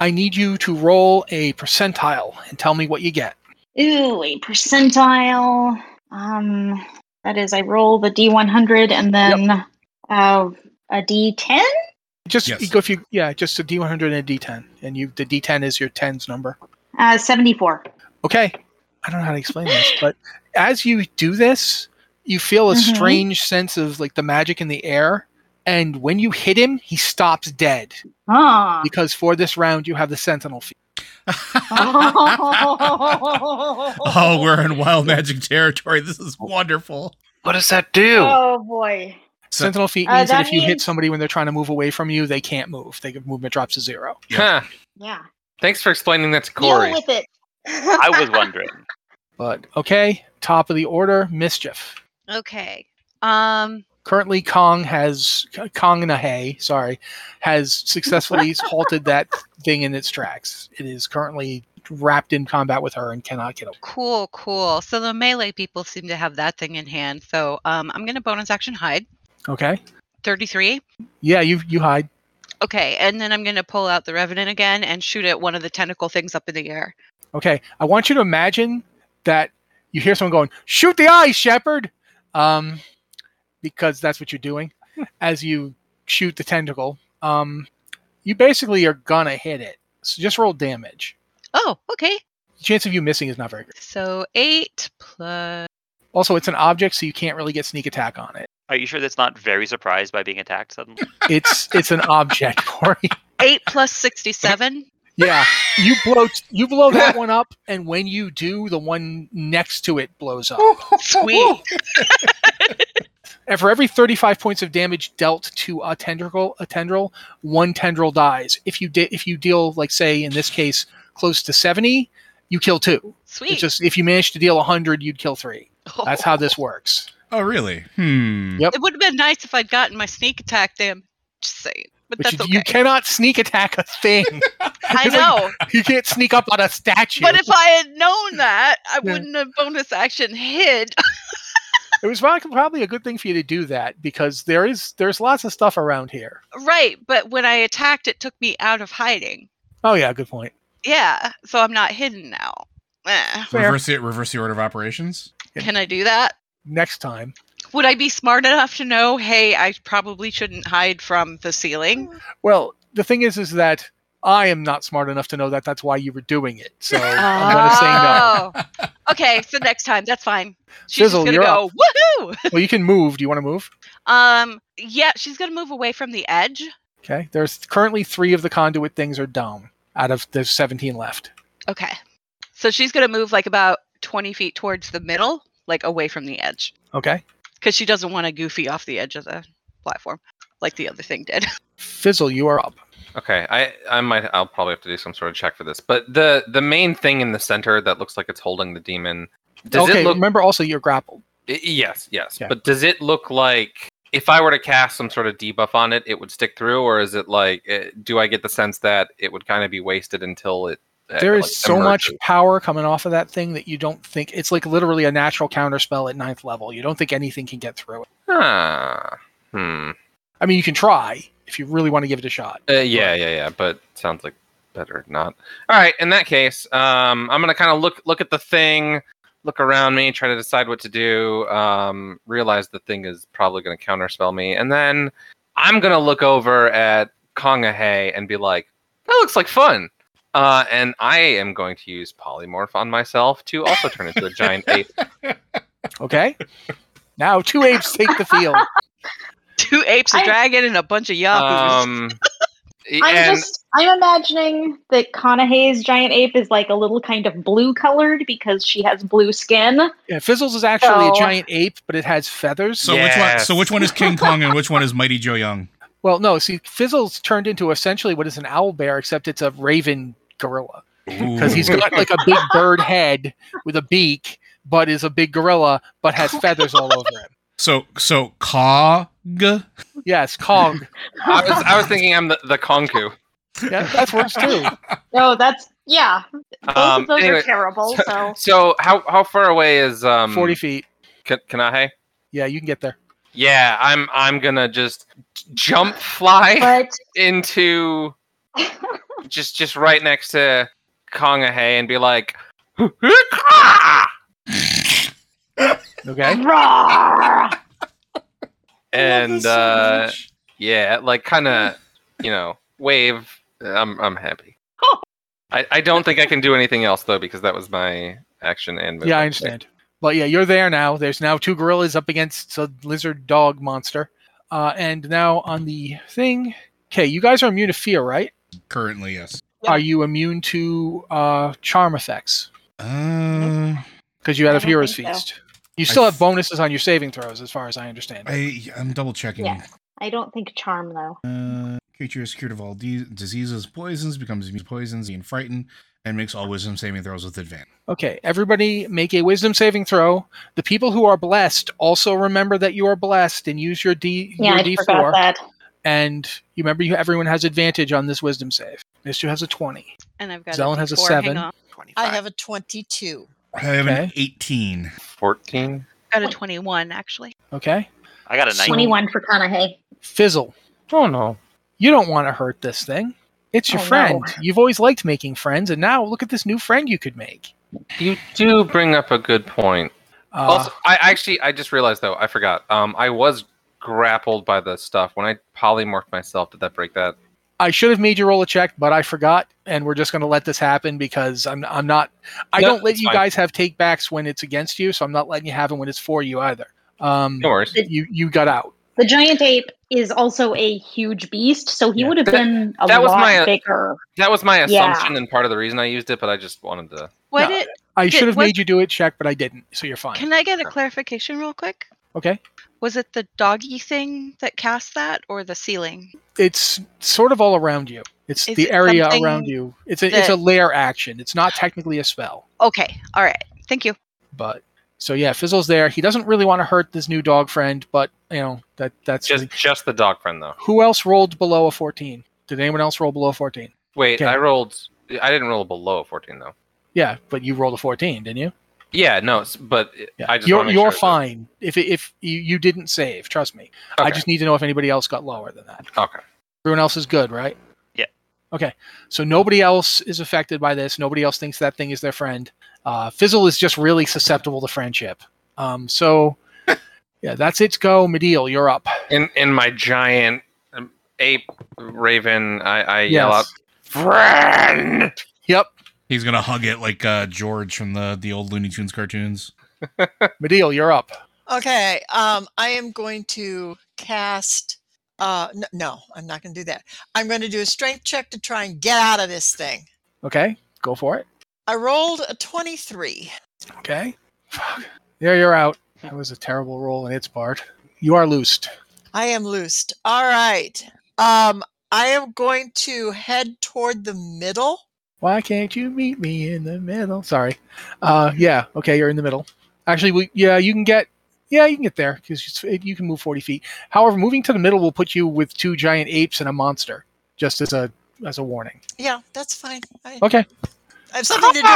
Speaker 1: I need you to roll a percentile and tell me what you get.
Speaker 6: Ooh, a percentile. Um, that is, I roll the d100 and then uh, a d10?
Speaker 1: Just
Speaker 5: Yes.
Speaker 1: you go if you yeah, just a D100 and a D10, and you the D10 is your tens number.
Speaker 6: Uh, 74.
Speaker 1: Okay, I don't know how to explain this, but as you do this, you feel a
Speaker 6: Mhm.
Speaker 1: strange sense of like the magic in the air, and when you hit him, he stops dead
Speaker 6: Ah.
Speaker 1: because for this round you have the sentinel feat.
Speaker 5: oh, we're in wild magic territory. This is wonderful.
Speaker 3: What does that do?
Speaker 6: Oh boy.
Speaker 5: So-
Speaker 1: Sentinel feat
Speaker 6: Uh,
Speaker 1: means that,
Speaker 6: that
Speaker 1: if you hit
Speaker 6: means-
Speaker 1: somebody when they're trying to move away from you, they can't move. They movement drops to zero.
Speaker 8: Huh.
Speaker 6: Yeah.
Speaker 8: Thanks for explaining that to
Speaker 6: Deal
Speaker 8: Corey.
Speaker 6: with it.
Speaker 3: I was wondering.
Speaker 1: But okay, top of the order, mischief.
Speaker 2: Okay. Um.
Speaker 1: Currently, Kong has Kong Nahe, sorry, has successfully halted that thing in its tracks. It is currently wrapped in combat with her and cannot get away.
Speaker 2: Cool. Cool. So the melee people seem to have that thing in hand. So um, I'm going to bonus action hide.
Speaker 1: Okay,
Speaker 2: Thirty-three.
Speaker 1: yeah, you you hide.
Speaker 2: Okay, and then I'm going to pull out the revenant again and shoot at one of the tentacle things up in the air.
Speaker 1: Okay, I want you to imagine that you hear someone going, "Shoot the eye, Shepard," um, because that's what you're doing as you shoot the tentacle. Um, you basically are gonna hit it. So just roll damage.
Speaker 2: Oh, okay.
Speaker 1: Chance of you missing is not very good.
Speaker 2: So eight plus.
Speaker 1: Also, it's an object, so you can't really get sneak attack on it.
Speaker 3: Are you sure that's not very surprised by being attacked suddenly?
Speaker 1: It's it's an object, Corey.
Speaker 2: Eight plus 67.
Speaker 1: Yeah, you blow you blow that one up, and when you do, the one next to it blows up.
Speaker 2: Sweet.
Speaker 1: And for every 35 points of damage dealt to a tendril, a tendril, one tendril dies. If you de- if you deal like say in this case close to 70, you kill two.
Speaker 2: Sweet. Oh.
Speaker 1: It's just if you manage to deal 100, you'd kill three. That's how this works.
Speaker 5: Oh, really? Hmm.
Speaker 1: Yep.
Speaker 2: It would have been nice if I'd gotten my sneak attack. Damn. Just saying. But
Speaker 1: But
Speaker 2: that's
Speaker 1: you,
Speaker 2: okay.
Speaker 1: you cannot sneak attack a thing.
Speaker 2: I
Speaker 1: it's like-
Speaker 2: know.
Speaker 1: you can't sneak up on a statue.
Speaker 2: But if I had known that, I
Speaker 1: Yeah.
Speaker 2: wouldn't have bonus action hid.
Speaker 1: it was prob- probably a good thing for you to do that because there is there's lots of stuff around here.
Speaker 2: right. But when I attacked, it took me out of hiding.
Speaker 1: Oh yeah, good point.
Speaker 2: Yeah. So I'm not hidden now. Eh.
Speaker 1: Fair.
Speaker 5: Reverse the reverse the order of operations.
Speaker 1: Yeah.
Speaker 2: Can I do that?
Speaker 1: Next time,
Speaker 2: Would I be smart enough to know, hey, I probably shouldn't hide from the ceiling?
Speaker 1: well, the thing is, is that I am not smart enough to know that. That's why you were doing it. So I'm gonna say no.
Speaker 2: Oh. okay, so next time, that's fine. She's
Speaker 1: Sizzle,
Speaker 2: just
Speaker 1: you're
Speaker 2: gonna go, woohoo!
Speaker 1: Well, you can move. Do you want to move?
Speaker 2: Um, yeah, she's gonna move away from the edge.
Speaker 1: Okay. There's currently three of the conduit things are down out of the 17 left.
Speaker 2: Okay. So she's gonna move like about twenty feet towards the middle, like away from the edge.
Speaker 1: Okay.
Speaker 2: Because she doesn't want to goofy off the edge of the platform, like the other thing did.
Speaker 1: Fizzle, you are up.
Speaker 8: Okay, I I might I'll probably have to do some sort of check for this. But the the main thing in the center that looks like it's holding the demon. Does
Speaker 1: okay.
Speaker 8: it look
Speaker 1: remember also you're grappled.
Speaker 8: I- yes, yes.
Speaker 1: Okay.
Speaker 8: But does it look like if I were to cast some sort of debuff on it, it would stick through, or is it like eh, do I get the sense that it would kind of be wasted until it? eh,
Speaker 1: There is
Speaker 8: like,
Speaker 1: so much
Speaker 8: emerges?
Speaker 1: power coming off of that thing that you don't think it's like literally a natural counter spell at ninth level. You don't think anything can get through it.
Speaker 8: Ah, hmm.
Speaker 1: I mean, you can try if you really want to give it a shot.
Speaker 8: Uh, yeah, yeah, yeah. But sounds like better not. All right. In that case, um, I'm gonna kind of look look at the thing, look around me, try to decide what to do. Um, realize the thing is probably gonna counterspell me, and then I'm gonna look over at Kongahe and be like, "That looks like fun." Uh, and I am going to use polymorph on myself to also turn into a giant ape.
Speaker 1: Okay. now two apes take the field.
Speaker 2: Two apes, a
Speaker 6: I-
Speaker 2: dragon, and a bunch of yahoos.
Speaker 8: Um,
Speaker 6: I'm
Speaker 8: and-
Speaker 6: just I'm imagining that Conahay's giant ape is like a little kind of blue colored because she has blue skin.
Speaker 1: Yeah, Fizzles is actually a
Speaker 6: So-
Speaker 1: giant ape, but it has feathers.
Speaker 5: So which one?
Speaker 8: Yes.
Speaker 5: So which one is King Kong and which one is Mighty Joe Young?
Speaker 1: well, no, see, Fizzle's turned into essentially what is an owl bear, except it's a raven gorilla. because he's got like a big bird head with a beak, but is a big gorilla, but has feathers all over him.
Speaker 5: so so Kong.
Speaker 1: Yes, Kong.
Speaker 8: I was, I was thinking I'm the, the Konku.
Speaker 1: Yeah, that works too.
Speaker 6: No, Oh, that's yeah. Both
Speaker 8: Um,
Speaker 6: of those
Speaker 8: anyway,
Speaker 6: are terrible. So
Speaker 8: So how how far away is um
Speaker 1: Forty feet.
Speaker 8: Ka- Kanahe?
Speaker 1: Yeah, you can get there.
Speaker 8: Yeah, I'm I'm gonna just j- jump fly
Speaker 6: but
Speaker 8: into just just right next to Kongahe and be like "Hoo-hoo-ka!"
Speaker 1: Okay.
Speaker 6: Rah!
Speaker 8: and uh yeah, like kinda you know, wave. I'm I'm happy. I, I don't think I can do anything else though because that was my action and
Speaker 1: Yeah, I
Speaker 8: movement.
Speaker 1: understand. But yeah, you're there now. There's now two gorillas up against a lizard dog monster, uh, and now on the thing. Okay, you guys are immune to fear, right?
Speaker 5: currently yes.
Speaker 2: Yeah.
Speaker 1: Are you immune to uh, charm effects
Speaker 5: Uh,
Speaker 1: because you had
Speaker 6: I
Speaker 1: a
Speaker 6: don't
Speaker 1: hero's
Speaker 6: think so.
Speaker 1: feast? You still
Speaker 5: I
Speaker 1: have
Speaker 5: th-
Speaker 1: bonuses on your saving throws, as far as I understand.
Speaker 5: I I'm double checking.
Speaker 6: Yeah. I don't think charm though.
Speaker 5: Uh, creature is cured of all de- diseases, poisons, becomes immune to poisons, being frightened, and makes all wisdom saving throws with advantage.
Speaker 1: Okay, everybody make a wisdom saving throw. The people who are blessed also remember that you are blessed and use your D
Speaker 6: Yeah,
Speaker 1: your
Speaker 6: I forgot
Speaker 1: D4.
Speaker 6: that.
Speaker 1: And you remember you everyone has advantage on this wisdom save. Mister has a 20.
Speaker 2: and I've got
Speaker 1: Zellen
Speaker 2: a
Speaker 1: has a
Speaker 2: D4, hang
Speaker 1: seven.
Speaker 2: on.
Speaker 7: 25.
Speaker 4: I have a 22.
Speaker 5: I have an
Speaker 1: Okay.
Speaker 5: 18.
Speaker 8: Fourteen.
Speaker 2: I've got a twenty-one actually.
Speaker 1: Okay?
Speaker 3: I got a 19.
Speaker 6: Twenty one for Conahey.
Speaker 1: Fizzle,
Speaker 8: Oh no.
Speaker 1: you don't want to hurt this thing. It's your
Speaker 6: Oh, no.
Speaker 1: friend. You've always liked making friends, and now look at this new friend you could make.
Speaker 8: You do bring up a good point.
Speaker 1: Uh,
Speaker 8: also, I actually I just realized though I forgot. Um, I was grappled by the stuff when I polymorphed myself. Did that break that?
Speaker 1: I should have made you roll a check, but I forgot, and we're just going to let this happen because I'm I'm not I
Speaker 8: No,
Speaker 1: don't let
Speaker 8: it's
Speaker 1: you
Speaker 8: fine.
Speaker 1: guys have takebacks when it's against you, so I'm not letting you have them when it's for you either. Um,
Speaker 8: No worries.
Speaker 1: you you got out.
Speaker 6: The giant ape is also a huge beast, so he
Speaker 1: Yeah.
Speaker 6: would have
Speaker 8: That-
Speaker 6: been a
Speaker 8: that was
Speaker 6: lot
Speaker 8: my-
Speaker 6: bigger.
Speaker 8: That was
Speaker 6: Yeah.
Speaker 8: my assumption and part of the reason I used it, but I just wanted to.
Speaker 2: What
Speaker 1: No.
Speaker 2: did,
Speaker 1: I
Speaker 2: Did-
Speaker 1: should have
Speaker 2: what-
Speaker 1: made you do it check, but I didn't, so you're fine.
Speaker 2: can I get a clarification real quick?
Speaker 1: okay.
Speaker 2: Was it the doggy thing that cast that or the ceiling?
Speaker 1: It's sort of all around you. It's
Speaker 2: Is
Speaker 1: the
Speaker 2: it
Speaker 1: area
Speaker 2: something
Speaker 1: around you. It's a it's a
Speaker 2: that-
Speaker 1: lair action. It's not technically a spell,
Speaker 2: Okay. All right. Thank you.
Speaker 1: but so yeah, Fizzle's there. He doesn't really want to hurt this new dog friend, but you know that that's
Speaker 8: Just just the dog friend though.
Speaker 1: who else rolled below a fourteen. Did anyone else roll below fourteen?
Speaker 8: Wait,
Speaker 1: Okay.
Speaker 8: I rolled. I didn't roll below a fourteen though.
Speaker 1: Yeah, but you rolled a fourteen, didn't you?
Speaker 8: Yeah, no, s- but
Speaker 1: Yeah,
Speaker 8: I just
Speaker 1: you're
Speaker 8: wanna make
Speaker 1: you're
Speaker 8: sure that-
Speaker 1: fine. If if you, you didn't save, trust me. I
Speaker 8: Okay.
Speaker 1: just need to know if anybody else got lower than that.
Speaker 8: Okay.
Speaker 1: Everyone else is good, right?
Speaker 3: Yeah.
Speaker 1: Okay. So nobody else is affected by this. Nobody else thinks that thing is their friend. Uh, Fizzle is just really susceptible to friendship. Um, so, yeah, that's its go. Medeal, you're up.
Speaker 8: In in my giant um, ape raven, I, I yell out,
Speaker 1: Yes.
Speaker 8: "Friend!"
Speaker 1: Yep.
Speaker 5: He's gonna hug it like uh, George from the the old Looney Tunes cartoons.
Speaker 1: Medeal, you're up.
Speaker 4: Okay, um, I am going to cast. Uh, n- no, I'm not going to do that. I'm going to do a strength check to try and get out of this thing.
Speaker 1: Okay. Go for it.
Speaker 4: I rolled a 23.
Speaker 1: Okay. Fuck. There, you're out. That was a terrible roll on its part. You are loosed.
Speaker 4: I am loosed. All right. Um, I am going to head toward the middle.
Speaker 1: Why can't you meet me in the middle? Sorry. Uh, yeah. Okay, you're in the middle. Actually, we, yeah, you can get. Yeah, you can get there because you can move forty feet. However, moving to the middle will put you with two giant apes and a monster, just as a as a warning.
Speaker 4: Yeah, that's fine. I,
Speaker 1: Okay.
Speaker 4: I have something to do in the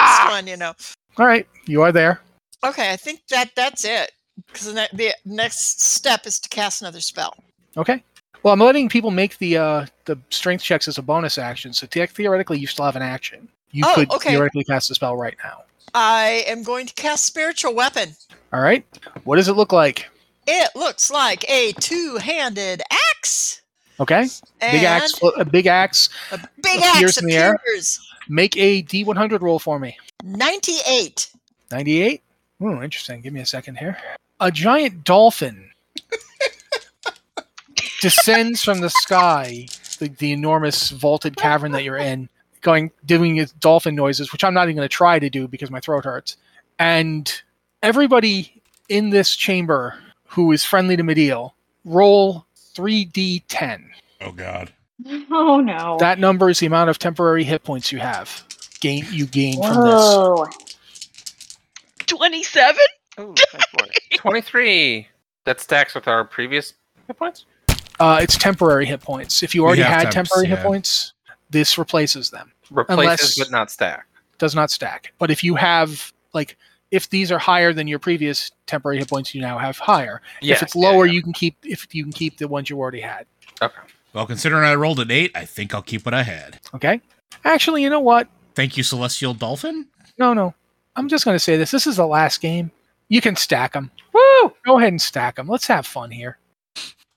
Speaker 4: next one, you know.
Speaker 1: All right, you are there.
Speaker 4: Okay, I think that that's it. Because the, ne- the next step is to cast another spell.
Speaker 1: Okay. Well, I'm letting people make the uh, the strength checks as a bonus action, so te- theoretically you still have an action. You
Speaker 4: Oh,
Speaker 1: could
Speaker 4: okay.
Speaker 1: theoretically cast a spell right now.
Speaker 4: I am going to cast Spiritual Weapon.
Speaker 1: All right. What does it look like?
Speaker 4: It looks like a two-handed axe.
Speaker 1: Okay.
Speaker 4: And
Speaker 1: Big axe. A big axe.
Speaker 4: A big
Speaker 1: appears
Speaker 4: axe
Speaker 1: in the air.
Speaker 4: appears.
Speaker 1: Make a D100 roll for me.
Speaker 4: 98.
Speaker 1: 98? Ooh, interesting. Give me a second here. A giant dolphin descends from the sky, the, the enormous vaulted cavern that you're in, going doing its dolphin noises, which I'm not even going to try to do because my throat hurts. And everybody in this chamber who is friendly to Medeal, roll 3d10.
Speaker 5: Oh God.
Speaker 6: Oh no.
Speaker 1: That number is the amount of temporary hit points you have. Gain you gain from this.
Speaker 6: Whoa.
Speaker 2: 27?
Speaker 3: Ooh, 24.
Speaker 8: Twenty-three. That stacks with our previous hit points.
Speaker 1: Uh, it's temporary hit points. If you already
Speaker 5: have
Speaker 1: had
Speaker 5: temps,
Speaker 1: temporary hit
Speaker 5: yeah.
Speaker 1: points, this replaces them.
Speaker 8: Replaces,
Speaker 1: Unless-
Speaker 8: but not stack.
Speaker 1: Does not stack. But if you have like if these are higher than your previous temporary hit points, you now have higher.
Speaker 8: Yes,
Speaker 1: if it's
Speaker 8: yeah,
Speaker 1: lower,
Speaker 8: yeah.
Speaker 1: you can keep if you can keep the ones you already had.
Speaker 5: Well, considering I rolled an eight, I think I'll keep what I had.
Speaker 1: Okay. Actually, you know what?
Speaker 5: Thank you, Celestial Dolphin.
Speaker 1: No, no. I'm just going to say this. This is the last game. You can stack them.
Speaker 8: Woo!
Speaker 1: Go ahead and stack them. Let's have fun here.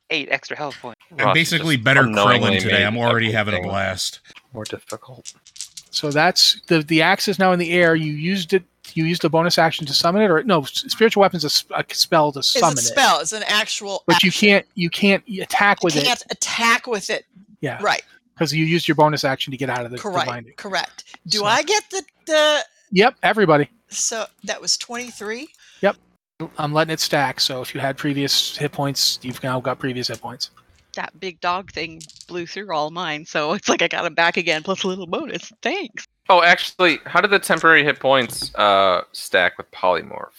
Speaker 3: Eight extra health points.
Speaker 5: I'm
Speaker 8: Ross is
Speaker 5: basically
Speaker 8: just
Speaker 5: better
Speaker 8: unknowingly
Speaker 5: Krillin today.
Speaker 8: made
Speaker 5: I'm already having a
Speaker 8: everything
Speaker 5: blast.
Speaker 8: More difficult.
Speaker 1: So that's the the axe is now in the air. You used it. You used a bonus action to summon it, or no? s- Spiritual weapons is a spell to
Speaker 4: It's
Speaker 1: summon
Speaker 4: a
Speaker 1: it.
Speaker 4: spell. It's an actual
Speaker 1: but you
Speaker 4: action.
Speaker 1: can't you can't attack with
Speaker 4: you
Speaker 1: it Ah.
Speaker 4: can't attack with it.
Speaker 1: yeah
Speaker 4: Right.
Speaker 1: because you used your bonus action to get out of the, the binding
Speaker 4: Correct. Correct. Do
Speaker 1: So-
Speaker 4: I get the the
Speaker 1: yep everybody
Speaker 4: so that was 23?
Speaker 1: i'm letting it stack so if you had previous hit points you've now got previous hit points
Speaker 2: That big dog thing blew through all mine, so it's like I got him back again, plus a little bonus. Thanks.
Speaker 8: Oh, actually, how did the temporary hit points uh, stack with polymorph?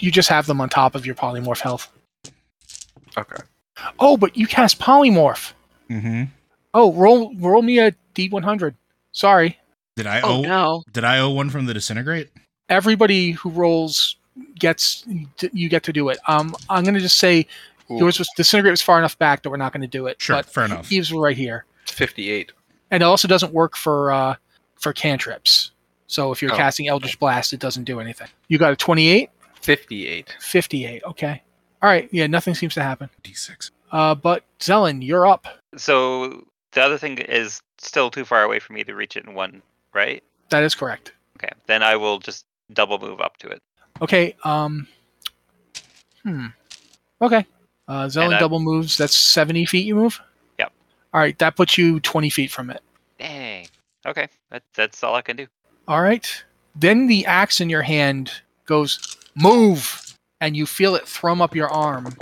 Speaker 1: you just have them on top of your polymorph health
Speaker 8: Okay.
Speaker 1: oh but you cast polymorph
Speaker 5: Mm-hmm.
Speaker 1: oh roll roll me a d100 sorry
Speaker 5: Did I
Speaker 2: Oh,
Speaker 5: owe?
Speaker 2: no.
Speaker 5: Did I owe one from the disintegrate?
Speaker 1: everybody who rolls gets you get to do it um i'm gonna just say yours was disintegrate was far enough back that we're not gonna do it
Speaker 5: Sure,
Speaker 1: but
Speaker 5: fair enough.
Speaker 1: Eve's were right here
Speaker 8: Fifty-eight.
Speaker 1: and it also doesn't work for uh, for cantrips. So if you're
Speaker 8: Oh.
Speaker 1: casting Eldritch Blast, it doesn't do anything. You got a 28,
Speaker 8: Fifty-eight.
Speaker 1: 58. Okay. All right. Yeah, nothing seems to happen.
Speaker 5: D6.
Speaker 1: Uh, but Zelen, you're up.
Speaker 3: So the other thing is still too far away for me to reach it in one, right?
Speaker 1: That is correct.
Speaker 3: Okay. Then I will just double move up to it.
Speaker 1: Okay. Um. Hmm. Okay. Uh,
Speaker 3: And
Speaker 1: Zelen
Speaker 3: I-
Speaker 1: double moves. That's 70 feet you move.
Speaker 3: Yep.
Speaker 1: All right. That puts you 20 feet from it.
Speaker 3: Dang. Okay. That, that's all I can do.
Speaker 1: All right. Then the axe in your hand goes, move! And you feel it thrum up your arm.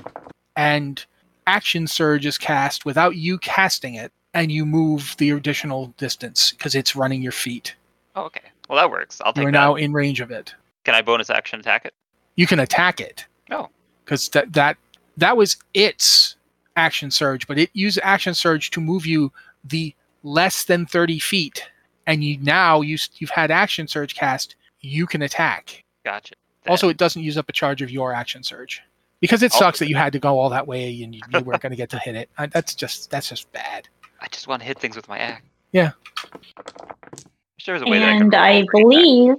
Speaker 1: And action surge is cast without you casting it and you move the additional distance because it's running your feet.
Speaker 3: Oh, okay. Well, that works. I'll take
Speaker 1: You're
Speaker 3: that.
Speaker 1: now in range of it.
Speaker 3: Can I bonus action attack it?
Speaker 1: You can attack it.
Speaker 3: Oh.
Speaker 1: because that that that was its action surge, but it used action surge to move you the less than thirty feet, and you now you s- you've had action surge cast. You can attack.
Speaker 3: Gotcha.
Speaker 1: Also, it doesn't use up a charge of your action surge because it
Speaker 3: Oh.
Speaker 1: sucks that you had to go all that way and you, you weren't going to get to hit it. I, that's just that's just bad.
Speaker 3: I just want to hit things with my axe.
Speaker 1: Yeah.
Speaker 3: Sure is a way that I can
Speaker 6: And I
Speaker 3: roll for an attack.
Speaker 6: believe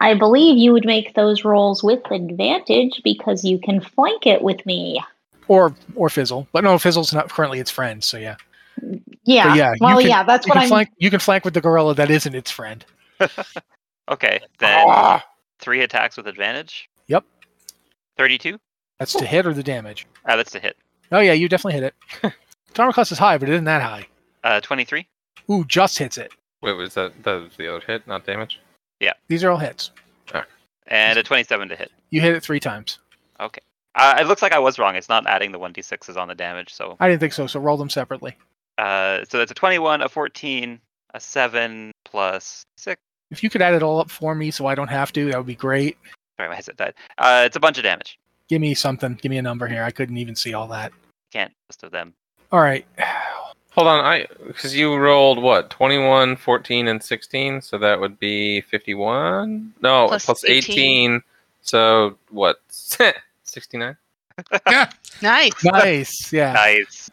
Speaker 6: I believe you would make those rolls with advantage because you can flank it with me.
Speaker 1: Or or fizzle, but no, fizzle's not currently its friend. So yeah,
Speaker 6: Yeah.
Speaker 1: But yeah, you
Speaker 6: well,
Speaker 1: can-
Speaker 6: yeah, that's
Speaker 1: you
Speaker 6: what
Speaker 1: can
Speaker 6: I'm.
Speaker 1: flank. You can flank with the gorilla that isn't its friend.
Speaker 3: Okay, then
Speaker 1: Ah.
Speaker 3: three attacks with advantage.
Speaker 1: Yep.
Speaker 3: Thirty-two.
Speaker 1: That's
Speaker 6: Oh.
Speaker 1: to hit or the damage.
Speaker 3: Ah, that's to hit.
Speaker 1: Oh yeah, you definitely hit it. Its armor class is high, but it isn't that high.
Speaker 3: Uh, twenty-three.
Speaker 1: Ooh, just hits it.
Speaker 8: Wait, was that that was the other hit, not damage?
Speaker 1: These are all hits.
Speaker 3: and a twenty-seven to hit.
Speaker 1: You hit it three times.
Speaker 3: Uh, it looks like I was wrong. It's not adding the one d6s on the damage, so
Speaker 1: I didn't think so, so roll them separately.
Speaker 3: Uh, so that's a 21, a 14, a 7 plus 6.
Speaker 1: If you could add it all up for me so I don't have to, that would be great.
Speaker 3: Sorry, my headset died. Uh, it's a bunch of damage.
Speaker 1: Give me something. Give me a number here. I couldn't even see all that.
Speaker 3: Can't most of them.
Speaker 1: All right.
Speaker 8: Hold on, I because you rolled what 21, 14, and 16, so that would be 51. No,
Speaker 2: Plus
Speaker 8: plus,
Speaker 2: 18.
Speaker 8: 18. So what? 69.
Speaker 2: Nice.
Speaker 1: Nice. Yeah.
Speaker 3: Nice.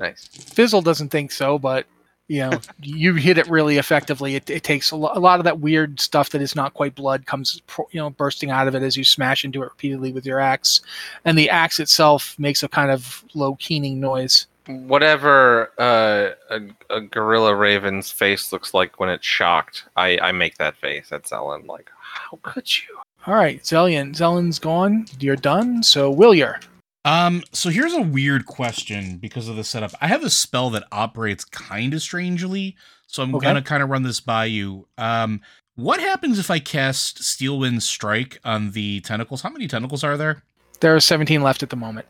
Speaker 8: Nice.
Speaker 1: Fizzle doesn't think so, but you know, you hit it really effectively. It, it takes a, lo- a lot of that weird stuff that is not quite blood comes, pro- you know, bursting out of it as you smash into it repeatedly with your axe, and the axe itself makes a kind of low keening noise.
Speaker 8: Whatever uh, a, a gorilla raven's face looks like when it's shocked, I, I make that face. That's all. I'm like, how could you?
Speaker 1: All right, Zellian. Zellian's gone. You're done. So Willier.
Speaker 5: Um, so here's a weird question because of the setup. I have a spell that operates kind of strangely, so I'm
Speaker 1: Okay.
Speaker 5: gonna kind of run this by you. Um, what happens if I cast Steelwind Strike on the tentacles? How many tentacles are there?
Speaker 1: There are 17 left at the moment.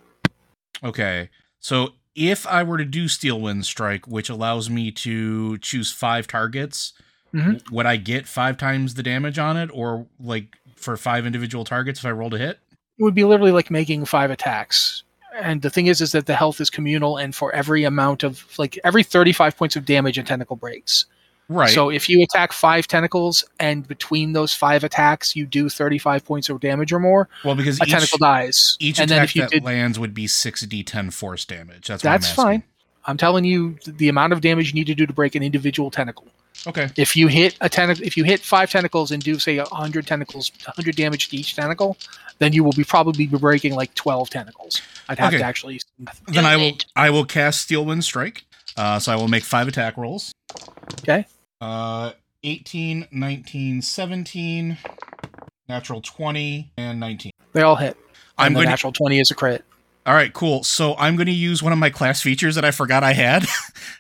Speaker 5: Okay, so if I were to do Steelwind Strike, which allows me to choose five targets,
Speaker 1: Mhm.
Speaker 5: w- would I get five times the damage on it, or like for five individual targets if I rolled a hit?
Speaker 1: It would be literally like making five attacks. And the thing is, is that the health is communal, and for every amount of like every 35 points of damage, a tentacle breaks.
Speaker 5: Right.
Speaker 1: So if you attack five tentacles, and between those five attacks, you do 35 points of damage or more,
Speaker 5: well, because
Speaker 1: a
Speaker 5: each-
Speaker 1: tentacle dies.
Speaker 5: Each
Speaker 1: and
Speaker 5: attack
Speaker 1: then if you
Speaker 5: that
Speaker 1: did,
Speaker 5: lands would be six d10 force damage. That's what
Speaker 1: that's
Speaker 5: I'm asking.
Speaker 1: fine. I'm telling you th- the amount of damage you need to do to break an individual tentacle.
Speaker 5: Okay.
Speaker 1: If you hit a tentacle, if you hit five tentacles and do say 100 tentacles, 100 damage to each tentacle, then you will be probably be breaking like 12 tentacles. I'd have
Speaker 5: Okay.
Speaker 1: to actually.
Speaker 5: Then I will
Speaker 2: it.
Speaker 5: I will cast Steelwind Strike. Uh, so I will make five attack rolls.
Speaker 1: Okay.
Speaker 5: Uh, 18, 19, 17, natural 20, and 19.
Speaker 1: They all hit.
Speaker 5: I'm
Speaker 1: And the
Speaker 5: going to.
Speaker 1: natural 20 is a crit.
Speaker 5: All right, cool. So I'm going to use one of my class features that I forgot I had.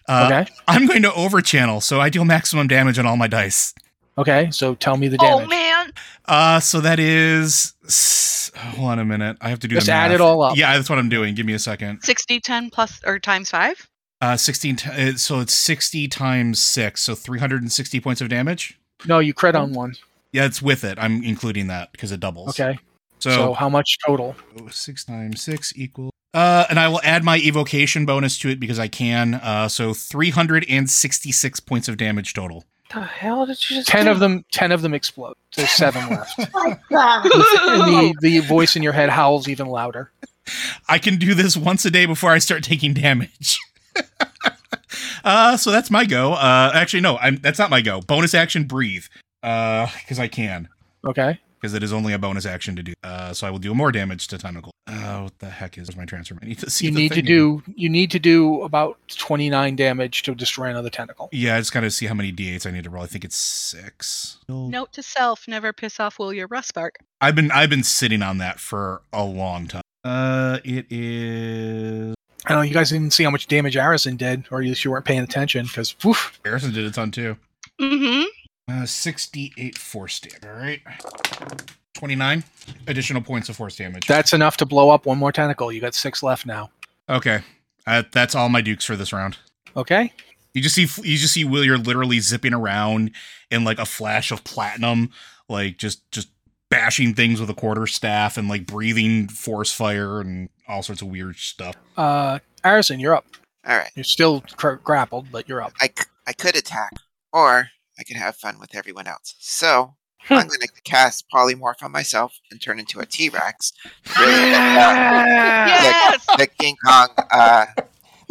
Speaker 5: Uh,
Speaker 1: okay.
Speaker 5: I'm going to overchannel, so I deal maximum damage on all my dice.
Speaker 1: Okay. So tell me the
Speaker 2: Oh
Speaker 1: damage.
Speaker 2: man.
Speaker 5: Uh, so that is. s- Hold on a minute. I have to do. the
Speaker 1: Just add
Speaker 5: math.
Speaker 1: it all up.
Speaker 5: Yeah, that's what I'm doing. Give me a second.
Speaker 2: 60 10 plus or times 5?
Speaker 5: Uh, sixteen. T- uh, so it's sixty times six. So three hundred and sixty points of damage.
Speaker 1: No, you crit on one.
Speaker 5: Yeah, it's with it. I'm including that because it doubles.
Speaker 1: Okay. So,
Speaker 5: So,
Speaker 1: how much total?
Speaker 5: six times six equals. Uh, and I will add my evocation bonus to it because I can. Uh, so three hundred and sixty-six points of damage total.
Speaker 8: The hell did you just?
Speaker 1: 10
Speaker 8: do?
Speaker 1: of them 10 of them explode. There's 7 left.
Speaker 6: What the?
Speaker 1: and the, the voice in your head howls even louder.
Speaker 5: I can do this once a day before I start taking damage. uh, so that's my go. Uh, actually, no, I'm, that's not my go. Bonus action, breathe. Uh, because I can.
Speaker 1: Okay.
Speaker 5: because it is only a bonus action to do. Uh, so I will deal more damage to tentacle. Uh, what the heck is my transform? I need to see.
Speaker 1: you
Speaker 5: the
Speaker 1: need to
Speaker 5: thing again.
Speaker 1: do you need to do about 29 damage to destroy another tentacle.
Speaker 5: Yeah, I just gotta see how many d8s I need to roll. I think it's six.
Speaker 2: Note to self, never piss off Will your rust bark.
Speaker 5: I've been I've been sitting on that for a long time. Uh, it is.
Speaker 1: I don't know you guys didn't see how much damage Arison did, or at least you weren't paying attention because woof.
Speaker 5: Harrison did a ton too.
Speaker 2: Mhm.
Speaker 5: Uh, sixty-eight force damage. All right. Twenty-nine additional points of force damage.
Speaker 1: That's enough to blow up one more tentacle. You got six left now.
Speaker 5: okay. Uh, that's all my dukes for this round.
Speaker 1: Okay.
Speaker 5: You just see you just see Williard literally zipping around in like a flash of platinum, like just just bashing things with a quarter staff and like breathing force fire and all sorts of weird stuff.
Speaker 1: Uh, Arison, you're up.
Speaker 7: All right.
Speaker 1: You're still cr- grappled, but you're up.
Speaker 7: I, c- I could attack, or I could have fun with everyone else. So I'm going to cast Polymorph on myself and turn into a T Rex.
Speaker 2: Ah. Yes.
Speaker 7: The King Kong. Uh,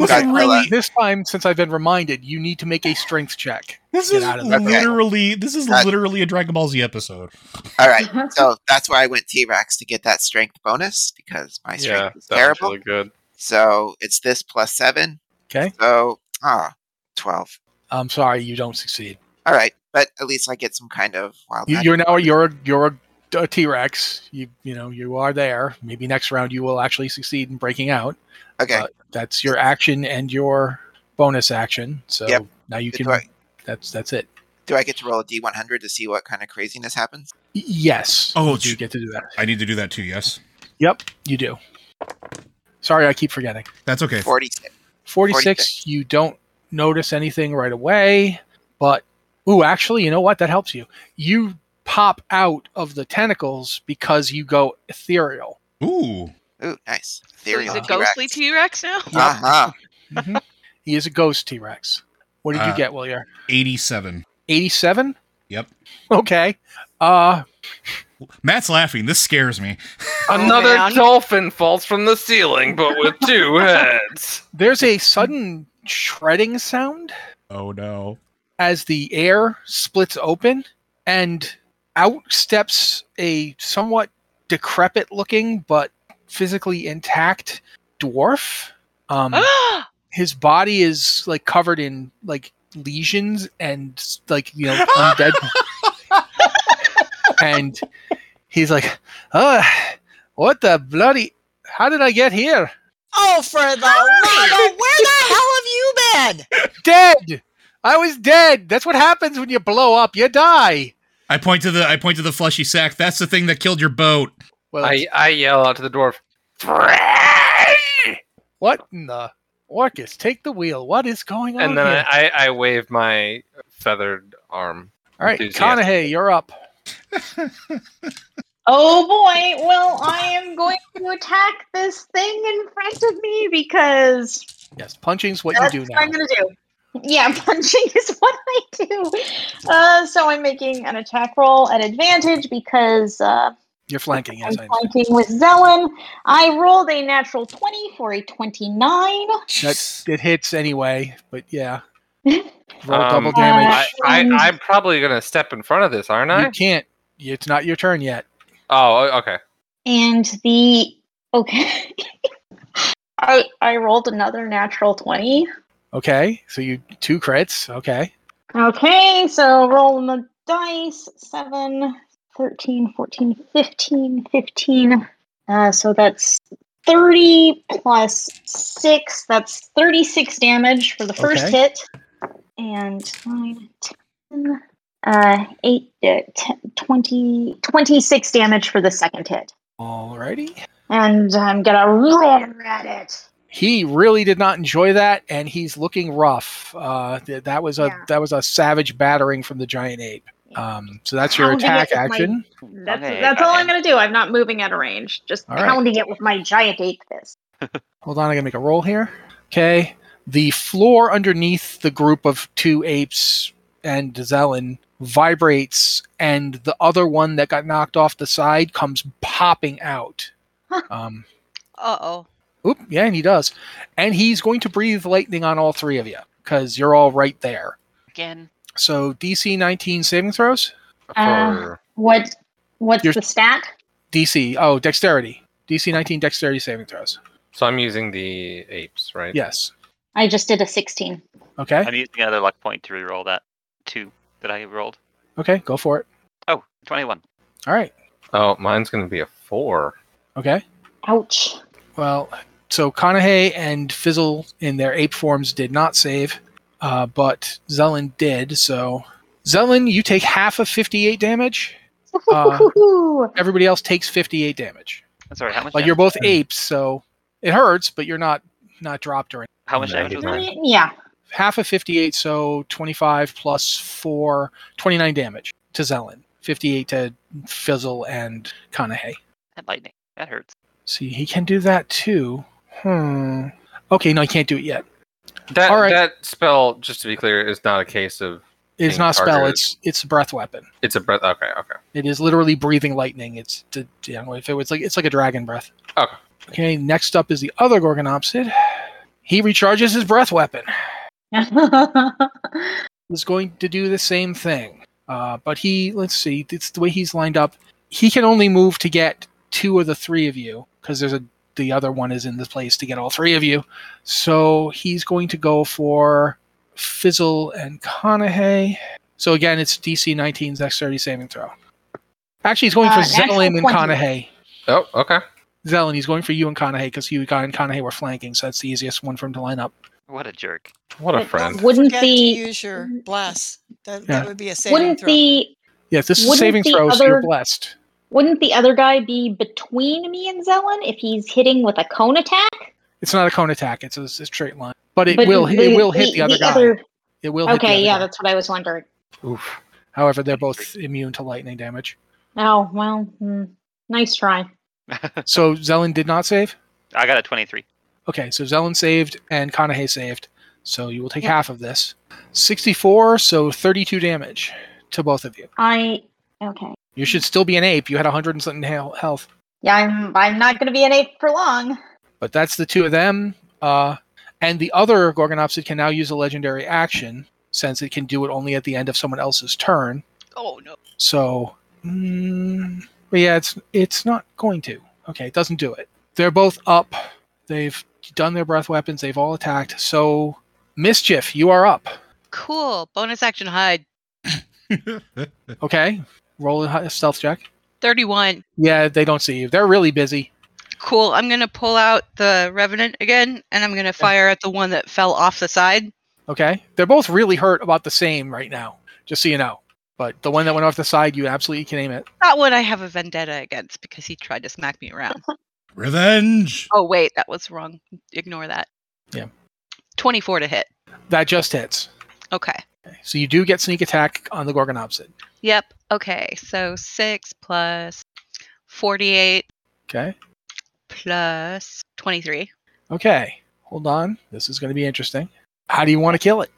Speaker 5: Listen,
Speaker 7: Godzilla.
Speaker 5: really,
Speaker 1: This time, since I've been reminded, you need to make a strength check.
Speaker 5: this
Speaker 1: Get
Speaker 5: is
Speaker 1: out of that.
Speaker 5: literally this is
Speaker 7: That-
Speaker 5: literally a Dragon Ball Z episode.
Speaker 7: all right. So that's why I went T Rex to get that strength bonus because my
Speaker 8: yeah,
Speaker 7: strength is
Speaker 8: that was
Speaker 7: terrible.
Speaker 8: really good.
Speaker 7: So it's this plus seven.
Speaker 1: Okay.
Speaker 7: So, ah, 12.
Speaker 1: I'm sorry, you don't succeed.
Speaker 7: All right. But at least I get some kind of wild
Speaker 1: You,
Speaker 7: magic.
Speaker 1: you're now you're a- you're a, a T Rex. You you know you are there. Maybe next round you will actually succeed in breaking out.
Speaker 7: Okay.
Speaker 1: uh, That's your action and your bonus action. So
Speaker 7: Yep.
Speaker 1: now you
Speaker 7: Good
Speaker 1: can.
Speaker 7: work.
Speaker 1: That's that's it.
Speaker 7: Do I get to roll a D100 to see what kind of craziness happens?
Speaker 1: Y- Yes.
Speaker 5: Oh,
Speaker 1: you do
Speaker 5: sh-
Speaker 1: get to do that.
Speaker 5: I need to do that too. Yes,
Speaker 1: Yep, you do. Sorry, I keep forgetting.
Speaker 5: that's okay.
Speaker 7: 46.
Speaker 1: 46,
Speaker 7: 46.
Speaker 1: you don't notice anything right away but ooh actually you know what that helps you you pop out of the tentacles because you go ethereal
Speaker 5: Ooh,
Speaker 7: Ooh, nice.
Speaker 2: So is
Speaker 7: Ethereal
Speaker 2: it ghostly T Rex now?
Speaker 7: Uh-huh.
Speaker 1: Mhm. he is a ghost t-rex what did
Speaker 5: Uh,
Speaker 1: you get will you
Speaker 5: eighty-seven.
Speaker 1: 87
Speaker 5: Yep.
Speaker 1: okay uh
Speaker 5: Matt's laughing. This scares me.
Speaker 8: Another
Speaker 2: man.
Speaker 8: dolphin falls from the ceiling, but with two heads.
Speaker 1: there's a sudden shredding sound
Speaker 5: Oh no.
Speaker 1: as the air splits open and out steps a somewhat decrepit looking but physically intact dwarf um,
Speaker 2: Mm-hmm.
Speaker 1: his body is like covered in like lesions and like you know undead and he's like uh what the bloody how did i get here
Speaker 4: Oh, for the love of
Speaker 6: Ah!
Speaker 4: where the hell have you been?
Speaker 1: dead i was dead that's what happens when you blow up you die
Speaker 5: I point to the I point to the fleshy sack. That's the thing that killed your boat.
Speaker 1: well
Speaker 8: I, I yell out to the dwarf.
Speaker 1: What in the Orcus, take the wheel. What is going on?
Speaker 8: And then
Speaker 1: here?
Speaker 8: I, I, I wave my feathered arm.
Speaker 1: All right,
Speaker 8: enthusiastic.
Speaker 1: Conahay, you're up.
Speaker 6: Oh boy, well, I am going to attack this thing in front of me because
Speaker 1: Yes, punching's what
Speaker 6: that's
Speaker 1: you do
Speaker 6: what
Speaker 1: now.
Speaker 6: I'm going to do. Yeah, punching is what I do. Uh, so I'm making an attack roll at advantage because uh,
Speaker 1: You're flanking,
Speaker 6: I'm
Speaker 1: yes, I understand.
Speaker 6: fighting with Zelen. I rolled a natural 20 for a 29.
Speaker 1: That, it hits anyway, but yeah. Roll
Speaker 8: Um,
Speaker 1: double damage.
Speaker 8: I, I, I'm probably gonna step in front of this, aren't I?
Speaker 1: you can't. It's not your turn yet.
Speaker 8: Oh, o- okay.
Speaker 6: And the okay. I I rolled another natural 20.
Speaker 1: Okay, so you two crits. Okay.
Speaker 6: Okay, so rolling the dice 7 13 14 15 15. Uh, so that's 30 plus 6. That's 36 damage for the first
Speaker 1: Okay.
Speaker 6: hit. And 9 10 uh 8 uh, 10, 20 26 damage for the second hit.
Speaker 1: Alrighty.
Speaker 6: And I'm gonna roar at it.
Speaker 1: He really did not enjoy that, and he's looking rough. Uh, th- that was a
Speaker 6: Yeah.
Speaker 1: that was a savage battering from the giant ape. Um, so that's your
Speaker 6: Pounding it
Speaker 1: attack
Speaker 6: with my-
Speaker 1: action.
Speaker 6: That's
Speaker 3: Okay,
Speaker 6: that's all
Speaker 3: okay.
Speaker 6: I'm gonna do. I'm not moving at a range. Just
Speaker 1: All right.
Speaker 6: pounding it with my giant ape fist.
Speaker 1: Hold on, I gotta make a roll here. Okay. The floor underneath the group of two apes and Zelen vibrates, and the other one that got knocked off the side comes popping out.
Speaker 6: Huh.
Speaker 1: Um,
Speaker 2: Uh oh.
Speaker 1: oop, yeah, and he does. And he's going to breathe lightning on all three of you because you're all right there.
Speaker 2: Again.
Speaker 1: So DC 19 saving throws?
Speaker 6: Uh,
Speaker 8: For-
Speaker 6: What what's
Speaker 1: Your-
Speaker 6: the stat?
Speaker 1: DC, oh, dexterity. DC 19 dexterity saving throws.
Speaker 8: so I'm using the apes, right?
Speaker 1: Yes.
Speaker 6: I just did a sixteen.
Speaker 1: Okay.
Speaker 3: I'm using another luck point to reroll that two that I rolled.
Speaker 1: Okay, go for it.
Speaker 3: Oh, 21.
Speaker 1: All right.
Speaker 8: Oh, mine's gonna be a four.
Speaker 1: Okay.
Speaker 6: Ouch.
Speaker 1: Well, so Conahay and Fizzle in their ape forms did not save, uh, but Zelen did. So, Zelen, you take half of 58 damage. Uh, Everybody else takes 58 damage.
Speaker 3: That's all right. How much?
Speaker 1: Like
Speaker 3: damage-
Speaker 1: you're both apes, so it hurts, but you're not not dropped or anything.
Speaker 3: how much
Speaker 5: Right.
Speaker 3: damage was
Speaker 6: I
Speaker 3: that?
Speaker 6: mean, yeah.
Speaker 1: half of 58, so 25 plus 4, 29 damage to Zelen. 58 to Fizzle and Kanahe.
Speaker 3: That lightning. That hurts.
Speaker 1: See, he can do that too. Hmm. Okay, no, he can't do it yet.
Speaker 8: That
Speaker 1: All right.
Speaker 8: that spell, just to be clear, is not a case of
Speaker 1: It's
Speaker 8: Being
Speaker 1: not a spell.
Speaker 8: targeted.
Speaker 1: It's it's a breath weapon.
Speaker 8: it's a breath. Okay, okay.
Speaker 1: It is literally breathing lightning. It's to, you know, if it was like it's like a dragon breath.
Speaker 8: Okay.
Speaker 1: Okay. Next up is the other Gorgonopsid. He recharges his breath weapon. Is going to do the same thing, uh, but he let's see. It's the way he's lined up. He can only move to get two of the three of you because there's a the other one is in the place to get all three of you. So he's going to go for Fizzle and Conahay. So again, it's DC 19's dexterity saving throw. Actually, he's going for
Speaker 6: Uh, natural
Speaker 1: Zelen and
Speaker 6: 20.
Speaker 1: Conahay.
Speaker 8: Oh, okay.
Speaker 1: Zelen, he's going for you and Conahay because you and Conahay were flanking, so that's the easiest one for him to line up.
Speaker 3: What a jerk.
Speaker 8: What a
Speaker 6: But-
Speaker 8: friend.
Speaker 6: Wouldn't
Speaker 4: Forget
Speaker 6: the-
Speaker 4: to use your bless. That,
Speaker 1: Yeah.
Speaker 4: that would be a saving
Speaker 6: wouldn't
Speaker 4: throw.
Speaker 6: the
Speaker 1: Yeah, if this is
Speaker 6: Wouldn't
Speaker 1: saving
Speaker 6: the
Speaker 1: throw, so you're
Speaker 6: other-
Speaker 1: blessed.
Speaker 6: wouldn't the other guy be between me and Zelen if he's hitting with a cone attack?
Speaker 1: It's not a cone attack; it's a, it's a straight line, but it
Speaker 6: But
Speaker 1: will it will hit the, other guy. it will hit the
Speaker 6: okay,
Speaker 1: other
Speaker 6: yeah,
Speaker 1: guy.
Speaker 6: that's what I was wondering.
Speaker 8: Oof.
Speaker 1: However, they're both immune to lightning damage.
Speaker 6: Oh well, hmm, nice try.
Speaker 1: So Zelen did not save.
Speaker 3: I got a 23.
Speaker 1: Okay, so Zelen saved and Kanahe saved. So you will take half of this. 64, so 32 damage to both of you.
Speaker 6: I okay.
Speaker 1: You should still be an ape. You had 100 and something hel- health.
Speaker 6: Yeah, I'm I'm not gonna be an ape for long.
Speaker 1: But that's the two of them. Uh, and the other Gorgonopsid can now use a legendary action since it can do it only at the end of someone else's turn.
Speaker 2: Oh no.
Speaker 1: So, mm, but yeah, it's it's not going to. Okay, it doesn't do it. They're both up. They've done their breath weapons. They've all attacked. So, mischief, you are up.
Speaker 2: Cool. Bonus action hide.
Speaker 1: Okay, roll a hi- stealth check.
Speaker 2: 31.
Speaker 1: Yeah, they don't see you. They're really busy.
Speaker 2: Cool. I'm going to pull out the Revenant again and I'm going to fire at the one that fell off the side.
Speaker 1: Okay, they're both really hurt about the same right now. Just so you know. But the one that went off the side, you absolutely can aim it.
Speaker 2: That one I have a vendetta against because he tried to smack me around.
Speaker 5: Revenge.
Speaker 2: Oh, wait, that was wrong. Ignore that.
Speaker 1: Yeah.
Speaker 2: 24 to hit.
Speaker 1: That just hits.
Speaker 2: Okay.
Speaker 1: So you do get sneak attack on the Gorgonopsid.
Speaker 2: Yep. Okay. So 6 plus 48
Speaker 1: Okay.
Speaker 2: plus 23.
Speaker 1: Okay. Hold on. This is going to be interesting. How do you want to kill it?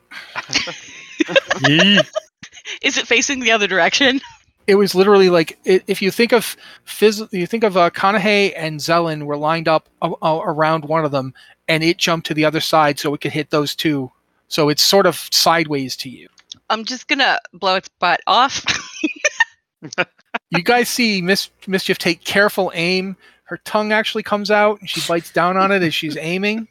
Speaker 2: Is it facing the other direction?
Speaker 1: it was literally like i if you think of Fizz, you think of uh, Kanahe and Zelen were lined up a- a- around one of them, and it jumped to the other side so it could hit those two. So it's sort of sideways to you.
Speaker 2: I'm just going to blow its butt off.
Speaker 1: You guys see Miss Mischief take careful aim. Her tongue actually comes out, and she bites down on it as she's aiming.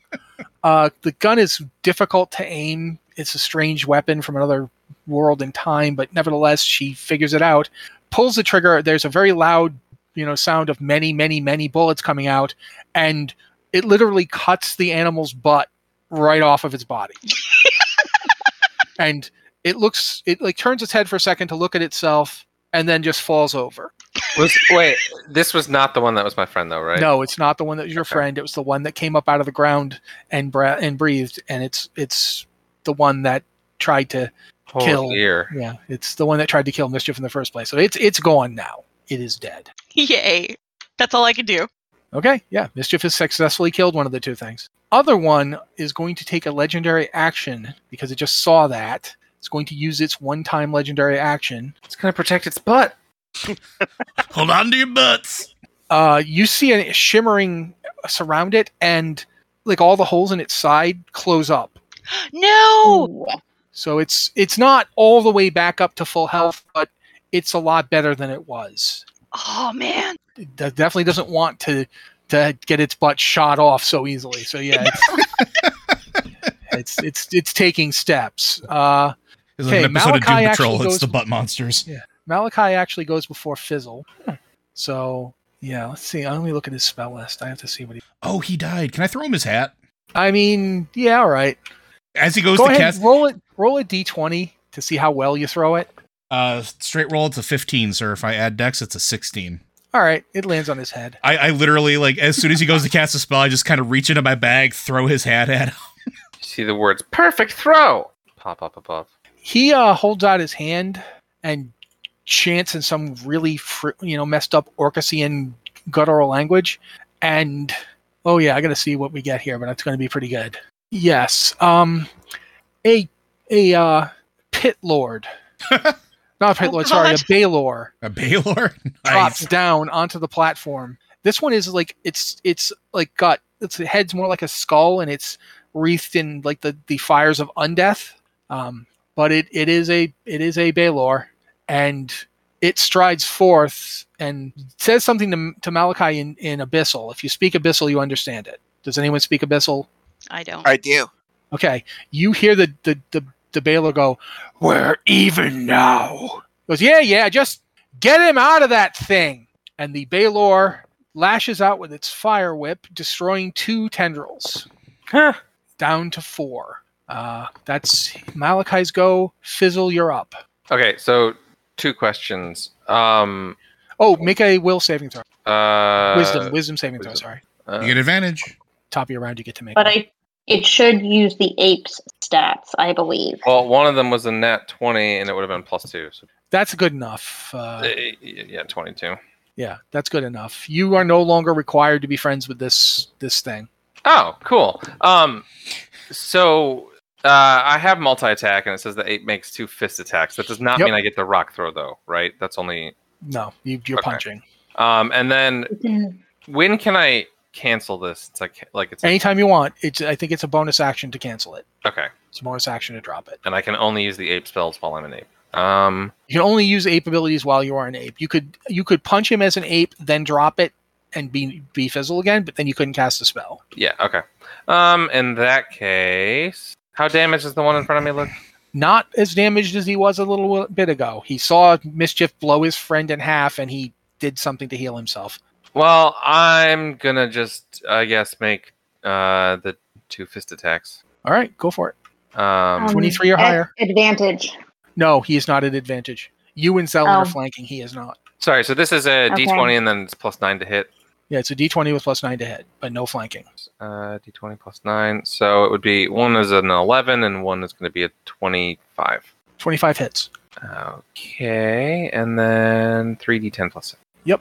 Speaker 1: Uh, the gun is difficult to aim. It's a strange weapon from another world and time, but nevertheless, she figures it out. Pulls the trigger. There's a very loud, you know, sound of many, many, many bullets coming out, and it literally cuts the animal's butt right off of its body. and it looks, it like turns its head for a second to look at itself, and then just falls over.
Speaker 8: Was wait, this was not the one that was my friend though, right?
Speaker 1: No, it's not the one that was your
Speaker 8: Okay.
Speaker 1: friend. It was the one that came up out of the ground and bra- and breathed, and it's it's the one that tried to
Speaker 8: Oh,
Speaker 1: kill.
Speaker 8: dear.
Speaker 1: yeah, it's the one that tried to kill mischief in the first place. So it's it's gone now. It is dead.
Speaker 2: Yay. That's all I can do.
Speaker 1: Okay, yeah, mischief has successfully killed one of the two things. Other one is going to take a legendary action because it just saw that. It's going to use its one-time legendary action.
Speaker 8: It's gonna protect its butt.
Speaker 5: Hold on to your butts.
Speaker 1: Uh, you see a shimmering surround it, and like all the holes in its side close up.
Speaker 2: No.
Speaker 6: Ooh.
Speaker 1: So it's it's not all the way back up to full health, but it's a lot better than it was.
Speaker 2: Oh, man.
Speaker 1: It de- definitely doesn't want to to get its butt shot off so easily. So yeah, it's it's it's, it's taking steps. Uh,
Speaker 5: It's like
Speaker 1: Okay,
Speaker 5: an episode of
Speaker 1: Malachi
Speaker 5: Doom
Speaker 1: actually
Speaker 5: Patrol. It's
Speaker 1: goes-
Speaker 5: the butt monsters.
Speaker 1: Malachi actually goes before Fizzle. So yeah, let's see. Let me look at his spell list. I have to see what he.
Speaker 5: Oh, he died. Can I throw him his hat
Speaker 1: I mean, yeah, all right.
Speaker 5: as he goes
Speaker 1: Go
Speaker 5: to
Speaker 1: ahead,
Speaker 5: cast?
Speaker 1: roll it. Roll a d twenty to see how well you throw it.
Speaker 5: Uh, straight roll. It's a fifteen, sir. If I add dex, it's a sixteen.
Speaker 1: All right, it lands on his head.
Speaker 5: I, I literally like as soon as he goes to cast a spell, I just kind of reach into my bag, throw his hat at him.
Speaker 8: see the words "perfect throw" pop up above.
Speaker 1: He uh, holds out his hand and chants in some really fr- you know messed up Orcasian guttural language. And oh yeah, I gotta see what we get here, but it's gonna be pretty good. Yes, um, a a uh, pit lord, not a pit
Speaker 2: Oh,
Speaker 1: lord, sorry, a
Speaker 2: God.
Speaker 1: Baylor
Speaker 5: A Baylor?
Speaker 1: drops
Speaker 5: Nice.
Speaker 1: down onto the platform. This one is like it's it's like got its head's more like a skull and it's wreathed in like the, the fires of undeath. Um, but it, it is a it is a Baylor and it strides forth and says something to, to Malachi in, in Abyssal. If you speak Abyssal, you understand it. Does anyone speak Abyssal?
Speaker 2: I don't.
Speaker 7: I do.
Speaker 1: Okay, you hear the the the, the Baylor go, "We're even now." Goes, yeah, yeah, just get him out of that thing. And the Baylor lashes out with its fire whip, destroying two tendrils,
Speaker 8: Huh.
Speaker 1: down to four. Uh, that's Malachi's go. Fizzle, you're up.
Speaker 8: Okay, so two questions. Um,
Speaker 1: Oh, make a will saving throw.
Speaker 8: uh,
Speaker 1: Wisdom, wisdom saving throw.
Speaker 8: wisdom.
Speaker 1: Sorry,
Speaker 8: uh,
Speaker 5: You get advantage.
Speaker 1: top of your round, you get to make.
Speaker 6: But
Speaker 1: one.
Speaker 6: I it should use the apes stats, I believe.
Speaker 8: well, one of them was a nat twenty, and it would have been plus two. So,
Speaker 1: that's good enough.
Speaker 8: uh,
Speaker 1: Uh,
Speaker 8: yeah, twenty-two.
Speaker 1: yeah, that's good enough. You are no longer required to be friends with this this thing.
Speaker 8: Oh, cool. Um, so uh, I have multi attack, and it says the eight makes two fist attacks. That does not
Speaker 1: Yep.
Speaker 8: mean I get the rock throw, though, right? That's only.
Speaker 1: No, you, you're
Speaker 8: Okay.
Speaker 1: punching.
Speaker 8: Um, and then
Speaker 6: Hmm.
Speaker 8: when can I cancel this? It's like like it's
Speaker 1: anytime you want. It's I think it's a bonus action to cancel it.
Speaker 8: okay,
Speaker 1: It's a bonus action to drop it.
Speaker 8: and I can only use the ape spells while I'm an ape. Um,
Speaker 1: You can only use ape abilities while you are an ape. You could you could punch him as an ape, then drop it and be be fizzle again, but then you couldn't cast the spell.
Speaker 8: yeah, okay. Um, in that case, how damaged is the one in front of me? Look,
Speaker 1: Not as damaged as he was a little wi- bit ago. He saw mischief blow his friend in half, and he did something to heal himself.
Speaker 8: well, I'm gonna just I guess make uh the two fist attacks.
Speaker 1: All right, go for it.
Speaker 8: Um,
Speaker 6: Um,
Speaker 1: Twenty three or
Speaker 6: at
Speaker 1: higher.
Speaker 6: Advantage.
Speaker 1: No, he is not at advantage. You and Zellen are
Speaker 6: Oh.
Speaker 1: flanking. He is not.
Speaker 8: Sorry, so this is a
Speaker 6: Okay.
Speaker 8: D20 and then it's plus 9 to hit.
Speaker 1: Yeah, it's a D twenty with plus nine to hit, but no flanking.
Speaker 8: Uh, D20 plus 9. So it would be one is an 11 and one is going to be a 25.
Speaker 1: Twenty five hits.
Speaker 8: Okay, and then 3D10 plus 6.
Speaker 1: Yep.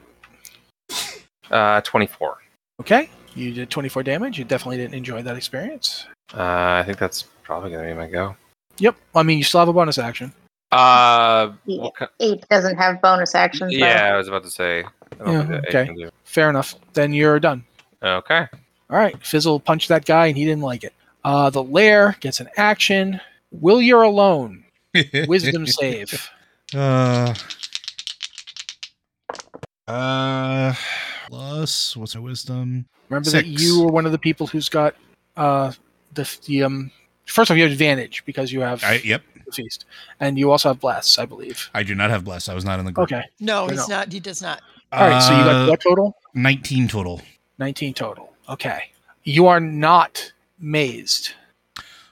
Speaker 8: Uh, 24. Uh,
Speaker 1: Okay, you did twenty four damage. You definitely didn't enjoy that experience.
Speaker 8: Uh, I think that's probably going to be my go.
Speaker 1: Yep. I mean, you still have a bonus action.
Speaker 8: Uh,
Speaker 6: Yeah.
Speaker 8: what ki-
Speaker 6: Ape doesn't have bonus actions. though.
Speaker 8: yeah, I was about to say. I don't
Speaker 1: Yeah,
Speaker 8: think that eight
Speaker 1: okay.
Speaker 8: can do-
Speaker 1: Fair enough. Then you're done.
Speaker 8: Okay.
Speaker 1: All right. Fizzle punched that guy, and he didn't like it. Uh, the lair gets an action. Will you're alone? Wisdom save.
Speaker 5: Uh, uh, plus, what's my wisdom?
Speaker 1: Remember that
Speaker 5: Six.
Speaker 1: you were one of the people who's got uh, the, the um. First off, you have advantage because you have
Speaker 5: I, yep.
Speaker 1: the feast, and you also have bless, I believe.
Speaker 5: I do not have bless. I was not in the group.
Speaker 1: Okay.
Speaker 4: No,
Speaker 1: Or
Speaker 4: he's
Speaker 1: no.
Speaker 4: not. He does not.
Speaker 1: All right. so you
Speaker 5: Uh,
Speaker 1: got what total?
Speaker 5: 19 total.
Speaker 1: Nineteen total. Okay. You are not mazed.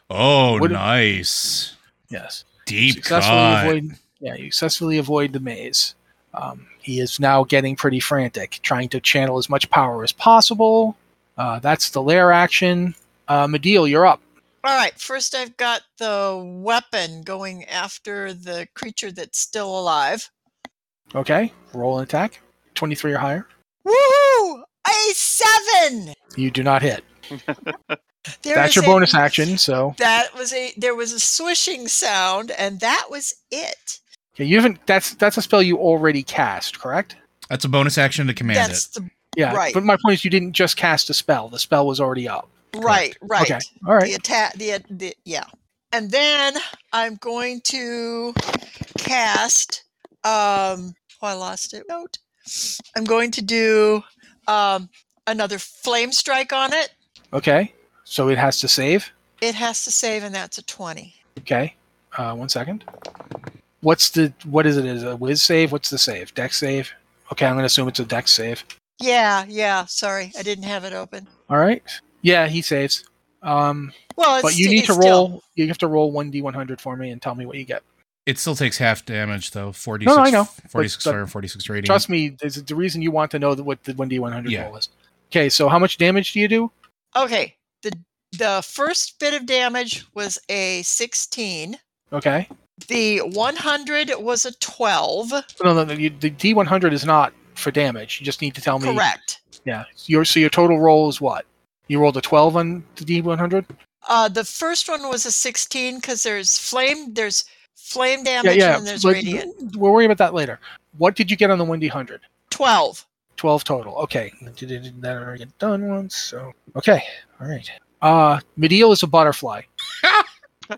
Speaker 5: Oh,
Speaker 1: What-
Speaker 5: nice.
Speaker 1: Yes.
Speaker 5: Deep
Speaker 1: successfully
Speaker 5: cut.
Speaker 1: avoid yeah you successfully avoid the maze um, he is now getting pretty frantic trying to channel as much power as possible uh, that's the lair action uh, Medeal, you're up
Speaker 4: All right. First, I've got the weapon going after the creature that's still alive.
Speaker 1: okay roll an attack 23 or higher
Speaker 4: Woohoo! A seven.
Speaker 1: you do not hit
Speaker 4: There
Speaker 1: that's
Speaker 4: is
Speaker 1: your
Speaker 4: a-
Speaker 1: bonus action so
Speaker 4: That was a. There was a swishing sound, and that was it.
Speaker 1: okay, you haven't that's that's a spell you already cast correct
Speaker 5: That's a bonus action to command
Speaker 4: that's the
Speaker 1: yeah
Speaker 4: Right.
Speaker 1: but my point is you didn't just cast a spell the spell was already up
Speaker 4: right, right.
Speaker 1: okay all right
Speaker 4: The attack. The, the yeah. And then I'm going to cast. Um, oh, I lost it. Note. I'm going to do um, another flame strike on it.
Speaker 1: okay so it has to save
Speaker 4: It has to save, and that's a twenty.
Speaker 1: Okay. Uh, one second. What's the what is it? Is it a whiz save? What's the save? Dex save? Okay, I'm gonna assume it's a dex save.
Speaker 4: Yeah, yeah. Sorry, I didn't have it open.
Speaker 1: All right. Yeah, he saves. Um,
Speaker 4: Well, it's
Speaker 1: but you
Speaker 4: sti-
Speaker 1: need
Speaker 4: it's
Speaker 1: to
Speaker 4: still-
Speaker 1: roll. You have to roll one d100 for me and tell me what you get.
Speaker 5: It still takes half damage though. 46
Speaker 1: No, no, I know.
Speaker 5: 46
Speaker 1: But-
Speaker 5: fire and 46 radiant.
Speaker 1: Trust me, there's the reason you want to know that what the one d100
Speaker 5: Yeah.
Speaker 1: roll is. Okay, so how much damage do you do?
Speaker 4: Okay. The The first bit of damage was a 16.
Speaker 1: Okay.
Speaker 4: The 100 was a 12.
Speaker 1: No, no, no. You, the D100 is not for damage. You just need to tell me.
Speaker 4: Correct.
Speaker 1: Yeah. Your so your total roll is what? You rolled a 12 on the D100.
Speaker 4: Uh, the first one was a 16 because there's flame, there's flame damage,
Speaker 1: yeah,
Speaker 4: and there's
Speaker 1: but-
Speaker 4: radiant.
Speaker 1: We'll worry about that later. What did you get on the Windy 100?
Speaker 4: 12.
Speaker 1: 12 total. Okay. Did that already get done once? So okay. All right. Uh Medial is a butterfly.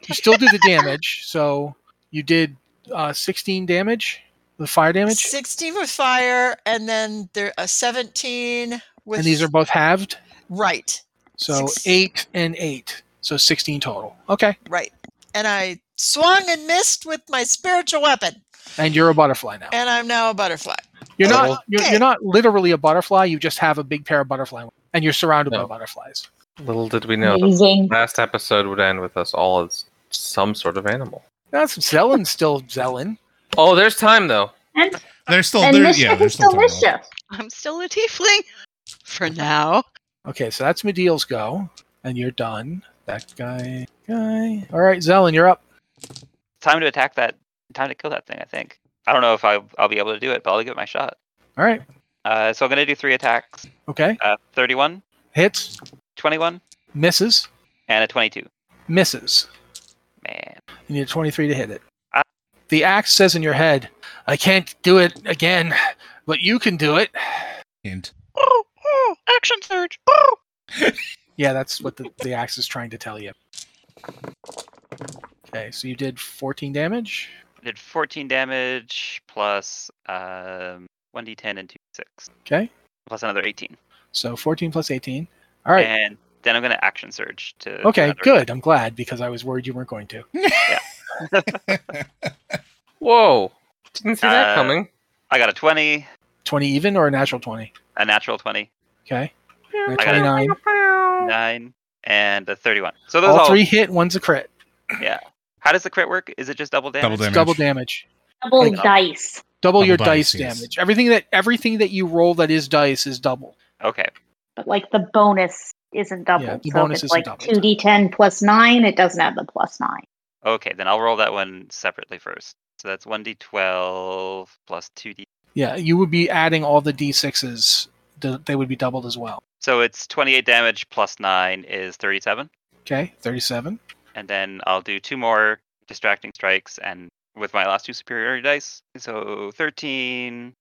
Speaker 1: you still did the damage, so you did uh 16 damage, the fire damage,
Speaker 4: 16 with fire, and then there a 17 with.
Speaker 1: and these are both halved.
Speaker 4: Right,
Speaker 1: So
Speaker 4: Six.
Speaker 1: eight and eight. So 16 total. Okay.
Speaker 4: right. And I swung and missed with my spiritual weapon,
Speaker 1: And you're a butterfly now.
Speaker 4: and I'm now a butterfly.
Speaker 1: You're
Speaker 4: Oh.
Speaker 1: not you're, you're not literally a butterfly. You just have a big pair of butterfly, wings, and you're surrounded by
Speaker 8: No.
Speaker 1: butterflies.
Speaker 8: Little did we know the
Speaker 6: Amazing.
Speaker 8: last episode would end with us all as some sort of animal.
Speaker 1: That's Zelen's still Zelen.
Speaker 8: Oh, there's time though.
Speaker 6: And,
Speaker 5: There's still,
Speaker 6: and
Speaker 5: there,
Speaker 6: mischief
Speaker 5: yeah, there's
Speaker 6: is
Speaker 5: still, time
Speaker 6: still
Speaker 5: left.
Speaker 6: mischief.
Speaker 2: I'm still a tiefling for now.
Speaker 1: Okay, so that's Medeal's go, and you're done. That guy, guy. All right, Zelen, you're up.
Speaker 3: Time to attack that. Time to kill that thing. I think. I don't know if I, I'll be able to do it, but I'll give it my shot.
Speaker 1: All right.
Speaker 3: Uh, so I'm gonna do three attacks.
Speaker 1: Okay.
Speaker 3: Uh, 31,
Speaker 1: Hits,
Speaker 3: 21,
Speaker 1: misses,
Speaker 3: and a 22.
Speaker 1: misses.
Speaker 3: Man.
Speaker 1: You need a 23 to hit it.
Speaker 3: Ah.
Speaker 1: The axe says in your head, "I can't do it again, but you can do it."
Speaker 5: Hint.
Speaker 2: Oh, oh, action surge. Oh.
Speaker 1: Yeah, that's what the, the axe is trying to tell you. Okay, so you did 14 damage.
Speaker 3: I did 14 damage plus um, 1d10 and 2d6
Speaker 1: Okay,
Speaker 3: plus another 18.
Speaker 1: so 14 plus 18. All right.
Speaker 3: And then I'm gonna action surge to. to
Speaker 1: Okay,
Speaker 3: another-
Speaker 1: good. I'm glad because I was worried you weren't going to.
Speaker 8: Whoa. Didn't see that
Speaker 3: Uh,
Speaker 8: coming.
Speaker 3: I got a 20,
Speaker 1: 20 even or a natural 20?
Speaker 3: a natural 20,
Speaker 1: Okay.
Speaker 3: I
Speaker 1: A
Speaker 3: got it.
Speaker 1: 29.
Speaker 3: nine, and a 31. So those
Speaker 1: All three hit, one's a crit.
Speaker 3: Yeah. How does the crit work? Is it just double damage?
Speaker 5: Double damage.
Speaker 1: Double damage.
Speaker 6: Double
Speaker 1: Like-
Speaker 6: dice.
Speaker 1: Double,
Speaker 5: Double
Speaker 1: your
Speaker 5: dice,
Speaker 1: dice,
Speaker 5: yes.
Speaker 1: damage. Everything that everything that you roll that is dice is double.
Speaker 3: Okay.
Speaker 6: But like the bonus isn't doubled.
Speaker 1: the
Speaker 6: so
Speaker 1: bonus
Speaker 6: if it's
Speaker 1: isn't
Speaker 6: like
Speaker 1: doubled.
Speaker 6: 2d10 plus 9, it doesn't have the plus 9.
Speaker 3: Okay, then I'll roll that one separately first. So that's 1d12 plus 2d.
Speaker 1: Yeah, you would be adding all the d6s. th- They would be doubled as well.
Speaker 3: So it's 28 damage plus 9 is 37.
Speaker 1: Okay, 37.
Speaker 3: And then I'll do two more distracting strikes and with my last two superiority dice. So 13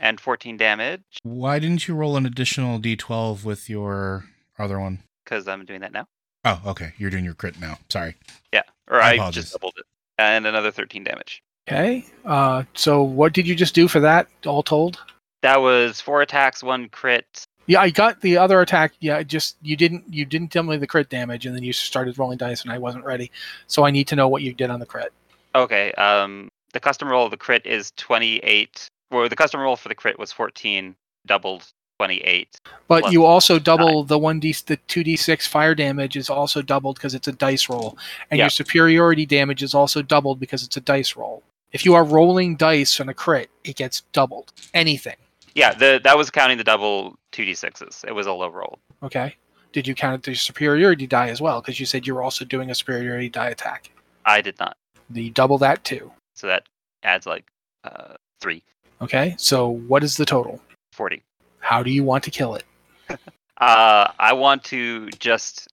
Speaker 3: and 14 damage
Speaker 5: Why didn't you roll an additional d12 with your other one?
Speaker 3: because I'm doing that now.
Speaker 5: Oh, okay. You're doing your crit now. Sorry.
Speaker 3: Yeah. Or
Speaker 5: I
Speaker 3: I,
Speaker 5: apologize.
Speaker 3: just doubled it. And another 13 damage.
Speaker 1: Okay. Uh, so what did you just do for that? All told.
Speaker 3: That was four attacks, one crit.
Speaker 1: Yeah, I got the other attack. Yeah, I just you didn't you didn't tell me the crit damage, and then you started rolling dice, and I wasn't ready. So I need to know what you did on the crit.
Speaker 3: Okay. Um, the custom roll of the crit is 28. Well, the custom roll for the crit was 14, doubled 28.
Speaker 1: But
Speaker 3: Plus
Speaker 1: you also double the one d the two d six fire damage is also doubled because it's a dice roll, and
Speaker 3: Yeah.
Speaker 1: your superiority damage is also doubled because it's a dice roll. If you are rolling dice on a crit, it gets doubled. Anything.
Speaker 3: Yeah, the that was counting the double 2d6s. It was a low roll.
Speaker 1: Okay. Did you count the superiority die as well? Because you said you were also doing a superiority die attack.
Speaker 3: I did not.
Speaker 1: You double that too.
Speaker 3: So that adds like uh, 3,
Speaker 1: Okay. So what is the total?
Speaker 3: 40.
Speaker 1: How do you want to kill it?
Speaker 3: Uh, I want to just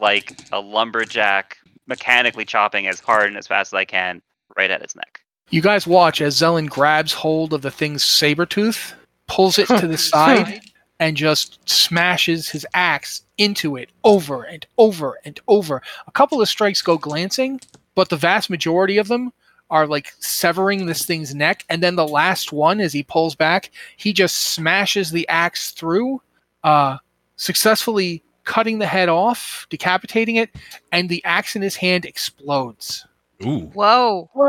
Speaker 3: like a lumberjack mechanically chopping as hard and as fast as I can right at its neck.
Speaker 1: You guys watch as Zelen grabs hold of the thing's saber tooth, pulls it to the side, and just smashes his axe into it over and over and over. A couple of strikes go glancing, but the vast majority of them are like severing this thing's neck. And then the last one, as he pulls back, he just smashes the axe through, uh, successfully cutting the head off, decapitating it, and the axe in his hand explodes.
Speaker 5: Ooh.
Speaker 2: Whoa.
Speaker 6: Whoa.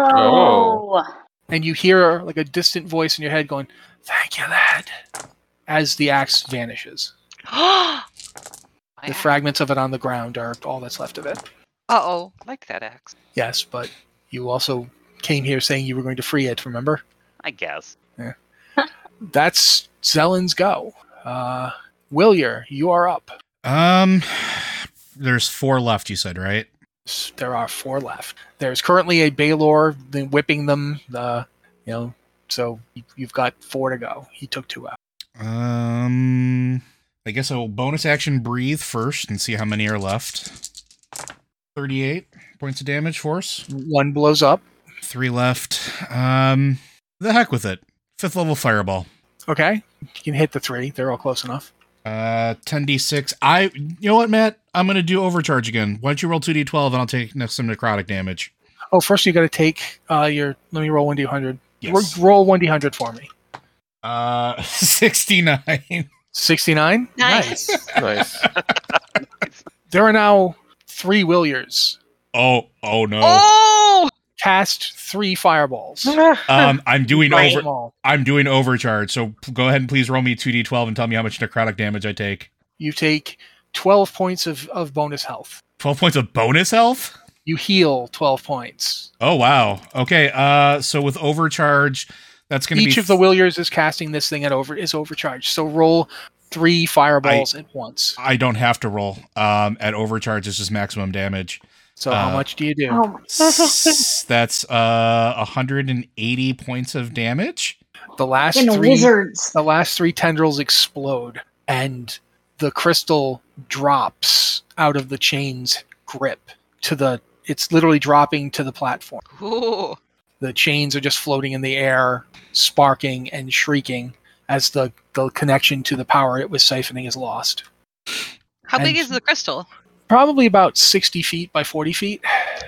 Speaker 8: Oh.
Speaker 1: and you hear like a distant voice in your head going, "Thank you, lad," as the axe vanishes.
Speaker 2: uh
Speaker 1: The fragments of it on the ground are all that's left of it.
Speaker 2: oh.
Speaker 3: I like that axe.
Speaker 1: Yes, but you also came here saying you were going to free it. Remember?
Speaker 3: I guess.
Speaker 1: That's Zelen's go. Uh, Willier, you are up.
Speaker 5: Um, There's four left, you said, right?
Speaker 1: S- There are four left. There's currently a Baylor the- whipping them. The you know, so you- you've got four to go. He took two out.
Speaker 5: Um, I guess I will bonus action breathe first and see how many are left. 38 points of damage force.
Speaker 1: One blows up.
Speaker 5: Three left. Um, the heck with it. Fifth level fireball.
Speaker 1: Okay, you can hit the three. They're all close enough.
Speaker 5: Uh, 10d6. I, you know what, Matt? I'm going to do overcharge again. Why don't you roll 2d12 and I'll take next some necrotic damage?
Speaker 1: Oh, first you got to take uh, your. Let me roll one d hundred.
Speaker 5: Yes.
Speaker 1: Roll one d hundred for me.
Speaker 5: Uh, 69.
Speaker 1: Sixty nine.
Speaker 2: Nice.
Speaker 8: Nice.
Speaker 1: There are now three Williers
Speaker 5: Oh, oh no.
Speaker 2: Oh,
Speaker 1: cast three fireballs.
Speaker 5: Um, I'm doing
Speaker 1: Roll
Speaker 5: over.
Speaker 1: them all.
Speaker 5: I'm doing overcharge, so p- go ahead and please roll me 2d12 and tell me how much necrotic damage I take.
Speaker 1: You take twelve points of, of bonus health.
Speaker 5: 12 points of bonus health?
Speaker 1: You heal twelve points.
Speaker 5: Oh, wow. Okay, uh, so with overcharge, that's going to be...
Speaker 1: Each of the Williers is casting this thing at over is overcharged. So roll three fireballs at once.
Speaker 5: I don't have to roll. Um, at overcharge, it's just maximum damage.
Speaker 1: So how
Speaker 5: uh,
Speaker 1: much do you do?
Speaker 6: Oh my.
Speaker 5: S- that's uh 180 points of damage.
Speaker 1: the last
Speaker 6: And
Speaker 1: three Oh.
Speaker 6: wizards.
Speaker 1: the last three tendrils explode and the crystal drops out of the chain's grip to the it's literally dropping to the platform.
Speaker 2: Ooh.
Speaker 1: The chains are just floating in the air, sparking and shrieking as the, the connection to the power it was siphoning is lost.
Speaker 2: How
Speaker 1: And-
Speaker 2: big is the crystal?
Speaker 1: Probably about sixty feet by forty feet.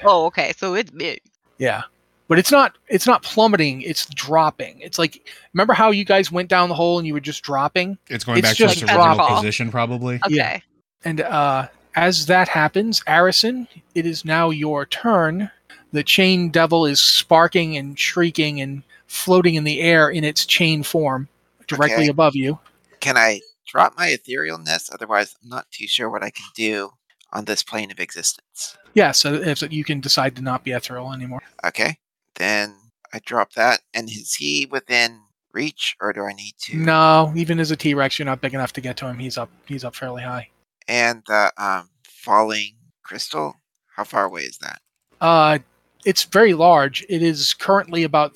Speaker 2: Oh, okay. So it's big.
Speaker 1: Yeah. But it's not it's not plummeting, it's dropping. It's like remember how you guys went down the hole and you were just dropping?
Speaker 5: It's going
Speaker 1: It's
Speaker 5: back to
Speaker 1: just
Speaker 5: its
Speaker 2: a
Speaker 5: original
Speaker 2: drop-off.
Speaker 5: position, probably.
Speaker 2: Okay.
Speaker 1: Yeah. And uh as that happens, Arison, it is now your turn. The chain devil is sparking and shrieking and floating in the air in its chain form directly
Speaker 7: Okay.
Speaker 1: above you.
Speaker 7: Can I drop my etherealness? Otherwise, I'm not too sure what I can do on this plane of existence.
Speaker 1: Yeah, so if you can decide to not be ethereal anymore.
Speaker 7: Okay. Then I drop that. And is he within reach, or do I need to?
Speaker 1: No, even as a T Rex, you're not big enough to get to him. He's up he's up fairly high.
Speaker 7: And the um, falling crystal. How far away is that?
Speaker 1: Uh, it's very large. It is currently about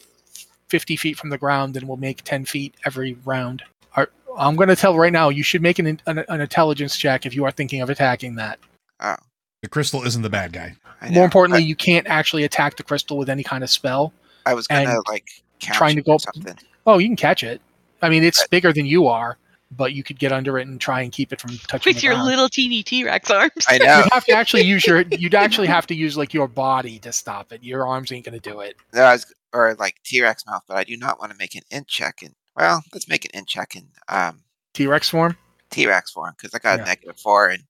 Speaker 1: 50 feet from the ground and will make 10 feet every round. Are, I'm going to tell right now, you should make an, an, an intelligence check if you are thinking of attacking that.
Speaker 5: The crystal isn't the bad guy.
Speaker 7: I know,
Speaker 1: More importantly,
Speaker 7: but
Speaker 1: you can't actually attack the crystal with any kind of spell.
Speaker 7: I was gonna
Speaker 1: and
Speaker 7: like catch
Speaker 1: trying to
Speaker 7: it or
Speaker 1: go-
Speaker 7: something.
Speaker 1: Oh, you can catch it. I mean, it's bigger than you are, but you could get under it and try and keep it from touching
Speaker 2: With
Speaker 1: the
Speaker 2: your
Speaker 1: ground.
Speaker 2: little teeny T Rex arms.
Speaker 7: I know.
Speaker 1: You'd have to actually use your. You'd actually have to use like your body to stop it. Your arms ain't gonna do it.
Speaker 7: No, I was, or like T Rex mouth, but I do not want to make an int check. In well, let's make an int check in um,
Speaker 1: T Rex form.
Speaker 7: T Rex form because I got
Speaker 1: Yeah.
Speaker 7: a negative four, and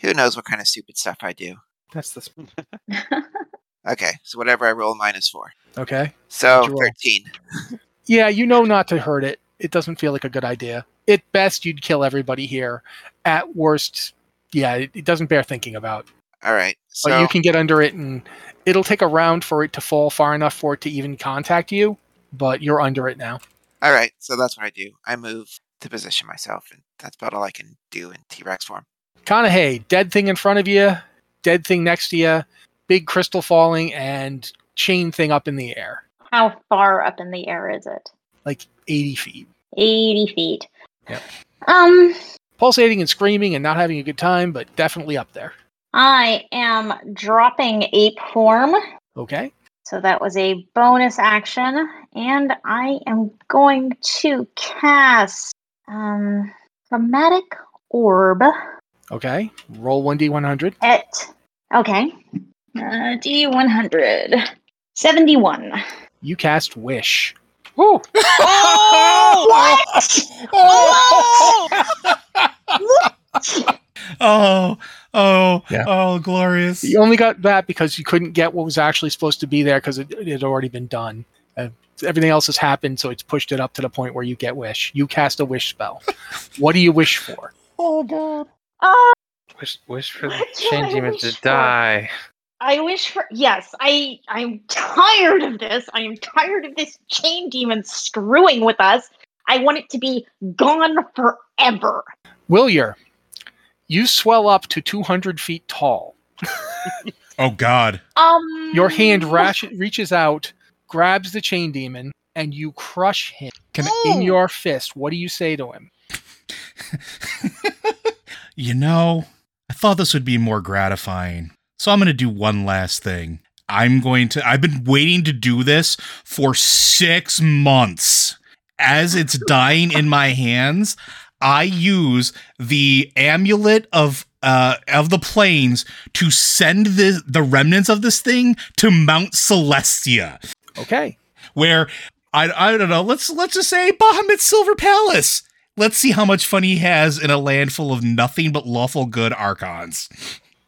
Speaker 7: who knows what kind of stupid stuff I do.
Speaker 1: That's the sp-
Speaker 7: Okay, so whatever I roll, minus four.
Speaker 1: okay.
Speaker 7: So
Speaker 1: What'd you roll?
Speaker 7: thirteen.
Speaker 1: Yeah, you know not to hurt it. It doesn't feel like a good idea. At best, you'd kill everybody here. At worst, yeah, it, it doesn't bear thinking about.
Speaker 7: All right. So
Speaker 1: but Oh, you can get under it, and it'll take a round for it to fall far enough for it to even contact you. But you're under it now.
Speaker 7: all right. So that's what I do. I move to position myself, and that's about all I can do in T Rex form.
Speaker 1: Conahay, dead thing in front of you, dead thing next to you, big crystal falling, and chain thing up in the air,
Speaker 6: How far up in the air is it?
Speaker 1: like 80 feet.
Speaker 6: 80 feet.
Speaker 1: Yep.
Speaker 6: Um,
Speaker 1: Pulsating and screaming and not having a good time, but definitely up there.
Speaker 6: I am dropping ape form.
Speaker 1: Okay.
Speaker 6: So that was a bonus action. And I am going to cast um, Chromatic Orb
Speaker 1: Okay. Roll 1d100.
Speaker 6: at. Okay. Uh, D100. 71.
Speaker 1: You cast Wish.
Speaker 2: Ooh. Oh,
Speaker 5: Oh, oh,
Speaker 1: Yeah.
Speaker 5: oh, glorious.
Speaker 1: You only got that because you couldn't get what was actually supposed to be there because it, it had already been done. Uh, everything else has happened, so it's pushed it up to the point where you get Wish. You cast a Wish spell. what do you wish for?
Speaker 5: Oh, God.
Speaker 6: Uh,
Speaker 8: Wish, wish for the
Speaker 6: What do
Speaker 8: change
Speaker 6: I
Speaker 8: demon to
Speaker 6: wish for?
Speaker 8: die.
Speaker 6: I wish for yes. I I'm tired of this. I am tired of this chain demon screwing with us. I want it to be gone forever.
Speaker 1: Willier, You swell up to 200 feet tall.
Speaker 5: Oh God.
Speaker 6: Um,
Speaker 1: Your hand rash- reaches out, grabs the chain demon, and you crush him
Speaker 5: Can
Speaker 1: in
Speaker 6: Ooh.
Speaker 1: your fist. What do you say to him?
Speaker 5: you know, I thought this would be more gratifying. So I'm going to do one last thing. I'm going to, I've been waiting to do this for six months. As it's dying in my hands, I use the amulet of uh of the planes to send the the remnants of this thing to Mount Celestia,
Speaker 1: Okay.
Speaker 5: where I I don't know, let's let's just say Bahamut's Silver Palace. Let's see how much fun he has in a land full of nothing but lawful good archons.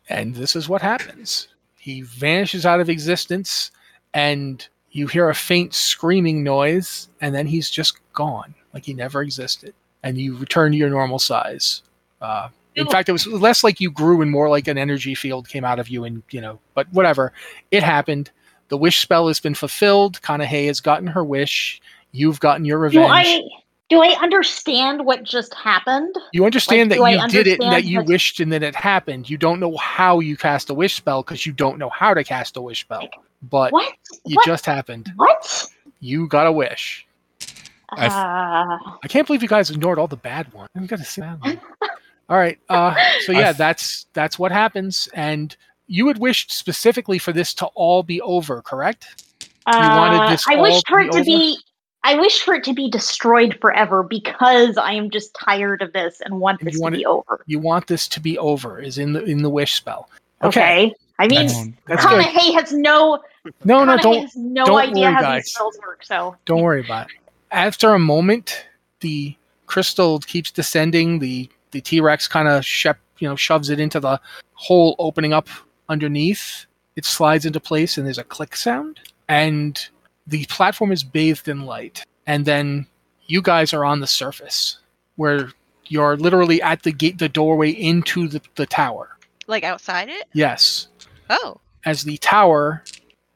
Speaker 1: And this is what happens. He vanishes out of existence, and you hear a faint screaming noise, and then he's just gone, like he never existed. And you return to your normal size. Uh, in
Speaker 6: Ew.
Speaker 1: fact, it was less like you grew and more like an energy field came out of you, and you know, but whatever. It happened. The wish spell has been fulfilled. Kanahe has gotten her wish. You've gotten your
Speaker 6: do
Speaker 1: revenge.
Speaker 6: I do I understand what just happened?
Speaker 1: You understand
Speaker 6: Like,
Speaker 1: that
Speaker 6: do
Speaker 1: you
Speaker 6: I
Speaker 1: did it and that
Speaker 6: understand
Speaker 1: you
Speaker 6: what-
Speaker 1: wished and that it happened. You don't know how you cast a wish spell because you don't know how to cast a wish spell. But
Speaker 6: What?
Speaker 1: it
Speaker 6: what?
Speaker 1: just happened.
Speaker 6: what?
Speaker 1: You got a wish.
Speaker 5: I've-
Speaker 6: Uh,
Speaker 1: I can't believe you guys ignored all the bad ones. I'm gonna see that one. All right. Uh, so yeah,
Speaker 5: I've-
Speaker 1: that's that's what happens. And you had wished specifically for this to all be over, correct? wanted
Speaker 6: uh,
Speaker 1: this
Speaker 6: I
Speaker 1: all
Speaker 6: wish for
Speaker 1: to be
Speaker 6: it to be. I wish for it to be destroyed forever because I am just tired of this and want
Speaker 1: And
Speaker 6: this
Speaker 1: you
Speaker 6: to
Speaker 1: want
Speaker 6: be over.
Speaker 1: You want this to be over is in the in the wish spell. Okay.
Speaker 6: Okay. I mean,
Speaker 1: That's- That's good.
Speaker 6: Kanahe has no.
Speaker 1: No, no,
Speaker 6: Kanahe
Speaker 1: don't
Speaker 6: has no
Speaker 1: don't
Speaker 6: idea
Speaker 1: worry,
Speaker 6: how
Speaker 1: guys.
Speaker 6: these spells work. So
Speaker 1: Don't worry about it. After a moment, the crystal keeps descending. The the T Rex kind of shep, you know shoves it into the hole opening up underneath. It slides into place, and there's a click sound, and the platform is bathed in light. And then you guys are on the surface, where you're literally at the gate, the doorway into the, the tower.
Speaker 2: Like outside it?
Speaker 1: Yes,
Speaker 2: Oh.
Speaker 1: as the tower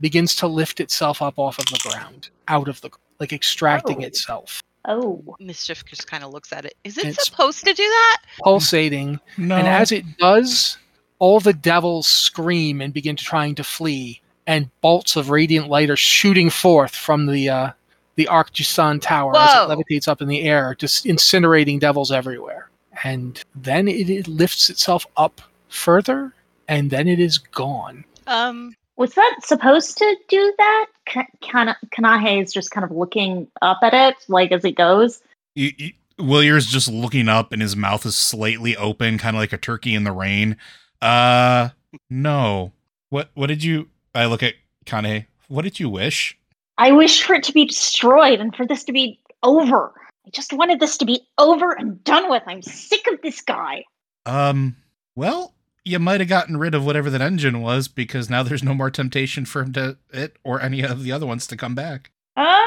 Speaker 1: begins to lift itself up off of the ground, out of the gr- like extracting
Speaker 6: Oh.
Speaker 1: itself.
Speaker 6: oh,
Speaker 2: Mischief just kind of looks at it. Is it
Speaker 1: It's-
Speaker 2: supposed to do that?
Speaker 1: pulsating,
Speaker 5: No.
Speaker 1: and as it does, all the devils scream and begin to trying to flee, and bolts of radiant light are shooting forth from the uh, the Arctusan tower as
Speaker 2: Whoa.
Speaker 1: it levitates up in the air, just incinerating devils everywhere. And then it, it lifts itself up further, and then it is gone.
Speaker 2: Um,
Speaker 6: was that supposed to do that? Ka- Kana- Kanahe is just kind of looking up at it, like as it goes.
Speaker 5: You, you, Willier's just looking up and his mouth is slightly open, kind of like a turkey in the rain. Uh, no. What what did you I look at Kanahe. What did you wish?
Speaker 6: I wish for it to be destroyed and for this to be over. I just wanted this to be over and done with. I'm sick of this guy.
Speaker 5: Um, well, you might have gotten rid of whatever that engine was because now there's no more temptation for him to it or any of the other ones to come back.
Speaker 6: Uh,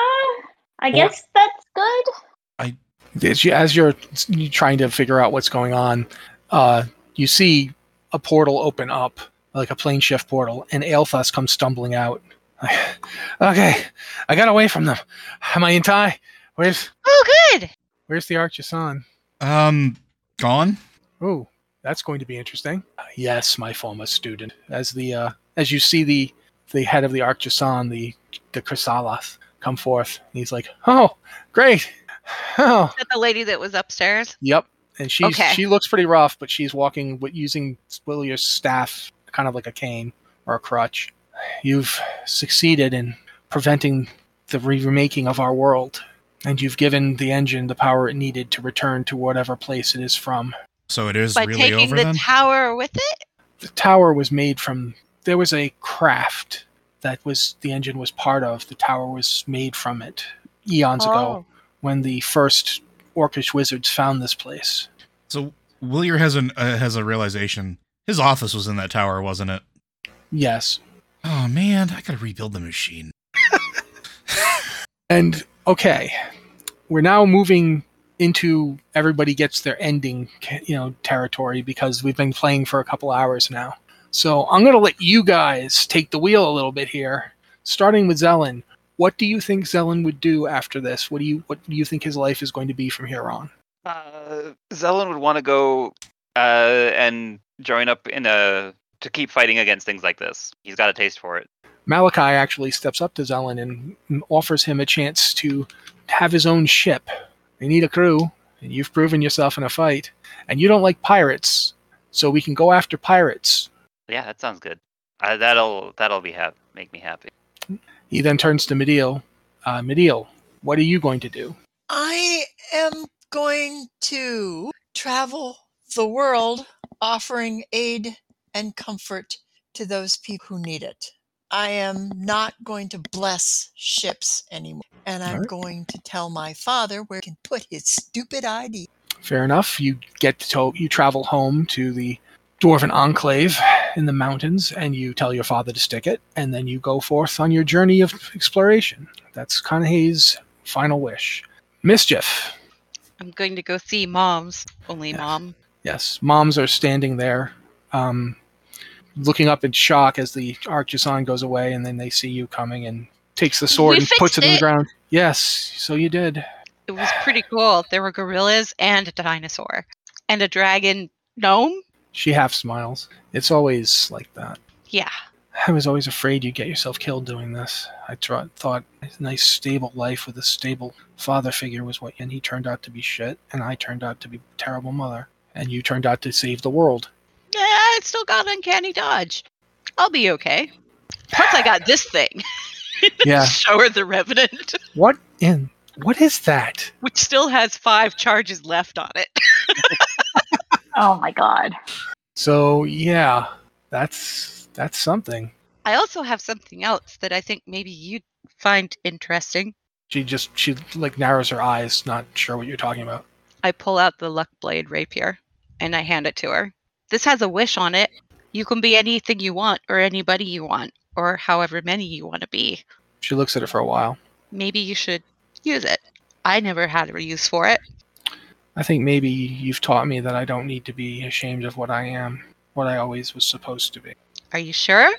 Speaker 6: I guess that's good.
Speaker 1: As, you, as you're you're trying to figure out what's going on, uh, you see a portal open up, like a plane shift portal, and Aelthas comes stumbling out. okay, I got away from them. Am I in tie? Where's
Speaker 2: oh, good.
Speaker 1: Where's the Archasan?
Speaker 5: Um, gone?
Speaker 1: Ooh, that's going to be interesting. Uh, yes, my former student. As the uh, as you see the the head of the Archasan, the the Chrysaloth, come forth, he's like, "Oh, great! Oh,
Speaker 2: Is that the lady that was upstairs?
Speaker 1: Yep. And she's
Speaker 2: Okay.
Speaker 1: she looks pretty rough, but she's walking with using Willier's staff, kind of like a cane or a crutch. You've succeeded in preventing the re- remaking of our world, and you've given the engine the power it needed to return to whatever place it is from.
Speaker 5: So it is
Speaker 2: By
Speaker 5: really
Speaker 2: taking
Speaker 5: over
Speaker 2: the
Speaker 5: then?
Speaker 2: tower with it?
Speaker 1: The tower was made from there was a craft that was the engine was part of. The tower was made from it eons ago when the first orcish wizards found this place.
Speaker 5: so Willier has an uh, has a realization. His office was in that tower, wasn't it?
Speaker 1: Yes.
Speaker 5: Oh man, I gotta rebuild the machine.
Speaker 1: And okay, we're now moving into everybody gets their ending, you know, territory because we've been playing for a couple hours now. So I'm going to let you guys take the wheel a little bit here, starting with Zelen. What do you think Zelen would do after this? What do you what do you think his life is going to be from here on?
Speaker 3: Uh, Zelen would want to go uh, and join up in a to keep fighting against things like this. He's got a taste for it.
Speaker 1: Malachi actually steps up to Zelen and offers him a chance to have his own ship. They need a crew, and you've proven yourself in a fight. And you don't like pirates, so we can go after pirates.
Speaker 3: Yeah, that sounds good. Uh, that'll that'll be hap- make me happy.
Speaker 1: He then turns to Mediel. Uh, Mediel, what are you going to do?
Speaker 4: I am going to travel the world offering aid and comfort to those people who need it. I am not going to bless ships anymore. And I'm
Speaker 1: Alright.
Speaker 4: going to tell my father where he can put his stupid ID.
Speaker 1: Fair enough. You get to, to you travel home to the dwarven enclave in the mountains, and you tell your father to stick it, and then you go forth on your journey of exploration. That's Kanhe's final wish. Mischief.
Speaker 2: I'm going to go see moms. Only
Speaker 1: Yeah.
Speaker 2: mom.
Speaker 1: Yes, moms are standing there, um, looking up in shock as the Archison goes away, and then they see you coming and takes the sword
Speaker 2: We
Speaker 1: and puts it,
Speaker 2: fixed
Speaker 1: in the
Speaker 2: it!
Speaker 1: ground. Yes, so you did.
Speaker 2: It was pretty cool. There were gorillas and a dinosaur and a dragon gnome.
Speaker 1: She half smiles. It's always like that.
Speaker 2: Yeah.
Speaker 1: I was always afraid you'd get yourself killed doing this. I tr- thought a nice, stable life with a stable father figure was what, and he turned out to be shit, and I turned out to be a terrible mother, and you turned out to save the world.
Speaker 2: Yeah, I Eh, still got uncanny dodge. I'll be okay. Plus, I got this thing.
Speaker 1: Yeah.
Speaker 2: Show her the revenant,
Speaker 1: What in? What is that?
Speaker 2: which still has five charges left on it.
Speaker 6: Oh my god.
Speaker 1: So yeah, that's that's something.
Speaker 2: I also have something else that I think maybe you'd find interesting.
Speaker 1: She just she like narrows her eyes, not sure what you're talking about.
Speaker 2: I pull out the luck blade rapier and I hand it to her. This has a wish on it. You can be anything you want or anybody you want or however many you want to be.
Speaker 1: She looks at it for a while.
Speaker 2: Maybe you should use it. I never had a use for it.
Speaker 1: I think maybe you've taught me that I don't need to be ashamed of what I am, what I always was supposed to be.
Speaker 2: Are you sure?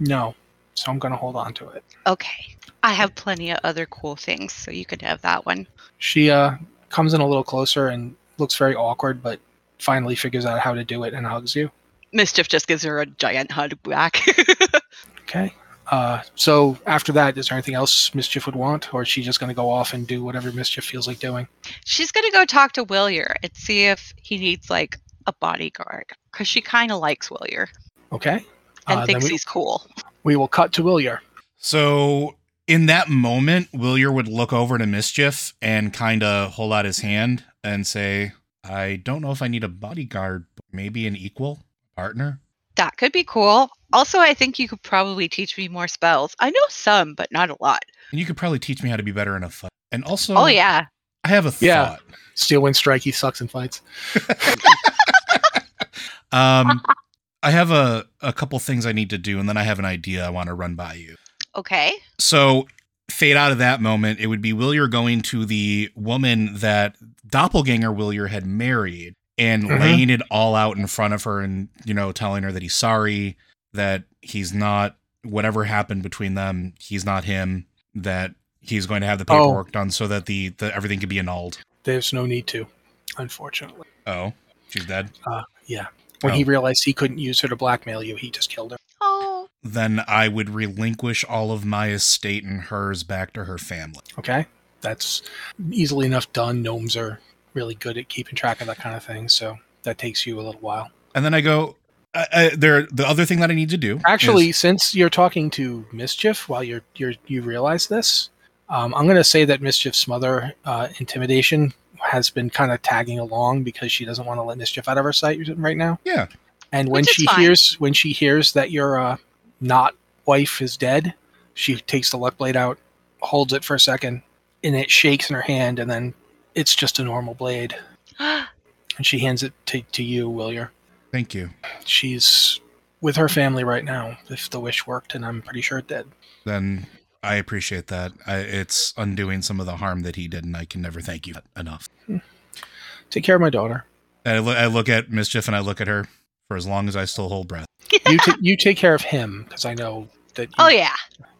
Speaker 1: No, so I'm gonna hold on to it.
Speaker 2: Okay. I have plenty of other cool things, so you can have that one.
Speaker 1: She uh, comes in a little closer and looks very awkward, but finally figures out how to do it and hugs you.
Speaker 2: Mischief just gives her a giant hug back.
Speaker 1: Okay. Uh, so after that, is there anything else Mischief would want, or is she just gonna go off and do whatever Mischief feels like doing?
Speaker 2: She's going to go talk to Willier and see if he needs like a bodyguard because she kind of likes Willier
Speaker 1: Okay.
Speaker 2: and
Speaker 1: Uh, then
Speaker 2: thinks
Speaker 1: we-
Speaker 2: he's cool.
Speaker 1: We will cut to Willier.
Speaker 5: So in that moment, Willier would look over to Mischief and kind of hold out his hand and say, I don't know if I need a bodyguard, but maybe an equal partner.
Speaker 2: That could be cool. Also, I think you could probably teach me more spells. I know some, but not a lot.
Speaker 5: And you could probably teach me how to be better in a fight. And also,
Speaker 1: Mm.
Speaker 2: Oh, yeah.
Speaker 5: I have a thought.
Speaker 1: Yeah. Steel Wind Strike, he sucks and fights.
Speaker 5: Um, I have a, a couple things I need to do, and then I have an idea I want to run by you.
Speaker 2: Okay.
Speaker 5: So fade out of that moment, it would be Willier going to the woman that doppelganger Willier had married and
Speaker 1: Mhm.
Speaker 5: laying it all out in front of her and, you know, telling her that he's sorry, that he's not whatever happened between them, he's not him, that he's going to have the
Speaker 1: Oh.
Speaker 5: paperwork done so that the, the everything could be annulled.
Speaker 1: There's no need to, unfortunately.
Speaker 5: Oh, she's dead.
Speaker 1: When he
Speaker 5: Oh.
Speaker 1: realized he couldn't use her to blackmail you, he just killed her.
Speaker 2: Oh,
Speaker 5: Then I would relinquish all of my estate and hers back to her family.
Speaker 1: Okay? That's easily enough done. Gnomes are really good at keeping track of that kind of thing, so that takes you a little while.
Speaker 5: And then I go, I, I, there. The other thing that I need to do is-
Speaker 1: Actually, since you're talking to Mischief while you're you're you realize this, um, I'm going to say that Mischief's mother, uh, Intimidation, has been kind of tagging along because she doesn't want to let Mischief out of her sight right now.
Speaker 5: Yeah.
Speaker 1: And when
Speaker 2: Which is
Speaker 1: she
Speaker 2: fine.
Speaker 1: hears when she hears that your uh, not wife is dead, she takes the luck blade out, holds it for a second, and it shakes in her hand, and then it's just a normal blade,
Speaker 2: Oh,
Speaker 1: and she hands it to to you, Willier
Speaker 5: thank you.
Speaker 1: she's with her family right now if the wish worked and i'm pretty sure it did
Speaker 5: then I appreciate that. I, it's undoing some of the harm that he did, and I can never thank you enough.
Speaker 1: take care of my daughter
Speaker 5: I, lo- I look at Mischief and I look at her for as long as I still hold breath.
Speaker 1: you, ta you take care of him because i know that you,
Speaker 2: oh, yeah.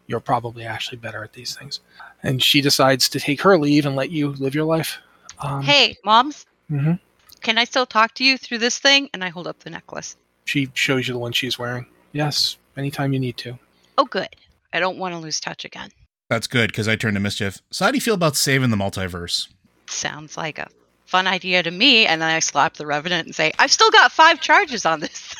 Speaker 1: you're probably actually better at these things and she decides to take her leave and let you live your life um,
Speaker 2: Hey, moms,
Speaker 1: mhm.
Speaker 2: Can I still talk to you through this thing? And I hold up the necklace.
Speaker 1: She shows you the one she's wearing. Yes, anytime you need to.
Speaker 2: Oh, good. I don't want to lose touch again.
Speaker 5: That's good because I turned to mischief. So how do you feel about saving the multiverse?
Speaker 2: Sounds like a fun idea to me. And then I slap the revenant and say, I've still got five charges on this.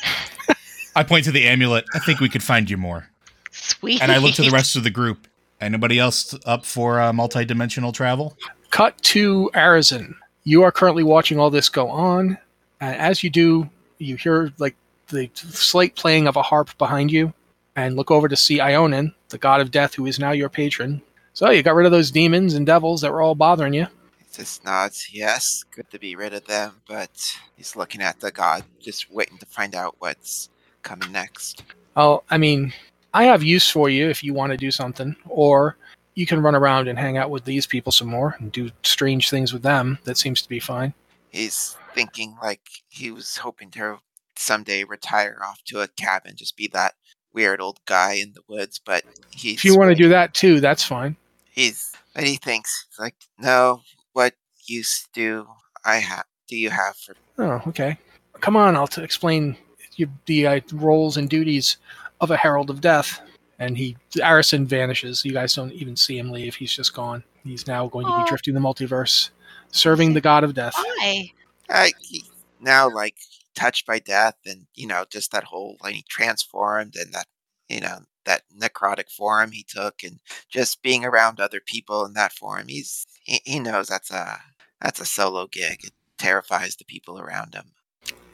Speaker 5: I point to the amulet. I think we could find you more.
Speaker 2: Sweet.
Speaker 5: And I look to the rest of the group. Anybody else up for uh, multi-dimensional travel?
Speaker 1: Cut to Arizon. You are currently watching all this go on. And as you do, you hear like the slight playing of a harp behind you and look over to see Ionin, the god of death, who is now your patron. So you got rid of those demons and devils that were all bothering you.
Speaker 7: Just nods. Yes, good to be rid of them, but he's looking at the god, just waiting to find out what's coming next.
Speaker 1: Oh, I mean, I have use for you if you want to do something, or you can run around and hang out with these people some more and do strange things with them. That seems to be fine.
Speaker 7: He's thinking like he was hoping to someday retire off to a cabin, just be that weird old guy in the woods. But he's
Speaker 1: If you want to do that too, that's fine.
Speaker 7: he's but he thinks he's like, no, what use do I have? Do you have for?
Speaker 1: Oh, okay. Come on, I'll t- explain you, the uh, roles and duties of a herald of death. And he, Arison vanishes. You guys don't even see him leave. He's just gone. He's now going to be
Speaker 2: Oh.
Speaker 1: drifting the multiverse, serving the god of death.
Speaker 2: Why?
Speaker 7: I he, now like touched by death, and you know just that whole like he transformed and that you know that necrotic form he took, and just being around other people in that form. He's he, he knows that's a that's a solo gig. It terrifies the people around him.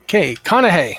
Speaker 1: Okay, Conahay.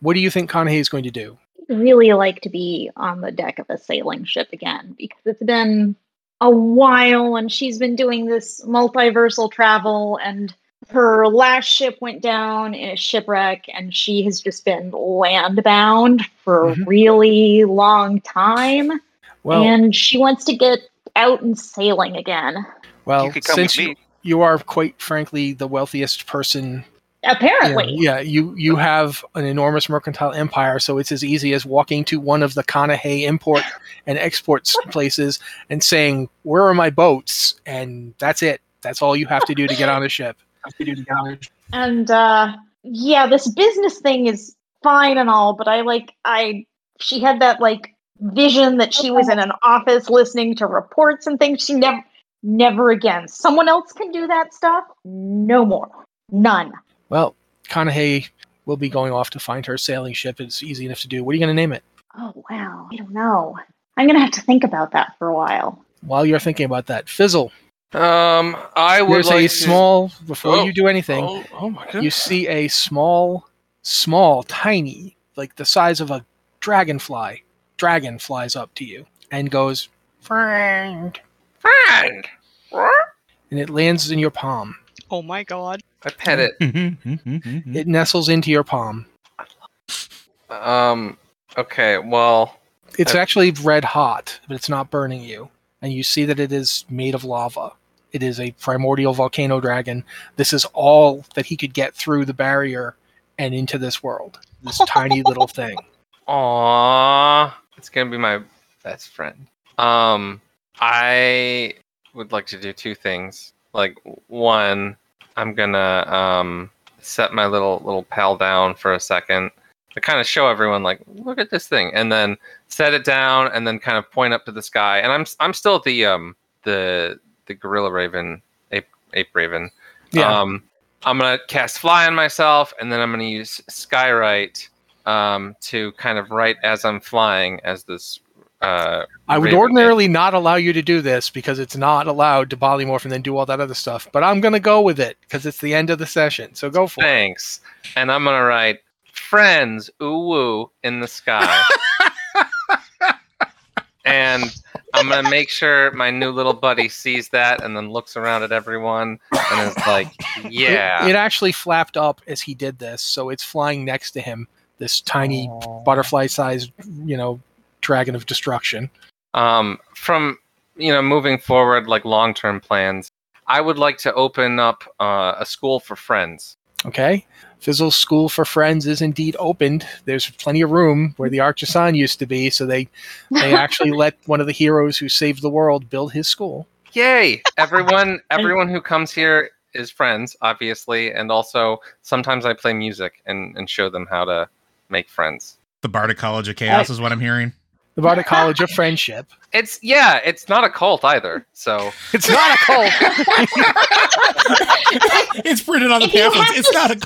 Speaker 1: What do you think Conahay is going to do?
Speaker 6: really like to be on the deck of a sailing ship again because it's been a while and she's been doing this multiversal travel and her last ship went down in a shipwreck and she has just been land bound for a
Speaker 1: Mhm.
Speaker 6: really long time
Speaker 1: Well,
Speaker 6: and she wants to get out and sailing again
Speaker 1: well,
Speaker 3: you could come
Speaker 1: since
Speaker 3: with me.
Speaker 1: you, you are quite frankly the wealthiest person Yeah,
Speaker 6: apparently
Speaker 1: yeah, you you have an enormous mercantile empire, so it's as easy as walking to one of the Conahay import and export s- places and saying, "Where are my boats?" And that's it. That's all you have to do to get on a ship.
Speaker 6: And uh yeah, this business thing is fine and all, but I like I she had that like vision that she was in an office listening to reports and things. She never never again. Someone else can do that stuff. No more. None.
Speaker 1: Well, Conahay will be going off to find her sailing ship. It's easy enough to do. What are you going to name it?
Speaker 6: Oh wow. I don't know. I'm gonna have to think about that for a while.
Speaker 1: While you're thinking about that, Fizzle.
Speaker 8: Um, I would
Speaker 1: There's
Speaker 8: like
Speaker 1: a small. Before
Speaker 8: Oh,
Speaker 1: you do
Speaker 8: To,
Speaker 1: anything,
Speaker 8: oh, oh my god!
Speaker 1: you see a small, small, tiny, like the size of a dragonfly. Dragon flies up to you and goes, friend,
Speaker 8: friend.
Speaker 1: and it lands in your palm.
Speaker 2: Oh my god.
Speaker 8: I pet
Speaker 1: Hmm.
Speaker 8: it.
Speaker 5: Mm-hmm.
Speaker 1: It nestles into your palm.
Speaker 8: Um. Okay. Well.
Speaker 1: It's
Speaker 8: Uh,
Speaker 1: actually red hot, but it's not burning you. And you see that it is made of lava. It is a primordial volcano dragon. This is all that he could get through the barrier and into this world. This tiny little thing.
Speaker 8: Aww. It's gonna be my best friend. Um, I would like to do two things. Like one, I'm gonna um set my little little pal down for a second to kind of show everyone like, look at this thing, and then set it down, and then kind of point up to the sky. And I'm I'm still at the um the the gorilla raven ape ape raven.
Speaker 1: Yeah.
Speaker 8: Um, I'm gonna cast fly on myself, and then I'm gonna use skywrite um, to kind of write as I'm flying as this. Uh,
Speaker 1: I would
Speaker 8: Raven
Speaker 1: ordinarily not allow you to do this because it's not allowed to polymorph and then do all that other stuff, but I'm going to go with it because it's the end of the session. So go for it.
Speaker 8: thanks, and I'm gonna write friends ooh woo in the sky. And I'm gonna make sure my new little buddy sees that, and then looks around at everyone, and is like,
Speaker 1: It-
Speaker 8: "Yeah."
Speaker 1: It, actually flapped up as he did this, so it's flying next to him, this tiny butterfly sized, you know, dragon of destruction.
Speaker 8: um, from you know moving forward like long-term plans i would like to open up uh, a school for friends
Speaker 1: Okay? Fizzle School for Friends is indeed opened. There's plenty of room where the Archisan used to be, so they, they actually let one of the heroes who saved the world build his school.
Speaker 8: yay everyone everyone who comes here is friends, obviously, and also sometimes I play music and, and show them how to make friends.
Speaker 5: The Bardic College of Chaos is what I'm hearing.
Speaker 1: The Bardic College of Friendship.
Speaker 8: It's yeah, it's not a cult either. So
Speaker 1: It's not a cult.
Speaker 5: it's printed on the
Speaker 6: If you have
Speaker 5: pamphlets. It's
Speaker 6: to
Speaker 5: not a.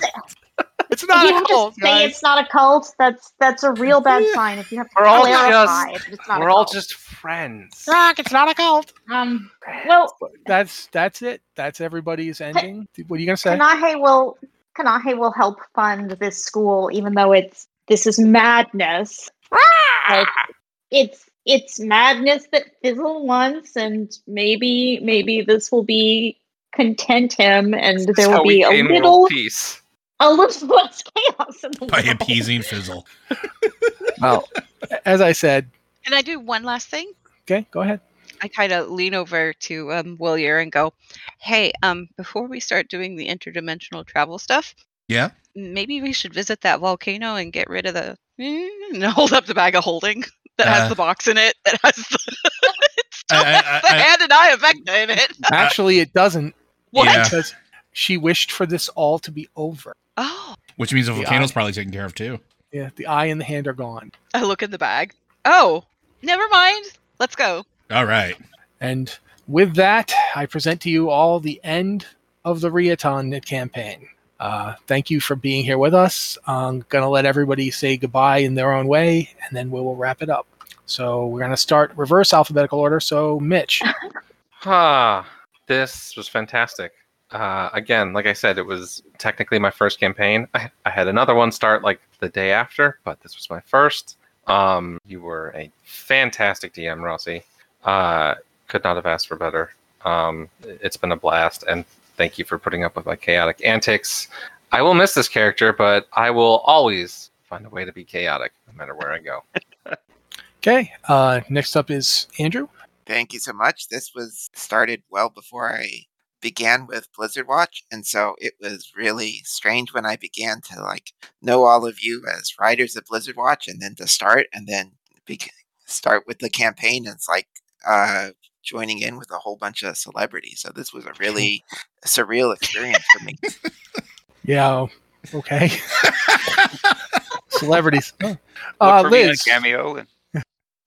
Speaker 1: It's
Speaker 6: If
Speaker 1: not
Speaker 6: you
Speaker 1: a
Speaker 6: have
Speaker 1: cult.
Speaker 6: to say
Speaker 1: guys.
Speaker 6: it's not a cult, that's that's a real bad sign. If you have to
Speaker 8: We're all
Speaker 6: clarify that it's not a
Speaker 8: we're all
Speaker 6: cult.
Speaker 8: just friends.
Speaker 1: Rock, it's not a cult.
Speaker 6: um, well,
Speaker 1: That's that's it. That's everybody's ending. What are you gonna say?
Speaker 6: Kanahe will Kanahe will help fund this school, even though it's this is madness.
Speaker 8: Ah!
Speaker 6: Like, it's it's madness that fizzle once, and maybe maybe this will be content him, and there
Speaker 8: How
Speaker 6: will
Speaker 8: we
Speaker 6: be a
Speaker 8: gain world
Speaker 6: little
Speaker 8: peace.
Speaker 6: a little less chaos in the
Speaker 5: By
Speaker 6: world.
Speaker 5: appeasing Fizzle.
Speaker 7: Well,
Speaker 1: As I said,
Speaker 2: Can I do one last thing?
Speaker 1: okay, go ahead.
Speaker 2: I kind of lean over to um, Willier and go, "Hey, um, before we start doing the interdimensional travel stuff,
Speaker 5: Yeah.
Speaker 2: maybe we should visit that volcano and get rid of the and hold up the bag of holding that
Speaker 5: Uh.
Speaker 2: has the box in it that has the, it still
Speaker 5: I- I-
Speaker 2: has the
Speaker 5: I- I-
Speaker 2: hand and eye Effecta in it.
Speaker 1: Actually, it doesn't.
Speaker 2: What?
Speaker 5: Yeah.
Speaker 1: Because she wished for this all to be over.
Speaker 2: Oh,
Speaker 5: Which means the
Speaker 1: Yeah.
Speaker 5: volcano's probably taken care of too.
Speaker 1: Yeah, the eye and the hand are gone.
Speaker 2: I look in the bag. Oh, never mind. Let's go.
Speaker 5: All right.
Speaker 1: And with that, I present to you all the end of the Riatan campaign. Uh, thank you for being here with us. I'm going to let everybody say goodbye in their own way, and then we will wrap it up. So we're going to start reverse alphabetical order. So, Mitch,
Speaker 8: Ah, this was fantastic. Uh, again, like I said, it was technically my first campaign. I, I had another one start like the day after, but this was my first. Um, you were a fantastic DM, Rossi. Uh, could not have asked for better. Um, it's been a blast, and thank you for putting up with my chaotic antics. I will miss this character, but I will always find a way to be chaotic, no matter where I go.
Speaker 1: okay. Uh, next up is Andrew.
Speaker 7: thank you so much. This was started well before I began with Blizzard Watch, and so it was really strange when I began to like know all of you as writers of Blizzard Watch, and then to start and then be- start with the campaign. It's like uh, joining in with a whole bunch of celebrities. So this was a really surreal experience for me.
Speaker 1: Yeah, okay. Celebrities. Oh.
Speaker 3: Look
Speaker 1: Uh,
Speaker 3: for me in
Speaker 1: Liz.
Speaker 3: a cameo. And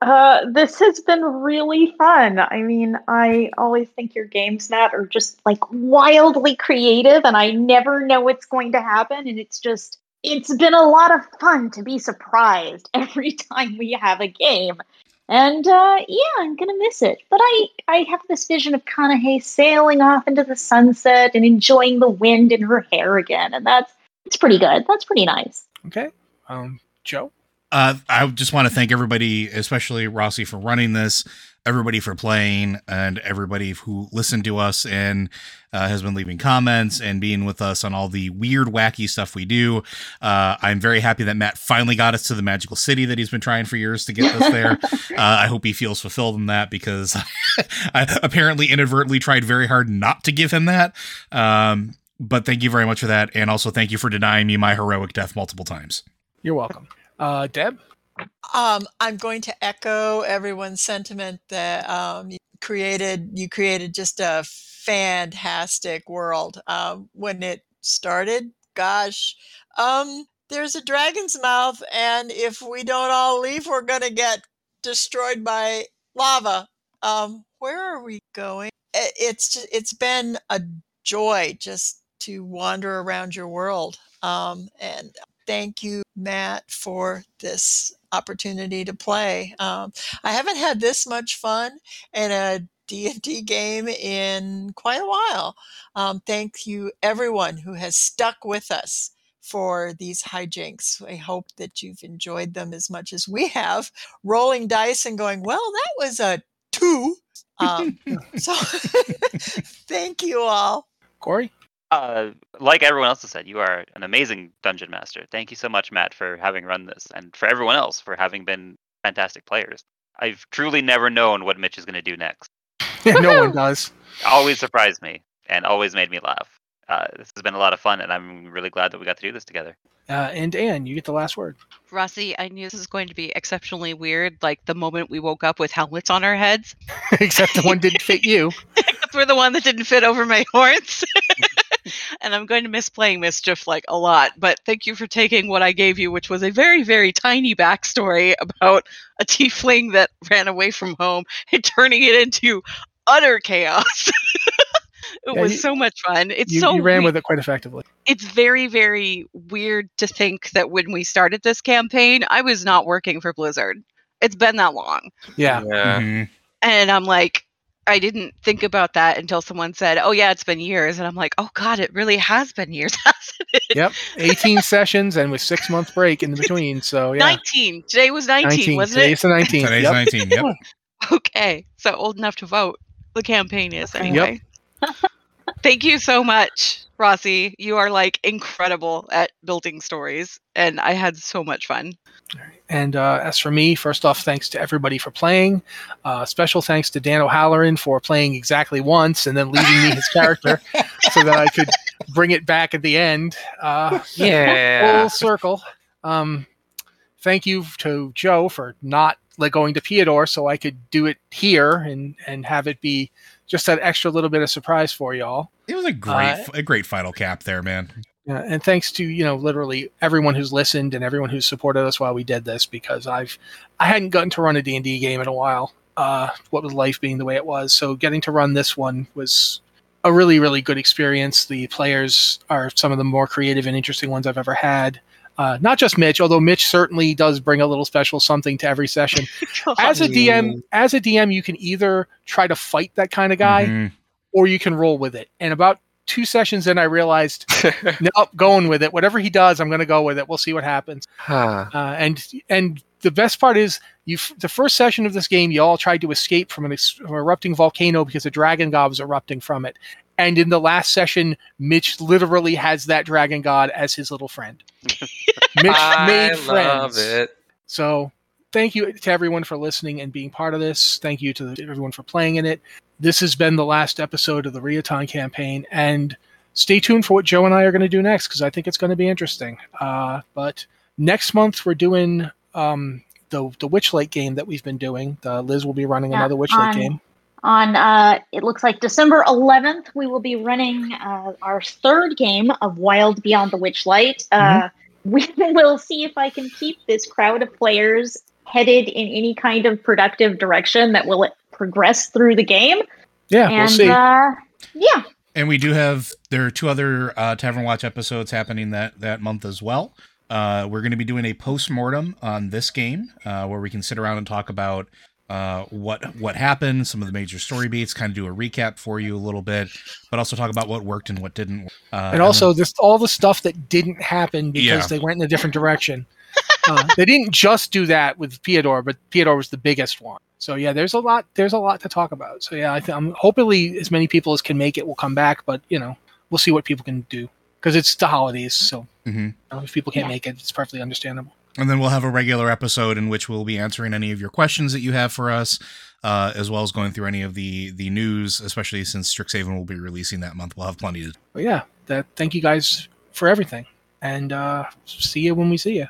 Speaker 6: Uh, this has been really fun. I mean, I always think your games, Matt, are just like wildly creative, and I never know what's going to happen. And it's just, it's been a lot of fun to be surprised every time we have a game. And uh, yeah, I'm gonna miss it. But I, I have this vision of Kanahe sailing off into the sunset and enjoying the wind in her hair again, and that's it's pretty good. That's pretty nice.
Speaker 1: Okay. Um, Joe.
Speaker 5: Uh, I just want to thank everybody, especially Rossi, for running this, everybody for playing, and everybody who listened to us and uh, has been leaving comments and being with us on all the weird, wacky stuff we do. Uh, I'm very happy that Matt finally got us to the magical city that he's been trying for years to get us there. uh, I hope he feels fulfilled in that because I apparently inadvertently tried very hard not to give him that. Um, but thank you very much for that. And also thank you for denying me my heroic death multiple times.
Speaker 1: You're welcome. Uh, Deb.
Speaker 4: Um, I'm going to echo everyone's sentiment that um, you created. You created just a fantastic world um, when it started. Gosh, um, there's a dragon's mouth, and if we don't all leave, we're gonna get destroyed by lava. Um, where are we going? I- It's ju- it's been a joy just to wander around your world. Um, and thank you, Matt, for this opportunity to play. Um, I haven't had this much fun in a D&D game in quite a while. Um, thank you, everyone who has stuck with us for these hijinks. I hope that you've enjoyed them as much as we have, rolling dice and going, well, that was a two. Um, so thank you all.
Speaker 1: Corey.
Speaker 3: Uh, like everyone else has said, you are an amazing dungeon master. Thank you so much, Matt, for having run this, and for everyone else for having been fantastic players. I've truly never known what Mitch is going to do next.
Speaker 1: no one does.
Speaker 3: Always surprised me and always made me laugh. Uh, this has been a lot of fun, and I'm really glad that we got to do this together.
Speaker 1: Uh, and Anne, you get the last word.
Speaker 2: Rossi, I knew this was going to be exceptionally weird. Like the moment we woke up with helmets on our heads,
Speaker 1: Except the one didn't fit you.
Speaker 2: except for the one that didn't fit over my horns. and I'm going to miss playing Mischief like a lot. But thank you for taking what I gave you, which was a very, very tiny backstory about a tiefling that ran away from home and turning it into utter chaos. it
Speaker 1: Yeah,
Speaker 2: was
Speaker 1: you-
Speaker 2: so much fun. It's
Speaker 1: you,
Speaker 2: so
Speaker 1: you ran
Speaker 2: weird
Speaker 1: with it quite effectively.
Speaker 2: it's very very weird to think that when we started this campaign i was not working for blizzard it's been that long
Speaker 1: Yeah.
Speaker 5: Mhm.
Speaker 2: and i'm like i didn't think about that until someone said oh yeah it's been years and i'm like oh god it really has been years hasn't it
Speaker 1: Yep. 18 sessions and with six month break in between. So yeah.
Speaker 2: 19 today was 19, wasn't
Speaker 1: Today's
Speaker 2: it
Speaker 1: the 19th.
Speaker 5: Today's
Speaker 1: Yep.
Speaker 5: 19. Yep.
Speaker 2: okay so old enough to vote the campaign is
Speaker 1: Yep.
Speaker 2: anyway thank you so much rossi you are like incredible at building stories and i had so much fun
Speaker 1: And uh, as for me, first off, thanks to everybody for playing. Uh, special thanks to Dan O'Halloran for playing exactly once and then leaving me his character so that I could bring it back at the end. Uh,
Speaker 8: Yeah.
Speaker 1: Full circle. Um, thank you to Joe for not like going to Theodore so I could do it here and and have it be just that extra little bit of surprise for y'all.
Speaker 5: It was a great,
Speaker 1: Uh,
Speaker 5: a great final cap there, man.
Speaker 1: Yeah, and thanks to you know literally everyone who's listened and everyone who's supported us while we did this because I've I hadn't gotten to run a D&D game in a while. Uh, what with life being the way it was, so getting to run this one was a really really good experience. The players are some of the more creative and interesting ones I've ever had. Uh, not just Mitch, although Mitch certainly does bring a little special something to every session. As a DM, as a DM, you can either try to fight that kind of guy
Speaker 5: Mhm.
Speaker 1: or you can roll with it. And about two sessions in, I realized nope, going with it. Whatever he does, I'm going to go with it. We'll see what happens.
Speaker 8: Huh.
Speaker 1: Uh, and and the best part is, you f- the first session of this game, you all tried to escape from an, ex- from an erupting volcano because a dragon god was erupting from it. And in the last session, Mitch literally has that dragon god as his little friend. Mitch
Speaker 8: I
Speaker 1: made
Speaker 8: love
Speaker 1: friends.
Speaker 8: it.
Speaker 1: So thank you to everyone for listening and being part of this. Thank you to everyone for playing in it. This has been the last episode of the Riaton campaign, and stay tuned for what Joe and I are going to do next because I think it's going to be interesting. Uh, but next month we're doing um, the the Witchlight game that we've been doing. Uh, Liz will be running
Speaker 6: Yeah,
Speaker 1: another Witchlight
Speaker 6: on-
Speaker 1: game.
Speaker 6: on uh, it looks like December 11th, we will be running uh, our third game of Wild Beyond the Witchlight. Uh, We
Speaker 1: Mm-hmm.
Speaker 6: will see if I can keep this crowd of players headed in any kind of productive direction that will progress through the game.
Speaker 1: Yeah,
Speaker 6: and
Speaker 1: we'll see.
Speaker 6: Uh, yeah,
Speaker 5: And we do have there are two other uh, Tavern Watch episodes happening that that month as well. Uh, we're going to be doing a post mortem on this game uh, where we can sit around and talk about uh, what what happened, some of the major story beats, kind of do a recap for you a little bit, but also talk about what worked and what didn't. work. Uh,
Speaker 1: and also just all the stuff that didn't happen because
Speaker 5: Yeah.
Speaker 1: they went in a different direction. uh, they didn't just do that with Theodore, but Theodore was the biggest one. So yeah, there's a lot. There's a lot to talk about. So yeah, I th- I'm hopefully as many people as can make it will come back, but you know we'll see what people can do because it's the holidays. So
Speaker 5: Mhm.
Speaker 1: you know, if people can't
Speaker 6: Yeah.
Speaker 1: make it, it's perfectly understandable.
Speaker 5: And then we'll have a regular episode in which we'll be answering any of your questions that you have for us, uh, as well as going through any of the the news, especially since Strixhaven will be releasing that month. We'll have plenty to
Speaker 1: But yeah, that. Thank you guys for everything, and uh, see you when we see you.